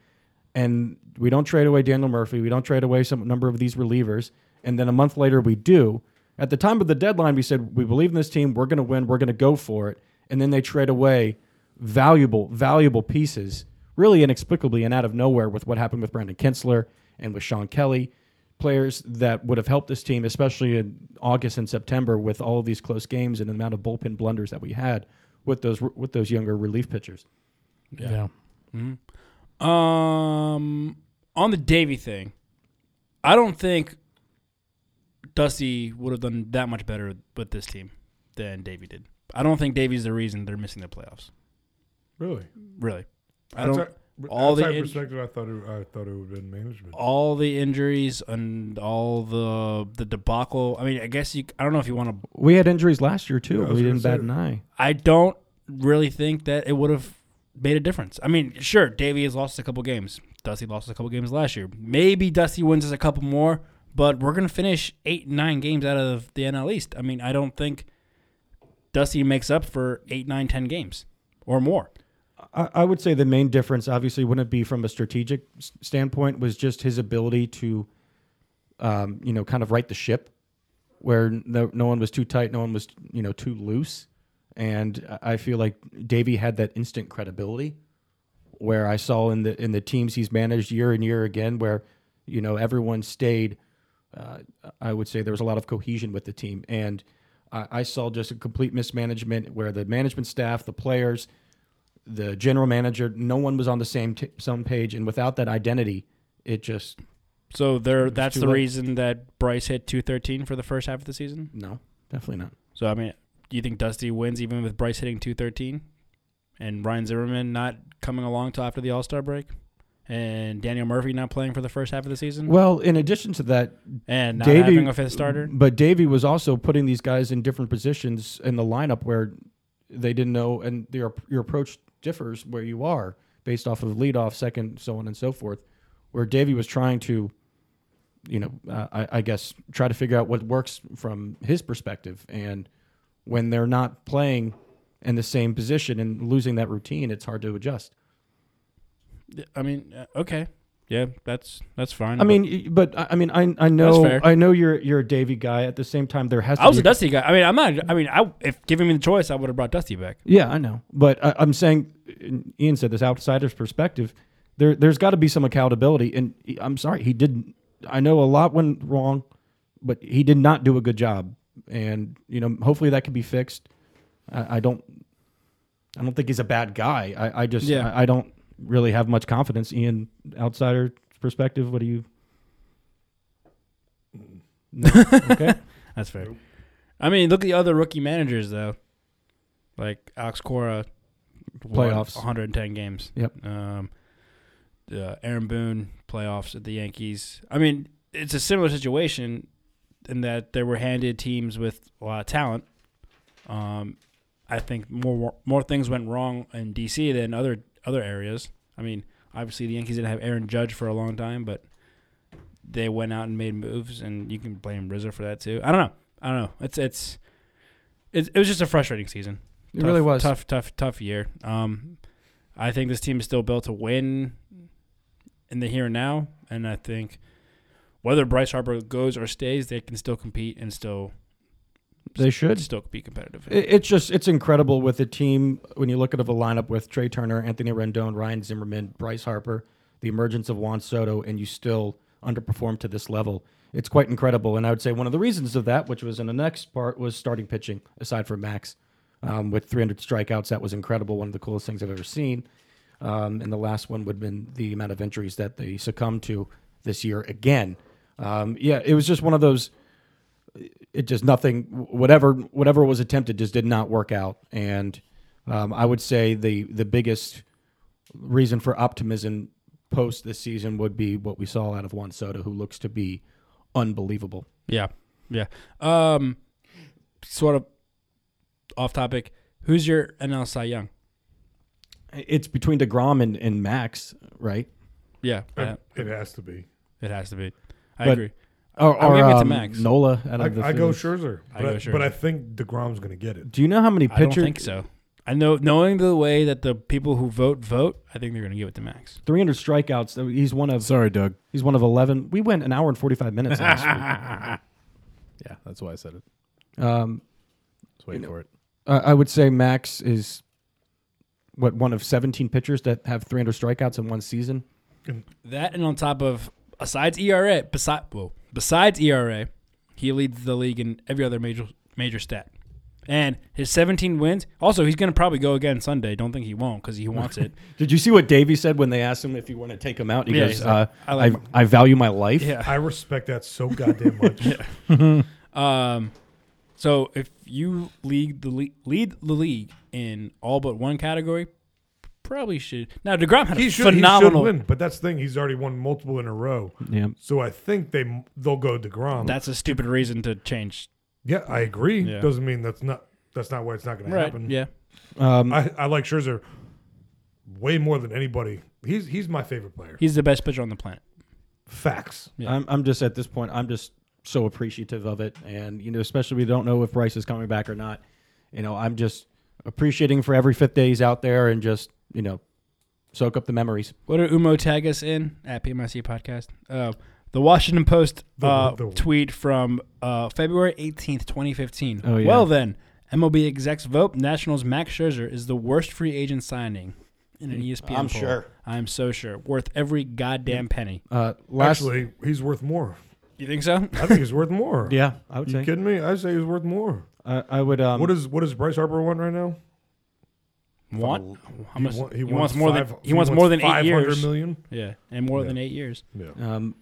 Speaker 6: and we don't trade away Daniel Murphy, we don't trade away some number of these relievers, and then a month later we do. At the time of the deadline, we said we believe in this team, we're going to win, we're going to go for it, and then they trade away valuable, valuable pieces, really inexplicably and out of nowhere with what happened with Brandon Kinsler and with Sean Kelly, players that would have helped this team, especially in August and September, with all of these close games and the amount of bullpen blunders that we had with those with those younger relief pitchers.
Speaker 4: Yeah.
Speaker 3: Um, on the Davy thing, I don't think Dusty would have done that much better with this team than Davy did. I don't think Davy's the reason they're missing the playoffs.
Speaker 5: Really?
Speaker 3: Really, I don't.
Speaker 5: Outside-
Speaker 3: all the
Speaker 5: outside
Speaker 3: in-
Speaker 5: perspective, I thought it, I thought it would have been management.
Speaker 3: all the injuries and all the the debacle. I mean, I guess you. I don't know if you want to.
Speaker 6: We had injuries last year too.
Speaker 5: I was
Speaker 6: we
Speaker 5: gonna
Speaker 6: didn't bat
Speaker 5: say-
Speaker 6: an eye.
Speaker 3: I don't really think that it would have made a difference. I mean, sure, Davy has lost a couple games. Dusty lost a couple games last year. Maybe Dusty wins us a couple more, but we're gonna finish eight, nine games out of the NL East. I mean, I don't think Dusty makes up for eight, nine, ten games or more.
Speaker 6: I, I would say the main difference, obviously, wouldn't be from a strategic s- standpoint, was just his ability to, um, you know, kind of right the ship, where no, no one was too tight, no one was, you know, too loose, and I- I feel like Davey had that instant credibility, where I saw in the in the teams he's managed year and year again, where, you know, everyone stayed. Uh, I would say there was a lot of cohesion with the team, and I, I saw just a complete mismanagement where the management staff, the players the general manager, no one was on the same t- same page, and without that identity, it just
Speaker 3: So there, that's
Speaker 6: too
Speaker 3: the
Speaker 6: late.
Speaker 3: reason that Bryce hit two thirteen for the first half of the season.
Speaker 6: no, definitely not.
Speaker 3: So I mean, do you think Dusty wins even with Bryce hitting two thirteen, and Ryan Zimmerman not coming along till after the All Star break, and Daniel Murphy not playing for the first half of the season,
Speaker 6: Well, in addition to that,
Speaker 3: and not
Speaker 6: Davey-
Speaker 3: having a fifth starter?
Speaker 6: but Davey was also putting these guys in different positions in the lineup where they didn't know, and their your approach differs where you are based off of leadoff, second, so on and so forth. Where Davey was trying to, you know, uh, I, I guess try to figure out what works from his perspective, and when they're not playing in the same position and losing that routine, it's hard to adjust.
Speaker 3: I mean, uh, okay, yeah, that's that's fine.
Speaker 6: I mean, y- but I I mean, I I know
Speaker 3: fair.
Speaker 6: I know you're you're a Davy guy. At the same time, there has to
Speaker 3: I was
Speaker 6: be
Speaker 3: a Dusty guy. I mean, I'm not. I mean, I if giving me the choice, I would have brought Dusty back.
Speaker 6: Yeah, I know, but I, I'm saying, and Ian said this outsider's perspective. There, there's got to be some accountability, and he- I'm sorry, he didn't. I know a lot went wrong, but he did not do a good job, and you know, hopefully that can be fixed. I, I don't, I don't think he's a bad guy. I, I just,
Speaker 3: Yeah.
Speaker 6: I, I don't really have much confidence. Ian, outsider perspective, what do you? No? Okay.
Speaker 3: That's fair. I mean, look at the other rookie managers though, like Alex Cora, won
Speaker 6: Playoffs.
Speaker 3: 110 games.
Speaker 6: Yep.
Speaker 3: Um, uh, Aaron Boone playoffs at the Yankees. I mean, it's a similar situation in that they were handed teams with a lot of talent. Um, I think more more things went wrong in DC than other other areas. I mean, obviously the Yankees didn't have Aaron Judge for a long time, but they went out and made moves, and you can blame Rizzo for that too. I don't know. I don't know. It's it's it, it was just a frustrating season.
Speaker 6: It really was.
Speaker 3: tough, tough, tough year. Um, I think this team is still built to win in the here and now, and I think whether Bryce Harper goes or stays, they can still compete and still
Speaker 6: They should.
Speaker 3: still be competitive.
Speaker 6: It- It's just it's incredible with the team when you look at the lineup with Trey Turner, Anthony Rendon, Ryan Zimmerman, Bryce Harper, the emergence of Juan Soto, and you still underperform to this level. It's quite incredible, and I would say one of the reasons of that, which was in the next part, was starting pitching. Aside from Max, um, with 300 strikeouts, that was incredible. One of the coolest things I've ever seen. Um, and the last one would have been the amount of injuries that they succumbed to this year again. Um, yeah, it was just one of those it just nothing whatever whatever was attempted just did not work out and um, i would say the the biggest reason for optimism post this season would be what we saw out of juan soto who looks to be unbelievable
Speaker 3: Yeah, yeah. Um, sort of off topic. Who's your NL Cy Young?
Speaker 6: it's between DeGrom and, and max right
Speaker 3: Yeah, yeah,
Speaker 5: It has to be.
Speaker 3: it has to be. I
Speaker 6: But-
Speaker 3: agree.
Speaker 6: or,
Speaker 3: I'm giving it to
Speaker 6: um,
Speaker 3: Oh, Max.
Speaker 6: nola out of
Speaker 5: I,
Speaker 6: the
Speaker 5: I go
Speaker 6: Phillies.
Speaker 5: Scherzer,
Speaker 3: I
Speaker 5: but I,
Speaker 3: go
Speaker 5: but I
Speaker 3: Scherzer.
Speaker 5: think Degrom's going to get it.
Speaker 6: do you know how many
Speaker 3: I don't
Speaker 6: pitchers
Speaker 3: think so. I know, knowing the way that the people who vote vote, I think they're going to give it to Max.
Speaker 6: 300 strikeouts though, he's one of
Speaker 4: Sorry, Doug.
Speaker 6: he's one of 11 we went an hour and 45 minutes last week
Speaker 4: Yeah, that's why I said it.
Speaker 6: Um,
Speaker 4: Just waiting for it.
Speaker 6: I I would say Max is what one of 17 pitchers that have 300 strikeouts in one season.
Speaker 3: That and on top of besides E ERA, besides whoa, besides ERA, he leads the league in every other major major stat. And his 17 wins. Also, he's going to probably go again Sunday. Don't think he won't because he wants it.
Speaker 6: Did you see what Davey said when they asked him if you want to take him out? He
Speaker 3: Yeah,
Speaker 6: goes,
Speaker 3: he's like,
Speaker 6: uh,
Speaker 3: "I like
Speaker 6: I, I value my life."
Speaker 3: Yeah.
Speaker 5: I respect that so goddamn much.
Speaker 3: Um, so if you lead the league, lead the league in all but one category, probably should. Now Degrom had
Speaker 5: He
Speaker 3: a
Speaker 5: should,
Speaker 3: phenomenal.
Speaker 5: he should win, but that's the thing. He's already won multiple in a row.
Speaker 6: Yeah.
Speaker 5: So I think they they'll go Degrom.
Speaker 3: That's a stupid reason to change.
Speaker 5: yeah, I agree.
Speaker 3: Yeah.
Speaker 5: Doesn't mean that's not that's not why it's not going to happen.
Speaker 3: Yeah.
Speaker 5: I, I like Scherzer way more than anybody. He's he's my favorite player.
Speaker 3: He's the best pitcher on the planet.
Speaker 5: Facts.
Speaker 6: I'm, I'm just at this point, I'm just so appreciative of it. And, you know, especially we don't know if Bryce is coming back or not. You know, I'm just appreciating for every fifth days out there and just, you know, soak up the memories.
Speaker 3: What did Umo tag us in at PMIC podcast? Uh, the Washington Post uh,
Speaker 5: The- the-
Speaker 3: tweet from uh, February 18th, 2015.
Speaker 6: Oh, yeah.
Speaker 3: Well, then, MLB execs vote Nationals Max Scherzer is the worst free agent signing in an E ESPN
Speaker 6: I'm
Speaker 3: poll.
Speaker 6: sure.
Speaker 3: I'm so sure. Worth every goddamn penny.
Speaker 6: Uh, last,
Speaker 5: Actually, he's worth more.
Speaker 3: You think so?
Speaker 5: I think he's worth more.
Speaker 6: yeah, I would
Speaker 5: You
Speaker 6: say.
Speaker 5: kidding me? I say he's worth more.
Speaker 6: I, I would. Um,
Speaker 5: What is what does Bryce Harper want right now?
Speaker 3: Want? How much? He,
Speaker 5: wa-
Speaker 3: wants more than
Speaker 5: five-
Speaker 3: he, wants, more than eight
Speaker 5: five hundred
Speaker 3: years.
Speaker 5: million.
Speaker 3: Yeah, and more
Speaker 5: Yeah.
Speaker 3: than eight years.
Speaker 6: Um,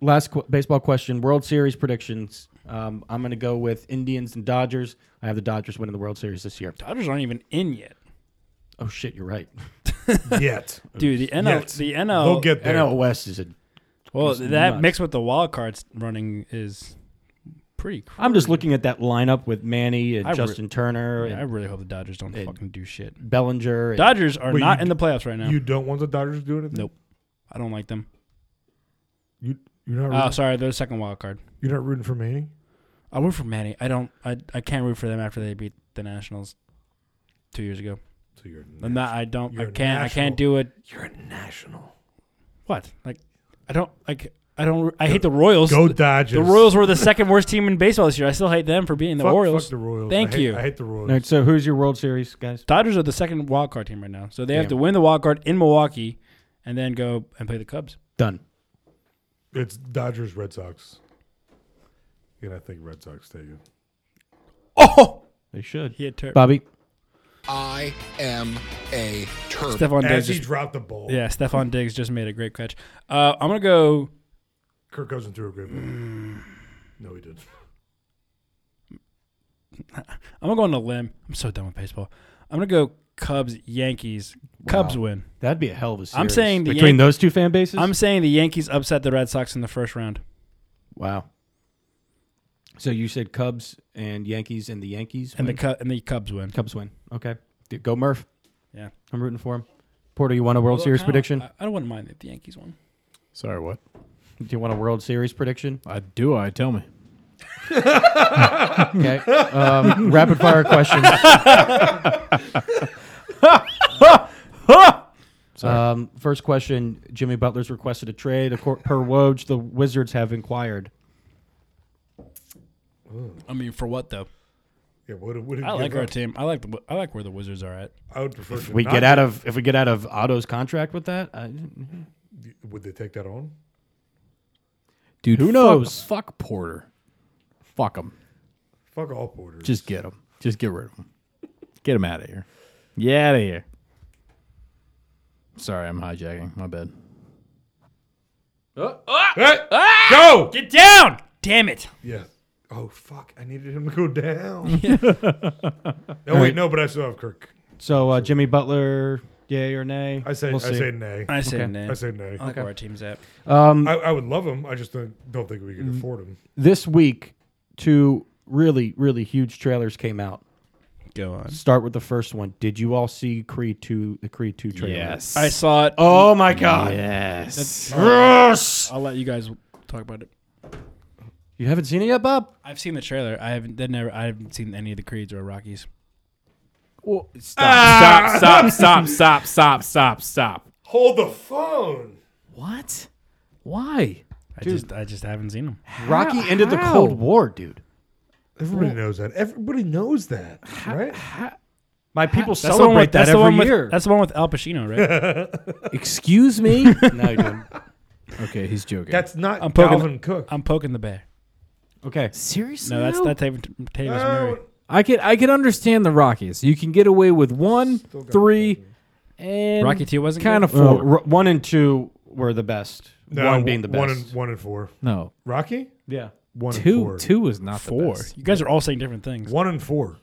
Speaker 6: last qu- baseball question: World Series predictions. Um, I'm going to go with Indians and Dodgers. I have the Dodgers winning the World Series this year.
Speaker 3: Dodgers aren't even in yet,
Speaker 6: Oh shit, you're right.
Speaker 5: Yet
Speaker 3: dude. The NL,
Speaker 5: Yet.
Speaker 3: the
Speaker 5: they'll
Speaker 3: NL.
Speaker 5: get there.
Speaker 6: NL West is a.
Speaker 3: well,
Speaker 6: it's
Speaker 3: that
Speaker 6: nuts.
Speaker 3: mixed with the wild cards running is pretty. Crazy.
Speaker 6: I'm just looking at that lineup with Manny and
Speaker 3: I re-
Speaker 6: Justin Turner
Speaker 3: I
Speaker 6: and
Speaker 3: really hope the Dodgers don't fucking do shit.
Speaker 6: Bellinger. and-
Speaker 3: Dodgers are
Speaker 5: Wait,
Speaker 3: not
Speaker 5: you-
Speaker 3: in the playoffs right now.
Speaker 5: You don't want the Dodgers to do anything.
Speaker 3: Nope. I don't like them.
Speaker 5: You you're not
Speaker 3: Oh,
Speaker 5: rooting,
Speaker 3: sorry, they're the second wild card.
Speaker 5: you're not rooting for Manny.
Speaker 3: I root for Manny. I don't. I, I can't root for them after they beat the Nationals two years ago.
Speaker 5: So you're
Speaker 3: I'm not. I don't. I
Speaker 5: You're
Speaker 3: can't. I
Speaker 5: national.
Speaker 3: can't do it.
Speaker 5: you're a national.
Speaker 3: What? Like, I don't like. I don't. I hate the Royals.
Speaker 5: Go Dodgers.
Speaker 3: The Royals were the second worst team in baseball this year. I still hate them for being the
Speaker 5: Fuck-
Speaker 3: Orioles.
Speaker 5: Fuck the Royals.
Speaker 3: Thank
Speaker 5: I hate,
Speaker 3: you.
Speaker 5: I hate the Royals.
Speaker 6: All right, so who's your World Series guys?
Speaker 3: Dodgers are the second wild card team right now, so they have
Speaker 6: Damn.
Speaker 3: to win the wild card in Milwaukee, and then go and play the Cubs.
Speaker 6: Done.
Speaker 5: It's Dodgers Red Sox. And I think Red Sox take it.
Speaker 3: Oh,
Speaker 6: They should.
Speaker 3: he had tur-
Speaker 6: Bobby.
Speaker 7: I am a turd.
Speaker 3: Stephon Diggs.
Speaker 5: As he
Speaker 3: Just,
Speaker 5: dropped the ball,
Speaker 3: yeah, Stephon Diggs just made a great catch. Uh, I'm gonna go.
Speaker 5: Kirk Cousins threw a great ball. No, he didn't.
Speaker 3: I'm gonna go on a limb. I'm so done with baseball. I'm gonna go Cubs Yankees. Cubs win.
Speaker 6: That'd be a hell of a series.
Speaker 3: saying the
Speaker 6: between
Speaker 3: Yan-
Speaker 6: those two fan bases.
Speaker 3: I'm saying the Yankees upset the Red Sox in the first round.
Speaker 6: wow. So you said Cubs and Yankees and the Yankees
Speaker 3: And the
Speaker 6: win?
Speaker 3: Cu- and the Cubs win.
Speaker 6: Cubs win. Okay, Dude, go Murph.
Speaker 3: Yeah.
Speaker 6: I'm rooting for him. Porter, you want a World Series
Speaker 3: I don't-
Speaker 6: prediction?
Speaker 3: I, I don't mind if the Yankees won.
Speaker 4: Sorry, what?
Speaker 6: Do you want a World Series prediction?
Speaker 4: I do. I tell me.
Speaker 6: Okay. Um, rapid fire questions. um, first question: Jimmy Butler's requested a trade. Acor- Per Woj, the Wizards have inquired.
Speaker 3: I mean, for what though?
Speaker 5: Yeah, what, what did
Speaker 3: I
Speaker 5: he
Speaker 3: like
Speaker 5: give
Speaker 3: our
Speaker 5: up?
Speaker 3: team. I like the I like where the Wizards are at.
Speaker 5: I would prefer
Speaker 6: If we get out of if we get out of Otto's contract with that, I,
Speaker 5: Would they take that on?
Speaker 4: Dude,
Speaker 6: Who
Speaker 4: fuck-
Speaker 6: knows?
Speaker 4: Fuck, Porter. Fuck him.
Speaker 5: Fuck all Porters.
Speaker 4: Just get him. Just get rid of him. Get him out of here. Get out of here. Sorry, I'm hijacking. My bad.
Speaker 5: Hey, go.
Speaker 3: Get down! Damn it!
Speaker 5: Yeah, oh fuck, I needed him to go down. no, wait, no, but I still have Kirk.
Speaker 6: So uh, Jimmy Butler, yay or nay?
Speaker 5: I say,
Speaker 6: We'll
Speaker 5: I
Speaker 6: see.
Speaker 5: say nay.
Speaker 3: I say
Speaker 6: Okay.
Speaker 3: nay.
Speaker 5: I say nay.
Speaker 3: I like where our team's at. Mm.
Speaker 5: I, I would love him. I just don't, don't think we can afford him.
Speaker 6: this week, two really really huge trailers came out.
Speaker 3: Go on.
Speaker 6: Start with the first one. Did you all see Creed two? The Creed two trailer.
Speaker 4: Yes.
Speaker 3: I saw it.
Speaker 6: Oh my god.
Speaker 4: yes.
Speaker 3: I'll let you guys talk about it.
Speaker 6: You haven't seen it yet, Bob?
Speaker 3: I've seen the trailer. I haven't. They never. I haven't seen any of the Creeds or Rockies.
Speaker 4: Stop, stop, stop, stop, stop, stop, stop.
Speaker 5: Hold the phone.
Speaker 4: What? Why?
Speaker 3: I just. I just haven't seen them.
Speaker 6: Rocky ended the
Speaker 4: how?
Speaker 6: Cold War, dude.
Speaker 5: Everybody knows that. Everybody knows that, right?
Speaker 6: My people
Speaker 3: That's the one
Speaker 6: celebrate
Speaker 3: with.
Speaker 6: that
Speaker 3: That's the
Speaker 6: every
Speaker 3: one with.
Speaker 6: year.
Speaker 3: That's the one with Al Pacino, right?
Speaker 4: Excuse me?
Speaker 6: no, you didn't.
Speaker 4: okay, he's joking.
Speaker 5: That's not
Speaker 3: I'm poking-
Speaker 5: Calvin Cook.
Speaker 3: I'm poking the bear.
Speaker 6: Okay.
Speaker 4: Seriously?
Speaker 3: No, that's
Speaker 4: though?
Speaker 3: that's Tav- Tavis
Speaker 5: Oh,
Speaker 3: Murray.
Speaker 4: I can I can understand the Rockies. You can get away with one, three, and
Speaker 3: Rocky Two wasn't
Speaker 4: kind of
Speaker 3: good?
Speaker 6: Well,
Speaker 4: four.
Speaker 6: r- one and two were the best.
Speaker 5: no,
Speaker 6: one being the best.
Speaker 5: One and, one and four.
Speaker 4: no,
Speaker 5: Rocky?
Speaker 6: yeah.
Speaker 5: One and
Speaker 4: two
Speaker 5: four.
Speaker 4: two was not the
Speaker 3: Four.
Speaker 4: best.
Speaker 3: You guys are all saying different things.
Speaker 5: One and four.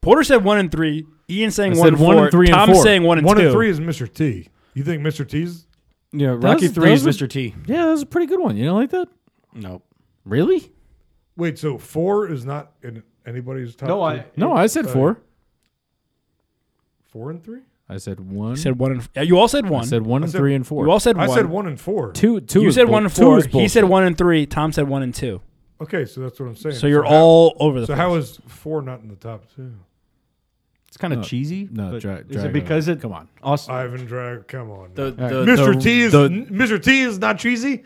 Speaker 3: Porter said one and three. Ian saying
Speaker 4: I
Speaker 3: one
Speaker 4: said
Speaker 3: and
Speaker 4: one
Speaker 3: four.
Speaker 4: and three and
Speaker 3: Tom
Speaker 4: four.
Speaker 3: saying one and
Speaker 5: One
Speaker 3: two.
Speaker 5: and three is Mr. T. You think Mr. T's?
Speaker 6: Yeah. Rocky
Speaker 4: Those-
Speaker 6: three is
Speaker 4: those are-
Speaker 6: Mr. T.
Speaker 4: Yeah, that was a pretty good one. You don't like that?
Speaker 6: Nope.
Speaker 4: Really?
Speaker 5: Wait, so four is not in anybody's top?
Speaker 6: No,
Speaker 5: two?
Speaker 6: I.
Speaker 4: No, I said four.
Speaker 5: Four and three?
Speaker 4: I said one.
Speaker 3: You said one and. Yeah, you all said one.
Speaker 4: I said one,
Speaker 5: I said-
Speaker 4: three, and four.
Speaker 3: you all said
Speaker 5: I
Speaker 3: one.
Speaker 5: said one and four.
Speaker 4: two. Two.
Speaker 3: You
Speaker 4: is
Speaker 3: said
Speaker 4: bull-
Speaker 3: one and
Speaker 4: two
Speaker 3: four.
Speaker 4: is
Speaker 3: He
Speaker 4: bullshit.
Speaker 3: said one and three. Tom said one and two.
Speaker 5: Okay, so that's what I'm saying.
Speaker 3: So you're
Speaker 5: how-
Speaker 3: all over the.
Speaker 5: So
Speaker 3: place.
Speaker 5: how is four not in the top two?
Speaker 6: It's kind of
Speaker 4: No.
Speaker 6: cheesy.
Speaker 4: No,
Speaker 6: but
Speaker 4: dra-
Speaker 6: is
Speaker 4: Drago.
Speaker 6: it because it?
Speaker 4: Come on.
Speaker 6: Austin,
Speaker 5: Ivan Drag, come on.
Speaker 4: The,
Speaker 5: now.
Speaker 4: the,
Speaker 5: Mr.
Speaker 4: the-
Speaker 5: T is
Speaker 4: the-
Speaker 5: n- Mr. T is not cheesy.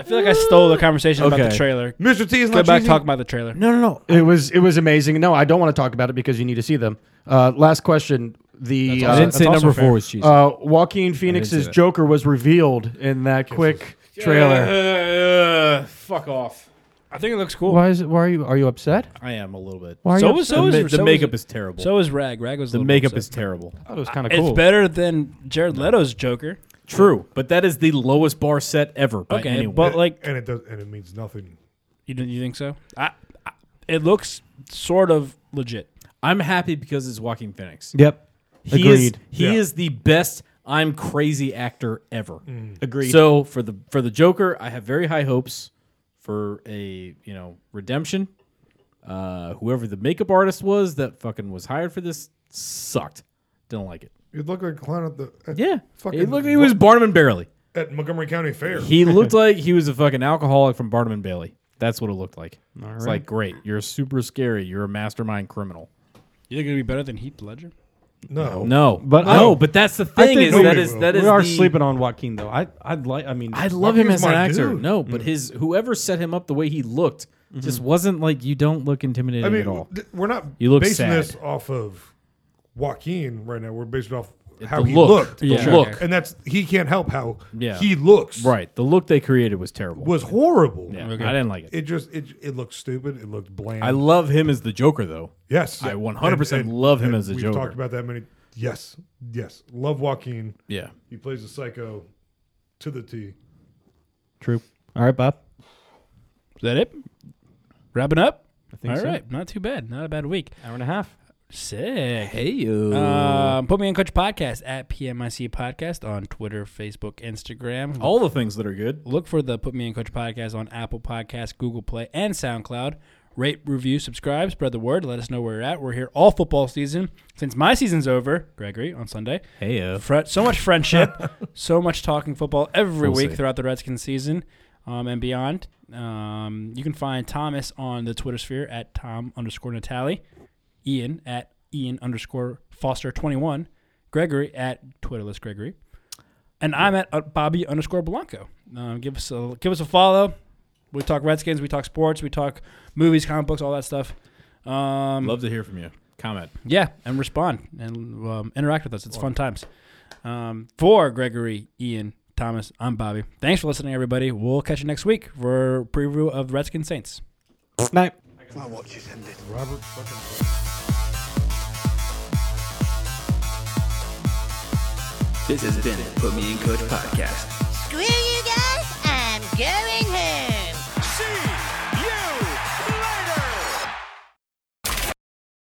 Speaker 3: I feel like I stole the conversation about
Speaker 4: Okay.
Speaker 3: the trailer.
Speaker 5: Mr. T is
Speaker 3: Go
Speaker 5: not
Speaker 3: back
Speaker 5: cheesy.
Speaker 3: talk about the trailer.
Speaker 4: no, no, no.
Speaker 6: It was it was amazing. No, I don't want to talk about it because you need to see them. Uh, last question: The
Speaker 4: I
Speaker 6: uh,
Speaker 4: didn't say
Speaker 3: also
Speaker 4: number
Speaker 3: fair.
Speaker 4: four was cheesy.
Speaker 6: uh, Joaquin Phoenix's
Speaker 4: that.
Speaker 6: Joker was revealed in that quick trailer.
Speaker 4: fuck off.
Speaker 3: I think it looks cool.
Speaker 6: Why is it? Why are you? Are you upset?
Speaker 4: I am a little bit.
Speaker 6: Why are
Speaker 3: So
Speaker 6: you?
Speaker 3: was
Speaker 6: upset?
Speaker 3: so
Speaker 4: the,
Speaker 3: is
Speaker 4: ma- the
Speaker 3: so
Speaker 4: makeup
Speaker 3: is,
Speaker 4: is terrible.
Speaker 3: so is Rag. Rag was a
Speaker 4: the
Speaker 3: little
Speaker 4: makeup
Speaker 3: upset.
Speaker 4: is terrible.
Speaker 6: I thought it was kind of
Speaker 3: It's
Speaker 6: cool.
Speaker 3: better than Jared Leto's Joker.
Speaker 4: True, but that is the lowest bar set ever by
Speaker 3: Okay,
Speaker 4: anyone.
Speaker 3: but like
Speaker 5: and it does, and it means nothing.
Speaker 3: you don't- you think so? I, I it looks sort of legit.
Speaker 4: I'm happy because it's Joaquin Phoenix.
Speaker 6: Yep.
Speaker 4: He
Speaker 6: Agreed.
Speaker 4: is he
Speaker 5: Yeah.
Speaker 4: is the best I'm crazy actor ever.
Speaker 6: Agreed.
Speaker 4: So for the for the Joker, I have very high hopes for a you know redemption. Uh, whoever the makeup artist was that fucking was hired for this sucked. Don't like it.
Speaker 5: It looked like a clown at the at,
Speaker 4: Yeah,
Speaker 5: Fucking
Speaker 4: he looked. He was Barnum and Bailey.
Speaker 5: at Montgomery County Fair.
Speaker 4: He looked like he was a fucking alcoholic from Barnum and Bailey. That's what it looked like. It's like great. You're super scary. You're a mastermind criminal.
Speaker 3: You think it'll be better than Heath Ledger?
Speaker 5: no,
Speaker 4: No, but
Speaker 6: I-
Speaker 4: no, but that's the thing
Speaker 6: think
Speaker 4: is
Speaker 5: we
Speaker 4: that
Speaker 5: will.
Speaker 4: is that is
Speaker 6: we are
Speaker 4: the-
Speaker 6: sleeping on Joaquin though. I I'd like. I mean,
Speaker 4: I love him
Speaker 5: Joaquin's
Speaker 4: as an
Speaker 5: my
Speaker 4: actor.
Speaker 5: dude.
Speaker 4: No,
Speaker 6: Mm-hmm.
Speaker 4: but his whoever set him up the way he looked just wasn't like you don't look intimidating
Speaker 5: I mean
Speaker 4: at all.
Speaker 5: th- we're not
Speaker 4: You look
Speaker 5: basing
Speaker 4: sad.
Speaker 5: this off of Joaquin right now. We're basing it off how
Speaker 4: the
Speaker 5: he
Speaker 4: look.
Speaker 5: looked.
Speaker 4: The
Speaker 3: Yeah.
Speaker 4: look.
Speaker 5: and that's he can't help how
Speaker 4: Yeah.
Speaker 5: he looks.
Speaker 4: Right. The look they created was terrible.
Speaker 5: was horrible.
Speaker 4: yeah, I didn't like it.
Speaker 5: It just it it looked stupid. It looked bland.
Speaker 4: I love him as the Joker though.
Speaker 5: yes,
Speaker 4: I
Speaker 5: And-
Speaker 4: 100%
Speaker 5: and-
Speaker 4: love him
Speaker 5: and
Speaker 4: as a
Speaker 5: we've
Speaker 4: Joker.
Speaker 5: talked about that many. Yes, yes, love Joaquin.
Speaker 4: Yeah.
Speaker 5: He plays a psycho to the T.
Speaker 6: true. All right, Bob.
Speaker 3: Is that it? Wrapping up. I
Speaker 6: think so.
Speaker 3: not too bad. Not a bad week.
Speaker 6: Hour and a half.
Speaker 3: Sick.
Speaker 4: Hey you.
Speaker 3: Um, put me in Coach Podcast at PMIC Podcast on Twitter, Facebook, Instagram.
Speaker 4: all the things that are good.
Speaker 3: Look for the Put Me in Coach podcast on Apple Podcasts, Google Play, and SoundCloud. Rate, review, subscribe, spread the word. Let us know where you're at. We're here all football season. Since my season's over, Gregory, on Sunday,
Speaker 4: Hey you.
Speaker 3: Fre- so much friendship, so much talking football every
Speaker 4: We'll
Speaker 3: week
Speaker 4: see.
Speaker 3: throughout the Redskins season um, and beyond. Um, you can find Thomas on the Twitter sphere at Tom underscore Natali, Ian at Ian underscore Foster 21, Gregory at Twitterless Gregory, and I'm at uh, Bobby underscore Blanco. Um, give us a give us a follow. We talk Redskins, we talk sports, we talk movies, comic books, all that stuff. Um,
Speaker 4: Love to hear from you. Comment.
Speaker 3: yeah, and respond and um, interact with us. It's fun times. Um, for Gregory, Ian, Thomas, I'm Bobby. Thanks for listening, everybody. We'll catch you next week for a preview of Redskins Saints.
Speaker 6: Night.
Speaker 9: This has been Put Me in Coach Podcast.
Speaker 10: Screw you!